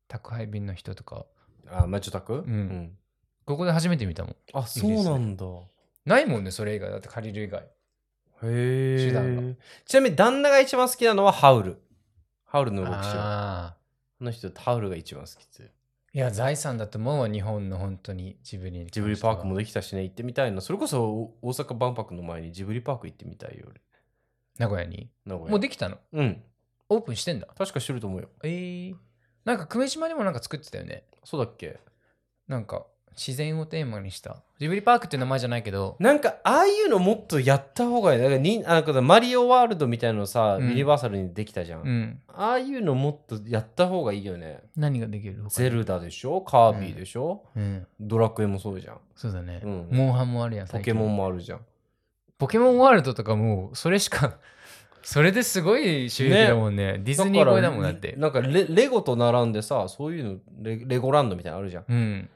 [SPEAKER 2] 宅配便の人とか、
[SPEAKER 1] あ、マジョタク
[SPEAKER 2] うんここで初めて見たもん。
[SPEAKER 1] あ、そうなんだ。
[SPEAKER 2] ないもんね、それ以外。だって借りる以外。
[SPEAKER 1] へ
[SPEAKER 2] 手段
[SPEAKER 1] え。ちなみに旦那が一番好きなのはハウル。ハウルの動きしよう。あ
[SPEAKER 2] ああ。
[SPEAKER 1] の人、ハウルが一番好きって。
[SPEAKER 2] いや、財産だと思うわ、日本の本当にジブリに関して
[SPEAKER 1] ジ
[SPEAKER 2] は
[SPEAKER 1] ブリパークもできたしね、行ってみたいな。それこそお大阪万博の前にジブリパーク行ってみたいよ、俺
[SPEAKER 2] 名古屋に。
[SPEAKER 1] 名古屋。
[SPEAKER 2] もうできたの
[SPEAKER 1] うん。
[SPEAKER 2] オープンしてんだ。
[SPEAKER 1] 確かしてると思うよ。
[SPEAKER 2] えー、なんか久米島でもなんか作ってたよね。
[SPEAKER 1] そうだっけ
[SPEAKER 2] なんか自然をテーマにした。ジブリパークっていう名前じゃないけど、
[SPEAKER 1] なんか、ああいうのもっとやった方がいい。だからになんかマリオワールドみたいなのさ、
[SPEAKER 2] うん
[SPEAKER 1] ユニバーサルにできたじゃん。
[SPEAKER 2] うん。
[SPEAKER 1] ああいうのもっとやった方がいいよね。
[SPEAKER 2] 何ができる
[SPEAKER 1] ゼ。ルダでしょカービィでしょ、
[SPEAKER 2] 他にうん。
[SPEAKER 1] ドラクエもそうじゃん。
[SPEAKER 2] そうだね。
[SPEAKER 1] うん
[SPEAKER 2] モンハンもあるやん、
[SPEAKER 1] ポ
[SPEAKER 2] 最
[SPEAKER 1] ケ
[SPEAKER 2] 近
[SPEAKER 1] モン。もあるじゃん。
[SPEAKER 2] ポケモンワールドとかもう、それしか、それですごい収益だもんね。ディズニー超えだもんだって。
[SPEAKER 1] なんかレレゴと並んでさ、そういうのレ、レゴランドみたいなのあるじゃん。
[SPEAKER 2] うん。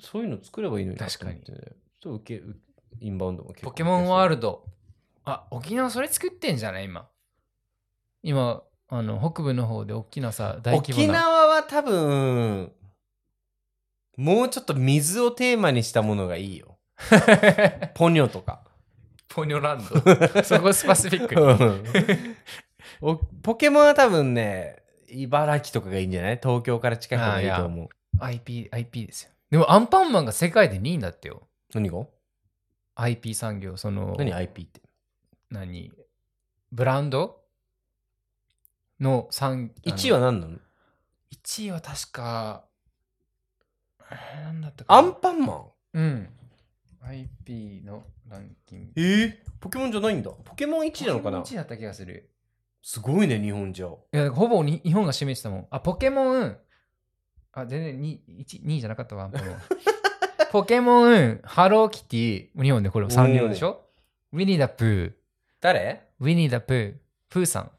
[SPEAKER 1] そういうの作ればいいのにな
[SPEAKER 2] 確かに
[SPEAKER 1] と思ってねちょっと受け、うインバウンドも結構
[SPEAKER 2] ポケモンワール
[SPEAKER 1] ド。
[SPEAKER 2] ド。あ、沖縄それ作ってんじゃない今。今、あの、北部の方で大きなさ、大規模
[SPEAKER 1] 沖
[SPEAKER 2] な。
[SPEAKER 1] 縄は多分、もうちょっと水をテーマにしたものがい いよ。ポニョとか。
[SPEAKER 2] ポニョランド。 そこスパシフィックに。
[SPEAKER 1] おポケモンは多分ね、茨城とかがいいんじゃない東京から近くがいいと思う。
[SPEAKER 2] IP、IP ですよ。でもアンパンマンが世界で2位だってよ。
[SPEAKER 1] 何が
[SPEAKER 2] IP 産業、その、
[SPEAKER 1] 何 IP って。
[SPEAKER 2] 何ブランドの産
[SPEAKER 1] 1位は何なの
[SPEAKER 2] ?1 位は確か、えーなんだったかな
[SPEAKER 1] アンパンマン
[SPEAKER 2] うん。IP のランキング。
[SPEAKER 1] えポケモンじゃないんだ。ポケモン1位なのかな
[SPEAKER 2] 1位だった気がする。
[SPEAKER 1] すごいね、日本じゃ。
[SPEAKER 2] いや、ほぼに日本が占めてたもん。あ、ポケモン、あ、全然に1、2位じゃなかったわ、アンパ ンマンポケモン、ハローキティ、日本でこれ3両でしょウィニーダプー、
[SPEAKER 1] 誰
[SPEAKER 2] ウィニーダプー、プーさん。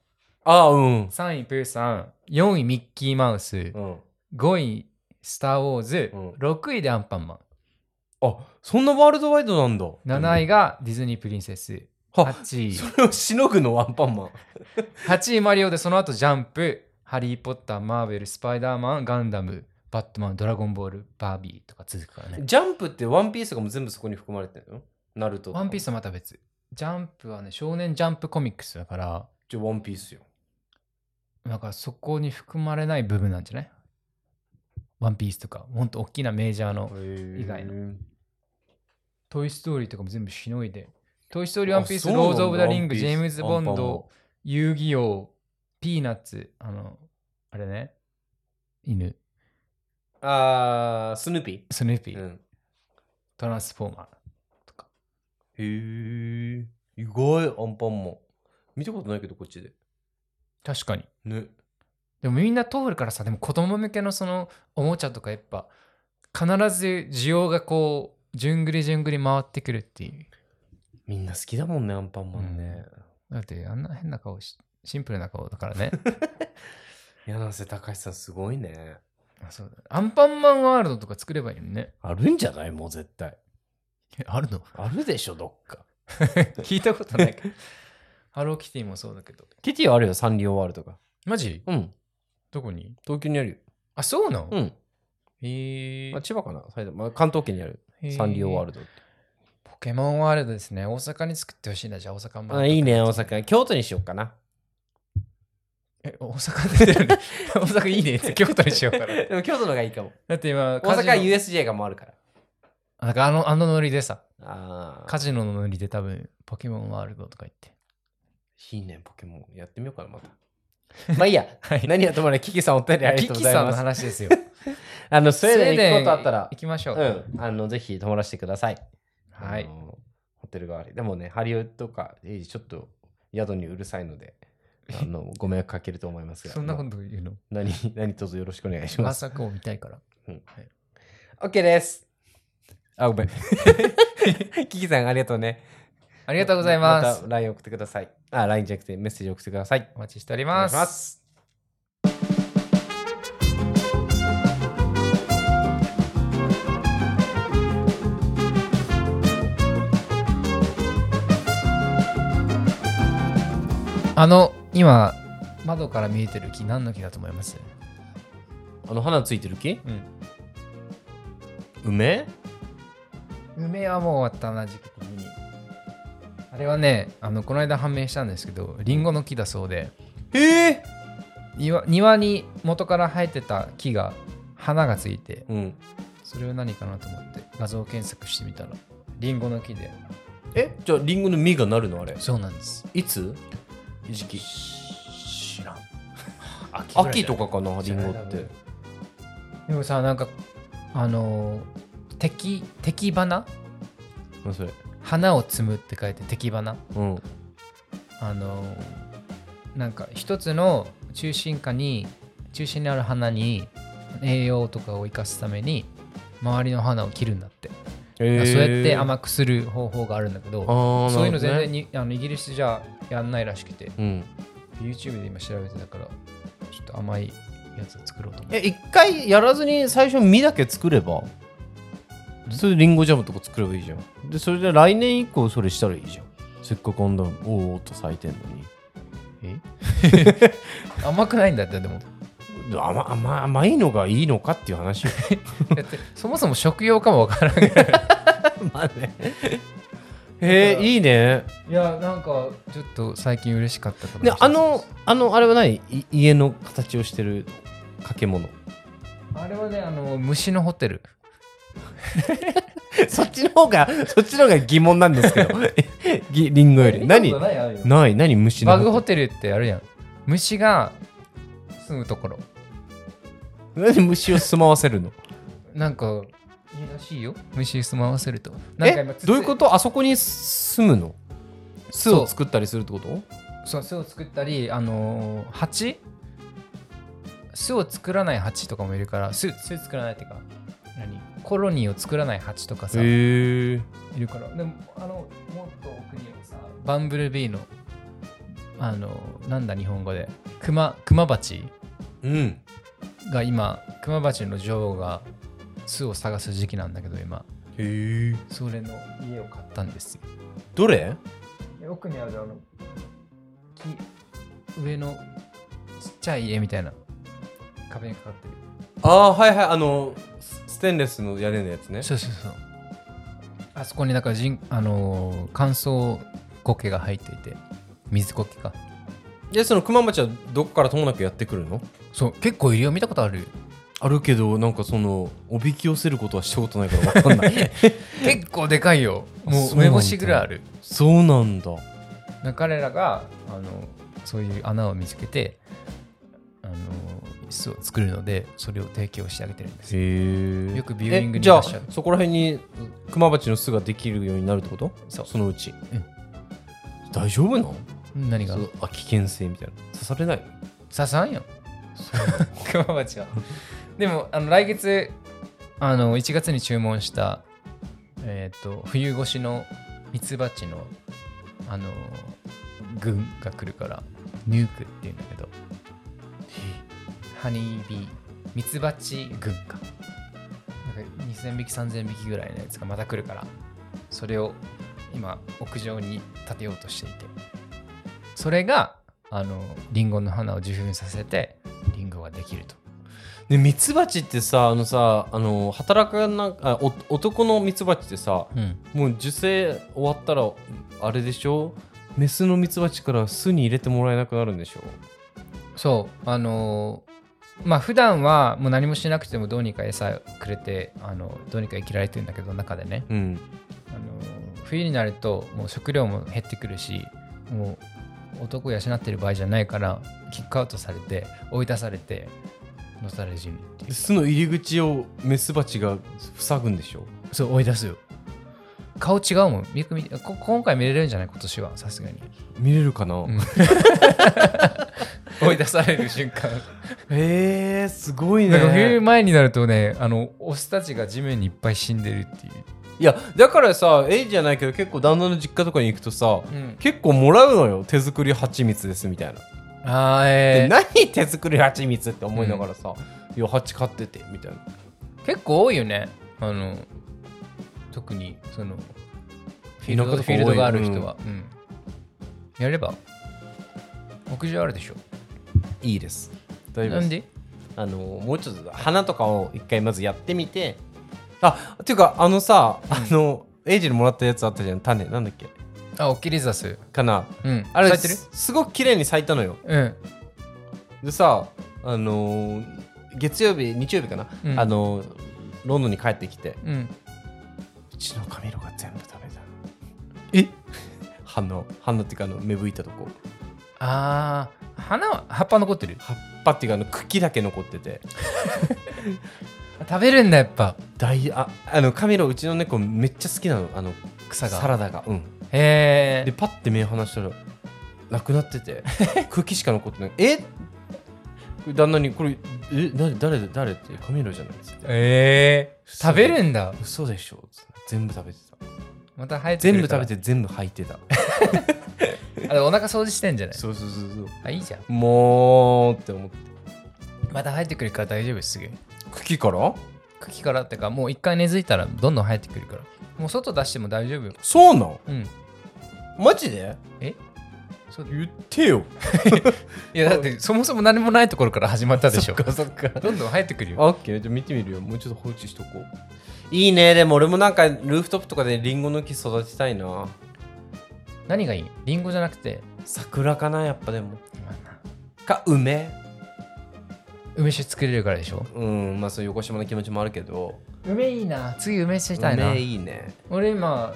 [SPEAKER 1] ああ、うん。
[SPEAKER 2] 3位プーさん、4位ミッキーマウス、
[SPEAKER 1] うん。
[SPEAKER 2] 5位スター・ウォーズ、
[SPEAKER 1] うん
[SPEAKER 2] 6位でアンパンマン、
[SPEAKER 1] あ、そんなワールドワイドなんだ。
[SPEAKER 2] 7位がディズニープリンセス、
[SPEAKER 1] は、
[SPEAKER 2] 8位、
[SPEAKER 1] それをしのぐのアンパンマン。
[SPEAKER 2] 8位マリオでその後ジャンプ、ハリー・ポッター、マーベル、スパイダーマン、ガンダム、バットマン、ドラゴンボール、バービーとか続くからね。
[SPEAKER 1] ジャンプってワンピースとかも全部そこに含まれてるのナルトとか
[SPEAKER 2] ワンピースはまた別。ジャンプはね、少年ジャンプコミックスだから、
[SPEAKER 1] じゃあワンピースよ。
[SPEAKER 2] なんかそこに含まれない部分なんじゃないワンピースとか、ほんと大きなメジャーの以外
[SPEAKER 1] の。
[SPEAKER 2] トイ・ストーリーとかも全部しのいで。トイ・ストーリー、ワンピース、
[SPEAKER 1] あそうなん
[SPEAKER 2] ロ
[SPEAKER 1] だ
[SPEAKER 2] ーズ・オブ・ザ・リン
[SPEAKER 1] ワン
[SPEAKER 2] グ、
[SPEAKER 1] ピース
[SPEAKER 2] ジェームズ・ボン
[SPEAKER 1] アンパンマン
[SPEAKER 2] ド、遊戯王、ピーナッツ、あの、あれね、犬、
[SPEAKER 1] あー、スヌーピ
[SPEAKER 2] スヌーピ
[SPEAKER 1] ー。
[SPEAKER 2] ー、
[SPEAKER 1] ん。
[SPEAKER 2] トランスフォーマーとか。
[SPEAKER 1] へえ。意外、アンパンマン。見たことないけど、こっちで。
[SPEAKER 2] 確かに。
[SPEAKER 1] ね。
[SPEAKER 2] でもみんな通るからさ、でも子供向けのそのおもちゃとかやっぱ、必ず需要がこう、じゅんぐりじゅんぐり回ってくるっていう。
[SPEAKER 1] みんな好きだもんね、アンパンマンね。
[SPEAKER 2] だってあんな変な顔し、シンプルな顔だから ね。
[SPEAKER 1] 柳瀬隆さん、すごいね。
[SPEAKER 2] あそうだアンパンマンワールドとか作ればいいのにね。
[SPEAKER 1] あるんじゃないもう絶対。
[SPEAKER 2] あるの
[SPEAKER 1] あるでしょ、どっ か。
[SPEAKER 2] 聞いたことないけど。ハローキティもそうだけど。
[SPEAKER 1] キティはあるよ、サンリオワールドが。
[SPEAKER 2] マジ
[SPEAKER 1] うん。
[SPEAKER 2] どこに
[SPEAKER 1] 東京にあるよ。
[SPEAKER 2] あ、そうなの、
[SPEAKER 1] うん。
[SPEAKER 2] へえ
[SPEAKER 1] まあ、千葉かな埼玉、まあ、関東圏にある。
[SPEAKER 2] ー
[SPEAKER 1] サンリオワールドって。
[SPEAKER 2] ポケモンワールドですね。大阪に作ってほしいな、じゃあ大阪も。
[SPEAKER 1] あいいね、大阪。京都にしようかな。
[SPEAKER 2] え、大阪出てるね。大阪いい ねって京都にしようから。
[SPEAKER 1] でも京都の方がいいかも。
[SPEAKER 2] だって今、
[SPEAKER 1] 大阪は
[SPEAKER 2] カジノ
[SPEAKER 1] USJ がもうあるから。
[SPEAKER 2] なんかあの、あのノリでさ、
[SPEAKER 1] あ
[SPEAKER 2] カ
[SPEAKER 1] あ。
[SPEAKER 2] ジノのノリで多分、ポケモンワールドとか言って。
[SPEAKER 1] いいね、ポケモン。やってみようかな、また。 まあいいや。
[SPEAKER 2] はい
[SPEAKER 1] 何やってもね、キキさんお便りあり
[SPEAKER 2] キ
[SPEAKER 1] がとう
[SPEAKER 2] キ
[SPEAKER 1] ござい
[SPEAKER 2] さんの
[SPEAKER 1] ます。
[SPEAKER 2] 話ですよ。
[SPEAKER 1] あの、スウェーデン行くことあったら
[SPEAKER 2] 行、きましょう。
[SPEAKER 1] うん、あの、ぜひ泊まらせてください。
[SPEAKER 2] は
[SPEAKER 1] あ
[SPEAKER 2] い。
[SPEAKER 1] のホテル代わり。でもね、ハリウッドとか、えいちょっと宿にうるさいので、あの、ご迷惑かけると思いますが。
[SPEAKER 2] そんなこ
[SPEAKER 1] まあ
[SPEAKER 2] と言うの
[SPEAKER 1] 何、何卒よろしくお願いし
[SPEAKER 2] ま
[SPEAKER 1] ます。
[SPEAKER 2] さかを見たいから。
[SPEAKER 1] OK です。あ、ごめん。 キキさん、ありがとうね。
[SPEAKER 2] ありがとうございま
[SPEAKER 1] ますた。LINE 送ってください。あ、LINE じゃなくてメッセージ送ってください。
[SPEAKER 2] お待ちしており
[SPEAKER 1] お願い
[SPEAKER 2] ま
[SPEAKER 1] し
[SPEAKER 2] す。
[SPEAKER 1] ます。
[SPEAKER 2] あの、今、窓から見えてる木、何の木だと思います
[SPEAKER 1] あの、花ついてる木
[SPEAKER 2] うん。
[SPEAKER 1] 梅
[SPEAKER 2] 梅はもう終わったな、時期的に。あれはね、あの、この間判明したんですけど、リンゴの木だそうで、
[SPEAKER 1] ええ
[SPEAKER 2] 庭庭に元から生えてた木が、花がついて、
[SPEAKER 1] うん。
[SPEAKER 2] それは何かなと思って、画像検索してみたら、リンゴの木で。
[SPEAKER 1] えじゃあ、リンゴの実がなるのあれ
[SPEAKER 2] そうなんです。
[SPEAKER 1] いつ時期。
[SPEAKER 2] 知らん。秋ぐらい
[SPEAKER 1] 秋
[SPEAKER 2] じゃ
[SPEAKER 1] と
[SPEAKER 2] ない
[SPEAKER 1] かかなリンゴって
[SPEAKER 2] でもさなんかあのー敵敵花
[SPEAKER 1] 何それ
[SPEAKER 2] 花を摘むって書いて敵花
[SPEAKER 1] うん
[SPEAKER 2] あのーなんか一つの中心下に中心にある花に栄養とかを生かすために周りの花を切るんだって、
[SPEAKER 1] えー
[SPEAKER 2] そうやって甘くする方法があるんだけど
[SPEAKER 1] あー
[SPEAKER 2] そういうの
[SPEAKER 1] な
[SPEAKER 2] 全
[SPEAKER 1] るほどね
[SPEAKER 2] 然にあのイギリスじゃやんないらしくて
[SPEAKER 1] うん
[SPEAKER 2] YouTube で今調べてたからちょっと甘いやつを作ろうと思って
[SPEAKER 1] え一回やらずに最初実だけ作ればそれでリンゴジャムとか作ればいいじゃんでそれで来年以降それしたらいいじゃんせっかくあんだおーおーっと咲いてんのに
[SPEAKER 2] 甘くないんだってで も
[SPEAKER 1] 甘甘甘いのがいいのかっていう話よ
[SPEAKER 2] だってそもそも食用かもわからんい。
[SPEAKER 1] まあね へえいいね
[SPEAKER 2] いや、なんか、ちょっと最近嬉しかったこと
[SPEAKER 1] で
[SPEAKER 2] の一つ
[SPEAKER 1] あのあのあれは何い家の形をしてる掛け物
[SPEAKER 2] あれはね、あの、虫のホテル。
[SPEAKER 1] そっちの方がそっちの方が疑問なんですけど ぎリンゴより
[SPEAKER 2] 見
[SPEAKER 1] 何
[SPEAKER 2] たことないあるよ
[SPEAKER 1] ない何虫の
[SPEAKER 2] バグホテルってあるやん。虫が住むところ。
[SPEAKER 1] 何虫を住まわせるの
[SPEAKER 2] なんか、いいらしいよ。虫住まわせると。なんか
[SPEAKER 1] え
[SPEAKER 2] 今筒
[SPEAKER 1] どういうことあそこに住むの巣を作ったりするってこと
[SPEAKER 2] そう、巣を作ったり、あのー蜂巣を作らない蜂とかもいるから、巣、巣作らないっていうか、何コロニーを作らない蜂とかさ。
[SPEAKER 1] へえ
[SPEAKER 2] いるからでもあのもっと奥にはさバンブルビーのあのなんだ日本語でクマクマバチ
[SPEAKER 1] うん
[SPEAKER 2] が今クマバチの女王が巣を探す時期なんだけど今
[SPEAKER 1] へえ
[SPEAKER 2] それの家を買ったんですよ
[SPEAKER 1] どれ
[SPEAKER 2] で奥にあるあの木上のちっちゃい家みたいな壁にかかってる
[SPEAKER 1] ああはいはいあのスステンレスの屋根のやつね
[SPEAKER 2] そうそうそうあそこにだから人あの乾燥苔が入っていて水苔か
[SPEAKER 1] でそのクマバチはどこからともなくやってくるの
[SPEAKER 2] そう結構いるよ見たことある
[SPEAKER 1] あるけどなんかそのおびき寄せることはしたことないからわ か んない
[SPEAKER 2] 結構でかいよも
[SPEAKER 1] そううなんだ
[SPEAKER 2] 梅干しぐらいある
[SPEAKER 1] そうなんだ
[SPEAKER 2] だから彼らがあのそういう穴を見つけてあの巣を作るのでそれを提供してあげてるんですよ
[SPEAKER 1] へえ
[SPEAKER 2] よくビューイングにい
[SPEAKER 1] じゃ
[SPEAKER 2] ら
[SPEAKER 1] あ
[SPEAKER 2] っしゃる
[SPEAKER 1] そこら辺にクマバチの巣ができるようになるってこと
[SPEAKER 2] そう
[SPEAKER 1] そのうち、
[SPEAKER 2] うん
[SPEAKER 1] 大丈夫なの
[SPEAKER 2] 何が
[SPEAKER 1] そのあ危険性みたいな刺されない
[SPEAKER 2] 刺さんよクマバチはでもあの来月あの1月に注文した、えー、と冬越しのミツバチのあの群が来るからニュークっていうんだけどハニービーミツバチ群かなんか2000匹3000匹ぐらいのやつがまた来るからそれを今屋上に建てようとしていてそれがあのリンゴの花を受粉させてリンゴができると
[SPEAKER 1] ねミツバチってさあのさあの働かなあお男のミツバチってさ
[SPEAKER 2] うん
[SPEAKER 1] もう受精終わったらあれでしょメスのミツバチから巣に入れてもらえなくなるんでしょ
[SPEAKER 2] そうあのーまあ普段はもう何もしなくてもどうにか餌くれてあのどうにか生きられてるんだけど中でね、
[SPEAKER 1] うん
[SPEAKER 2] あのー冬になるともう食料も減ってくるしもう男を養ってる場合じゃないからキックアウトされて追い出されて野され死ぬってい
[SPEAKER 1] で
[SPEAKER 2] う
[SPEAKER 1] 巣の入り口をメスバチが塞ぐんでしょ
[SPEAKER 2] そう追い出すよ顔違うもんよく見てこ今回見れるんじゃない今年はさす がに
[SPEAKER 1] 見れるかな、
[SPEAKER 2] ん追い出される瞬間
[SPEAKER 1] へえすごい
[SPEAKER 2] な
[SPEAKER 1] ね
[SPEAKER 2] んか冬前になるとねあのオスたちが地面にいっぱい死んでるっていう
[SPEAKER 1] いやだからさエイジじゃないけど結構旦那の実家とかに行くとさ、
[SPEAKER 2] ん
[SPEAKER 1] 結構もらうのよ手作り蜂蜜ですみたいな、
[SPEAKER 2] あー
[SPEAKER 1] で
[SPEAKER 2] えー、
[SPEAKER 1] 何手作り蜂蜜って思いながらさ、いや蜂飼っててみたいな
[SPEAKER 2] 結構多いよねあの特にそのフィールド
[SPEAKER 1] 田舎とか多い
[SPEAKER 2] フィールドがある人は、うんやれば屋上あるでしょ
[SPEAKER 1] いいです大丈夫
[SPEAKER 2] な
[SPEAKER 1] で
[SPEAKER 2] ん
[SPEAKER 1] す
[SPEAKER 2] で
[SPEAKER 1] あのもうちょっと花とかを一回まずやってみてあっていうかあのさ、あのエイジにもらったやつあったじゃん種なんだっけ
[SPEAKER 2] あオキリザス
[SPEAKER 1] かな
[SPEAKER 2] うん
[SPEAKER 1] あれ
[SPEAKER 2] 咲いてる
[SPEAKER 1] すすごく綺麗に咲いたのよ
[SPEAKER 2] うん
[SPEAKER 1] でさあのー月曜日日曜日かな、
[SPEAKER 2] うん
[SPEAKER 1] あのーロンドンに帰ってきて
[SPEAKER 2] うん
[SPEAKER 1] うちのカメラが全部食 べたえ鼻鼻っていうかあの芽吹いたとこ
[SPEAKER 2] あー花は葉っぱ残ってる
[SPEAKER 1] 葉っぱっていうかあの茎だけ残ってて
[SPEAKER 2] 食べるんだやっぱ
[SPEAKER 1] 大ああのカミロうちの猫めっちゃ好きなのあの
[SPEAKER 2] 草が
[SPEAKER 1] サラダがうん
[SPEAKER 2] へ
[SPEAKER 1] で
[SPEAKER 2] え
[SPEAKER 1] パッて目離したらなくなって て茎しか残ってないえこれ旦那にこれえ誰誰誰ってカミロじゃないですか
[SPEAKER 2] えー、食べるんだ
[SPEAKER 1] 嘘でしょつって全部食べてた
[SPEAKER 2] また生えてく
[SPEAKER 1] 全
[SPEAKER 2] る
[SPEAKER 1] 部
[SPEAKER 2] から
[SPEAKER 1] 食べて全部吐いてた
[SPEAKER 2] あでもお腹掃除してんじゃない
[SPEAKER 1] そうそうそうそう
[SPEAKER 2] あいいじゃん
[SPEAKER 1] もうって思って
[SPEAKER 2] また生えてくるから大丈夫ですすぐ
[SPEAKER 1] 茎から
[SPEAKER 2] 茎からってかもう一回根付いたらどんどん生えてくるからもう外出しても大丈夫よ
[SPEAKER 1] そうなん
[SPEAKER 2] うん
[SPEAKER 1] マジで
[SPEAKER 2] えそう
[SPEAKER 1] 言ってよ
[SPEAKER 2] いやだってそもそも何もないところから始まったでしょ
[SPEAKER 1] そっかそっか
[SPEAKER 2] どんどん生えてくるよ
[SPEAKER 1] あオッケーじゃあ見てみるよもうちょっと放置しとこういいねでも俺もなんかルーフトップとかでリンゴの木育てたいな
[SPEAKER 2] 何がいいリンゴじゃなくて
[SPEAKER 1] 桜かなやっぱでもか梅
[SPEAKER 2] 梅酒作れるからでしょ
[SPEAKER 1] うんまあそういう横島の気持ちもあるけど
[SPEAKER 2] 梅いいな次梅酒したいな
[SPEAKER 1] 梅いいね
[SPEAKER 2] 俺今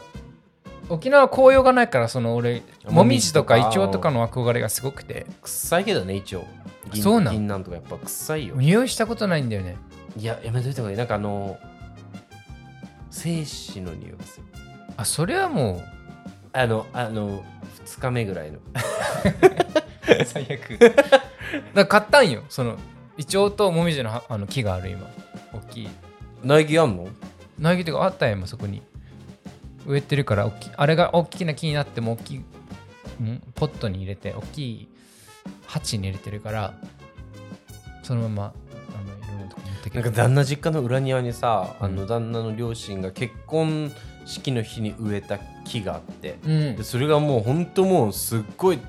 [SPEAKER 2] 沖縄紅葉がないからその俺もみじとかイチョウとかの憧れがすごくて
[SPEAKER 1] 臭いけどね一応銀
[SPEAKER 2] そうなん
[SPEAKER 1] 銀杏とかやっぱ臭いよ
[SPEAKER 2] 匂いしたことないんだよね
[SPEAKER 1] いややめといた方がいいなんかあの精子の匂いがする
[SPEAKER 2] あそれはも
[SPEAKER 1] あのあの2日目ぐらいの
[SPEAKER 2] う最悪だから買ったんよそのイチョウともみじのはあの木がある今大きい
[SPEAKER 1] 苗木あんの
[SPEAKER 2] 苗木とかあったんよ今そこに植えてるから大きいあれが大きな木になっても大きいんポットに入れて大きい鉢に入れてるからそのままあのいろんなとこ持ってけ
[SPEAKER 1] なん
[SPEAKER 2] る
[SPEAKER 1] か旦那実家の裏庭にさ、
[SPEAKER 2] うん
[SPEAKER 1] あの旦那の両親が結婚式の日に植えた木があって、
[SPEAKER 2] うん
[SPEAKER 1] でそれがもうほんともうすっごい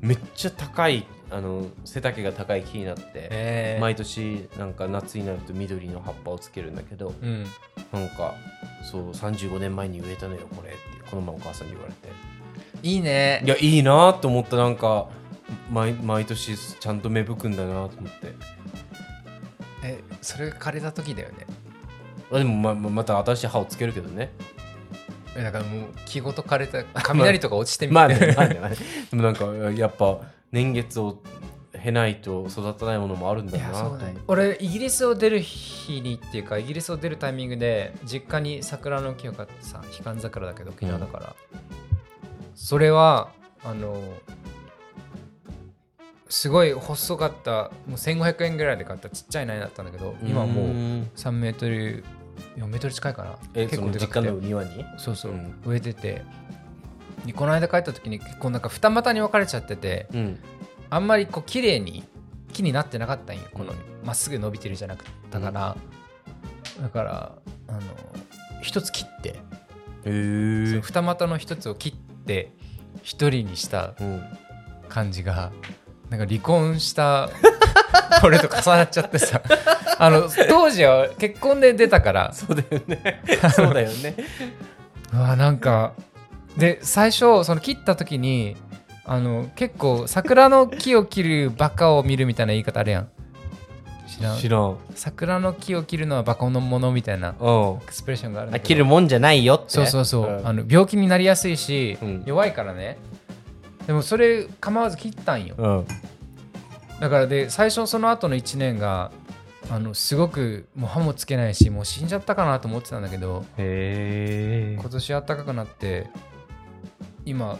[SPEAKER 1] めっちゃ高いあの背丈が高い木になって、
[SPEAKER 2] えー
[SPEAKER 1] 毎年なんか夏になると緑の葉っぱをつけるんだけど、
[SPEAKER 2] うん
[SPEAKER 1] なんかそう35年前に植えたのよこれってこの前お母さんに言われて
[SPEAKER 2] いいね
[SPEAKER 1] いやいいなと思ったなんか毎毎年ちゃんと芽吹くんだなと思って
[SPEAKER 2] えそれが枯れた時だよね
[SPEAKER 1] あでもまままた新しい葉をつけるけどね
[SPEAKER 2] えだからもう木ごと枯 れた雷とか落ちてみて、
[SPEAKER 1] ま あね、まあね、まあね。でもなんか、やっぱ、年月を経ないと育たないものもあるんだ
[SPEAKER 2] いや
[SPEAKER 1] なと
[SPEAKER 2] そ
[SPEAKER 1] 思
[SPEAKER 2] う
[SPEAKER 1] っ
[SPEAKER 2] だ
[SPEAKER 1] て。
[SPEAKER 2] ね俺イギリスを出る日にっていうかイギリスを出るタイミングで実家に桜の木を買ってさ悲観桜だけど沖縄だから、それはあのすごい細かったもう1500円ぐらいで買ったちっちゃい苗だったんだけど今はもう
[SPEAKER 1] うん、
[SPEAKER 2] 3メートル4メートル近いかな
[SPEAKER 1] え、その
[SPEAKER 2] でか
[SPEAKER 1] 実
[SPEAKER 2] く
[SPEAKER 1] 家
[SPEAKER 2] て
[SPEAKER 1] の庭に
[SPEAKER 2] そうそう、
[SPEAKER 1] うん
[SPEAKER 2] 植えててでこの間帰った時に結構なんか二股に分かれちゃってて
[SPEAKER 1] うん。
[SPEAKER 2] あんまりこう綺麗に木になってなかったんよこの
[SPEAKER 1] うん
[SPEAKER 2] まっすぐ伸びてるじゃなくったから、だからあの一つ切って、
[SPEAKER 1] へ
[SPEAKER 2] その
[SPEAKER 1] ぇ
[SPEAKER 2] 二股の一つを切って一人にした
[SPEAKER 1] うん、
[SPEAKER 2] 感じがなんか離婚した これと重なっちゃってさあの当時は結婚で出たから
[SPEAKER 1] そうだよね。そうだよね。
[SPEAKER 2] うわなんかで最初その切った時にあの結構桜の木を切るバカを見るみたいな言い方あるやん 知らん
[SPEAKER 1] 知らん。
[SPEAKER 2] 桜の木を切るのはバカのものみたいな
[SPEAKER 1] うん。
[SPEAKER 2] エクスプレッションがあるんだ
[SPEAKER 1] あ、
[SPEAKER 2] けど
[SPEAKER 1] 切るもんじゃないよって。
[SPEAKER 2] そうそうそう、
[SPEAKER 1] ん
[SPEAKER 2] あの病気になりやすいし、
[SPEAKER 1] うん
[SPEAKER 2] 弱いからねでもそれ構わず切ったんよ
[SPEAKER 1] うん。
[SPEAKER 2] だからで最初その後の1年があのすごくもう歯もつけないしもう死んじゃったかなと思ってたんだけど
[SPEAKER 1] へ
[SPEAKER 2] 今年暖かくなって今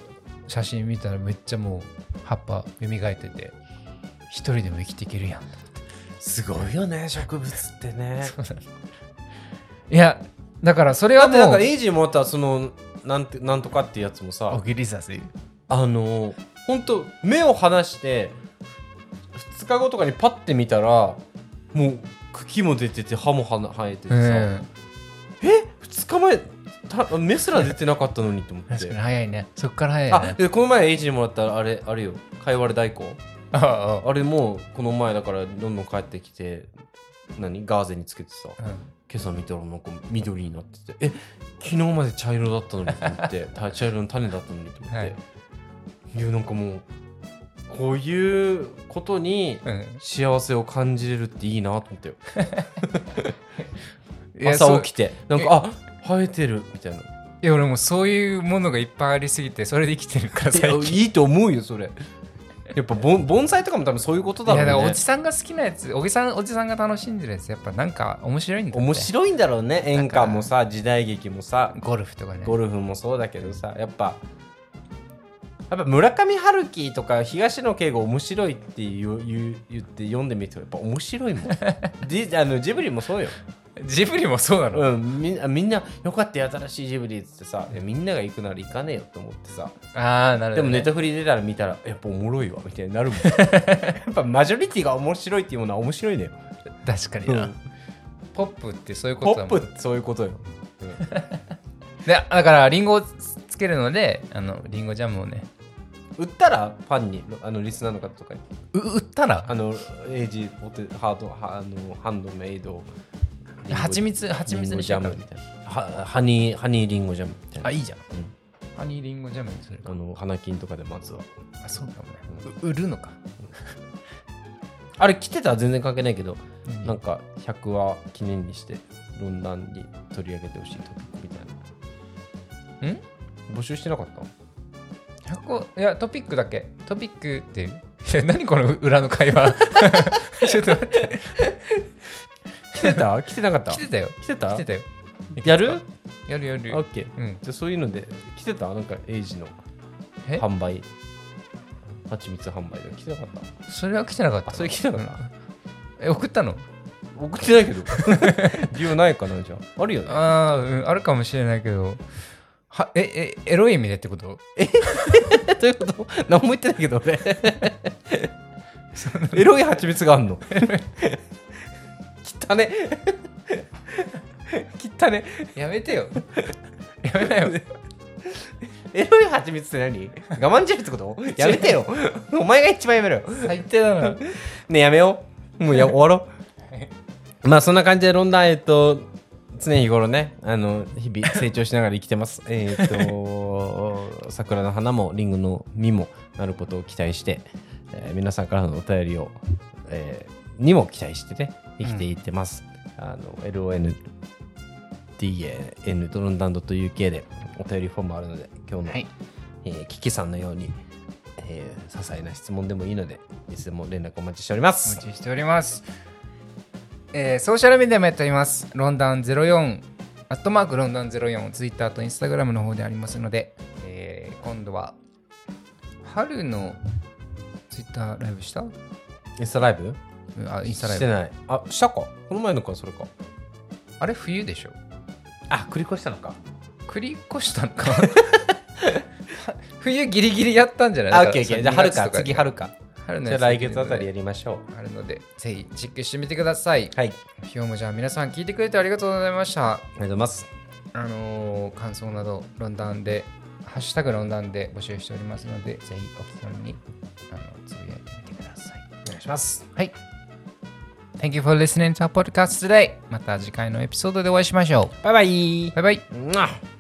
[SPEAKER 2] 写真見たらめっちゃもう葉っぱ蘇ってて一人でも生きていけるやん
[SPEAKER 1] すごいよね、植物ってね。
[SPEAKER 2] そうだね いやだからそれ
[SPEAKER 1] だ
[SPEAKER 2] は
[SPEAKER 1] っ
[SPEAKER 2] も
[SPEAKER 1] てなんか
[SPEAKER 2] う
[SPEAKER 1] エイジもまたそのなんてなんとかってやつもさ、
[SPEAKER 2] ギリサス
[SPEAKER 1] あの本当目を離して2日後とかにパッて見たらもう茎も出てて歯もはな生えててさ、
[SPEAKER 2] うん
[SPEAKER 1] 2日前た目すら出てなかったのにって思っ
[SPEAKER 2] 確かに
[SPEAKER 1] て。
[SPEAKER 2] 早いねそっから早い
[SPEAKER 1] あ
[SPEAKER 2] ね
[SPEAKER 1] でこの前エイジにもらったあれあれよかいわれ大根
[SPEAKER 2] ああ
[SPEAKER 1] あれもうこの前だからどんどん帰ってきて何ガーゼにつけてさ
[SPEAKER 2] あうん
[SPEAKER 1] 今朝見たらなんか緑になっててえ昨日まで茶色だったのにと思って た茶色の種だったのにと思って、
[SPEAKER 2] はい
[SPEAKER 1] い、やなんかもうこういうことに
[SPEAKER 2] うん
[SPEAKER 1] 幸せを感じれるっていいなと思ったよ
[SPEAKER 2] いやそ
[SPEAKER 1] 朝
[SPEAKER 2] う
[SPEAKER 1] 起きてなんかあ生えてるみたいない
[SPEAKER 2] や俺もうそういうものがいっぱいありすぎてそれで生きてるから
[SPEAKER 1] いや
[SPEAKER 2] 最近
[SPEAKER 1] いいと思うよそれやっぱぼん盆栽とかも多分そういうことだ
[SPEAKER 2] い
[SPEAKER 1] ろ
[SPEAKER 2] や
[SPEAKER 1] う
[SPEAKER 2] だからお
[SPEAKER 1] ね
[SPEAKER 2] じさんが好きなやつおじさんおじさんが楽しんでるやつやっぱなんか面白いんだって
[SPEAKER 1] 面白いんだろうね演歌もさ時代劇もさ
[SPEAKER 2] ゴルフとかね
[SPEAKER 1] ゴルフもそうだけどさやっぱやっぱ村上春樹とか東野圭吾面白いって言う言う言って読んでみるとやっぱ面白 いもんジあのジブリもそうよ、
[SPEAKER 2] ジブリもそうなの、
[SPEAKER 1] うん、みんあみんな「よかったよ新しいジブリ」っつってさいやみんなが行くなら行かねえよと思ってさ
[SPEAKER 2] ああなるほ
[SPEAKER 1] で
[SPEAKER 2] ど、
[SPEAKER 1] もネタフリ出たら見たらやっぱおもろいわみたいにな るもんやっぱマジョリティが面白いっていうものは面白いのよ
[SPEAKER 2] 確かにな、ポップってそういうこ
[SPEAKER 1] ポ
[SPEAKER 2] とだ
[SPEAKER 1] ッ
[SPEAKER 2] もん
[SPEAKER 1] プってそういうことよ、
[SPEAKER 2] でだからリンゴをつつけるのであのリンゴジャムをね
[SPEAKER 1] 売ったらファンにあのリスナーの方とかに
[SPEAKER 2] う売ったら
[SPEAKER 1] あのエイジポテハードはあのハンドメイド
[SPEAKER 2] 蜂蜜蜂
[SPEAKER 1] リン
[SPEAKER 2] 蜜
[SPEAKER 1] ゴ
[SPEAKER 2] にし
[SPEAKER 1] ジ
[SPEAKER 2] よ
[SPEAKER 1] ャ
[SPEAKER 2] うか
[SPEAKER 1] ムみたいなはハニーハニーリンゴジャムみたいな
[SPEAKER 2] あいいじゃん、
[SPEAKER 1] ん
[SPEAKER 2] ハニーリンゴジャムにする
[SPEAKER 1] あの花金とかでまずは
[SPEAKER 2] あそうかもねう売るのか
[SPEAKER 1] あれ来てたら全然関係ないけど
[SPEAKER 2] 何
[SPEAKER 1] なんか100話記念にしてロンダンに取り上げてほしいトピックみたい
[SPEAKER 2] ん
[SPEAKER 1] な募集してなかった
[SPEAKER 2] 100個いやトピックだけトピックっていう いや何この裏の会 話ちょっと待って
[SPEAKER 1] 来 てた来てなかった
[SPEAKER 2] 来てたよ
[SPEAKER 1] 来てた
[SPEAKER 2] 来てたよ
[SPEAKER 1] やる
[SPEAKER 2] やるやる
[SPEAKER 1] オッケー
[SPEAKER 2] うん
[SPEAKER 1] じゃあそういうので来てたなんかエイジの
[SPEAKER 2] え
[SPEAKER 1] 販売蜂蜜販売が来てなかった
[SPEAKER 2] それは来てなかった
[SPEAKER 1] あそれ来てなかった
[SPEAKER 2] うんえ送ったの
[SPEAKER 1] 送ってないけど 理由ないかなじゃああるよね
[SPEAKER 2] ああ、うん、あるかもしれないけどはええエロい意味でってこと
[SPEAKER 1] どういうこと何も言ってないけど俺 エロい蜂蜜があんの汚 ね汚ね
[SPEAKER 2] やめてよやめなよ
[SPEAKER 1] エロい蜂蜜って何我慢汁ってことやめてよお前が一番やめろよ
[SPEAKER 2] 最低だな
[SPEAKER 1] ねやめようもうや終わろうまあそんな感じでロンダンえっと常日頃ねあの日々成長しながら生きてます えっと桜の花もリンゴの実もなることを期待して、えー皆さんからのお便りを、えーにも期待してね生きていってます、あの LONDAN ロンダン .UK でお便りフォームあるので今日の、
[SPEAKER 2] はい
[SPEAKER 1] えーキキさんのように、えー、些細な質問でもいいのでいつでも連絡お待ちしておりま
[SPEAKER 2] お
[SPEAKER 1] す
[SPEAKER 2] 待ちしております、えーソーシャルメディアもやっておりますロンダン04アットマークロンダン04ツイッターとインスタグラムの方でありますので、えー今度は春のツイッターライブした
[SPEAKER 1] インスタライブ
[SPEAKER 2] うんあインスタライ
[SPEAKER 1] して
[SPEAKER 2] ブ
[SPEAKER 1] ないあしたかこの前のかそれか
[SPEAKER 2] あれ冬でしょ
[SPEAKER 1] あ繰り越したのか
[SPEAKER 2] 繰り越したのか 冬ギリギリやったんじゃない
[SPEAKER 1] あ
[SPEAKER 2] だ
[SPEAKER 1] オッ
[SPEAKER 2] ら
[SPEAKER 1] ケーオッケ
[SPEAKER 2] そ
[SPEAKER 1] ー
[SPEAKER 2] う
[SPEAKER 1] じゃあ春
[SPEAKER 2] 二
[SPEAKER 1] か
[SPEAKER 2] 月とに
[SPEAKER 1] 次春か
[SPEAKER 2] 春の
[SPEAKER 1] じゃあ
[SPEAKER 2] やつ
[SPEAKER 1] 来月あたりやりましょ
[SPEAKER 2] あるのでぜひチェックしてみてください、
[SPEAKER 1] うはいありが
[SPEAKER 2] 今日もじゃあ皆さん聞いてくれてありがとうございました
[SPEAKER 1] とうございます
[SPEAKER 2] あのー感想など論壇で「ハッシュタグ論壇」で募集しておりますのでぜひお気軽にあのつぶやいてみてください
[SPEAKER 1] お願いします
[SPEAKER 2] はい Thank you for listening to our podcast today また次回のエピソードでお会いしましょ
[SPEAKER 1] バイバイ
[SPEAKER 2] うバイバイ
[SPEAKER 1] うん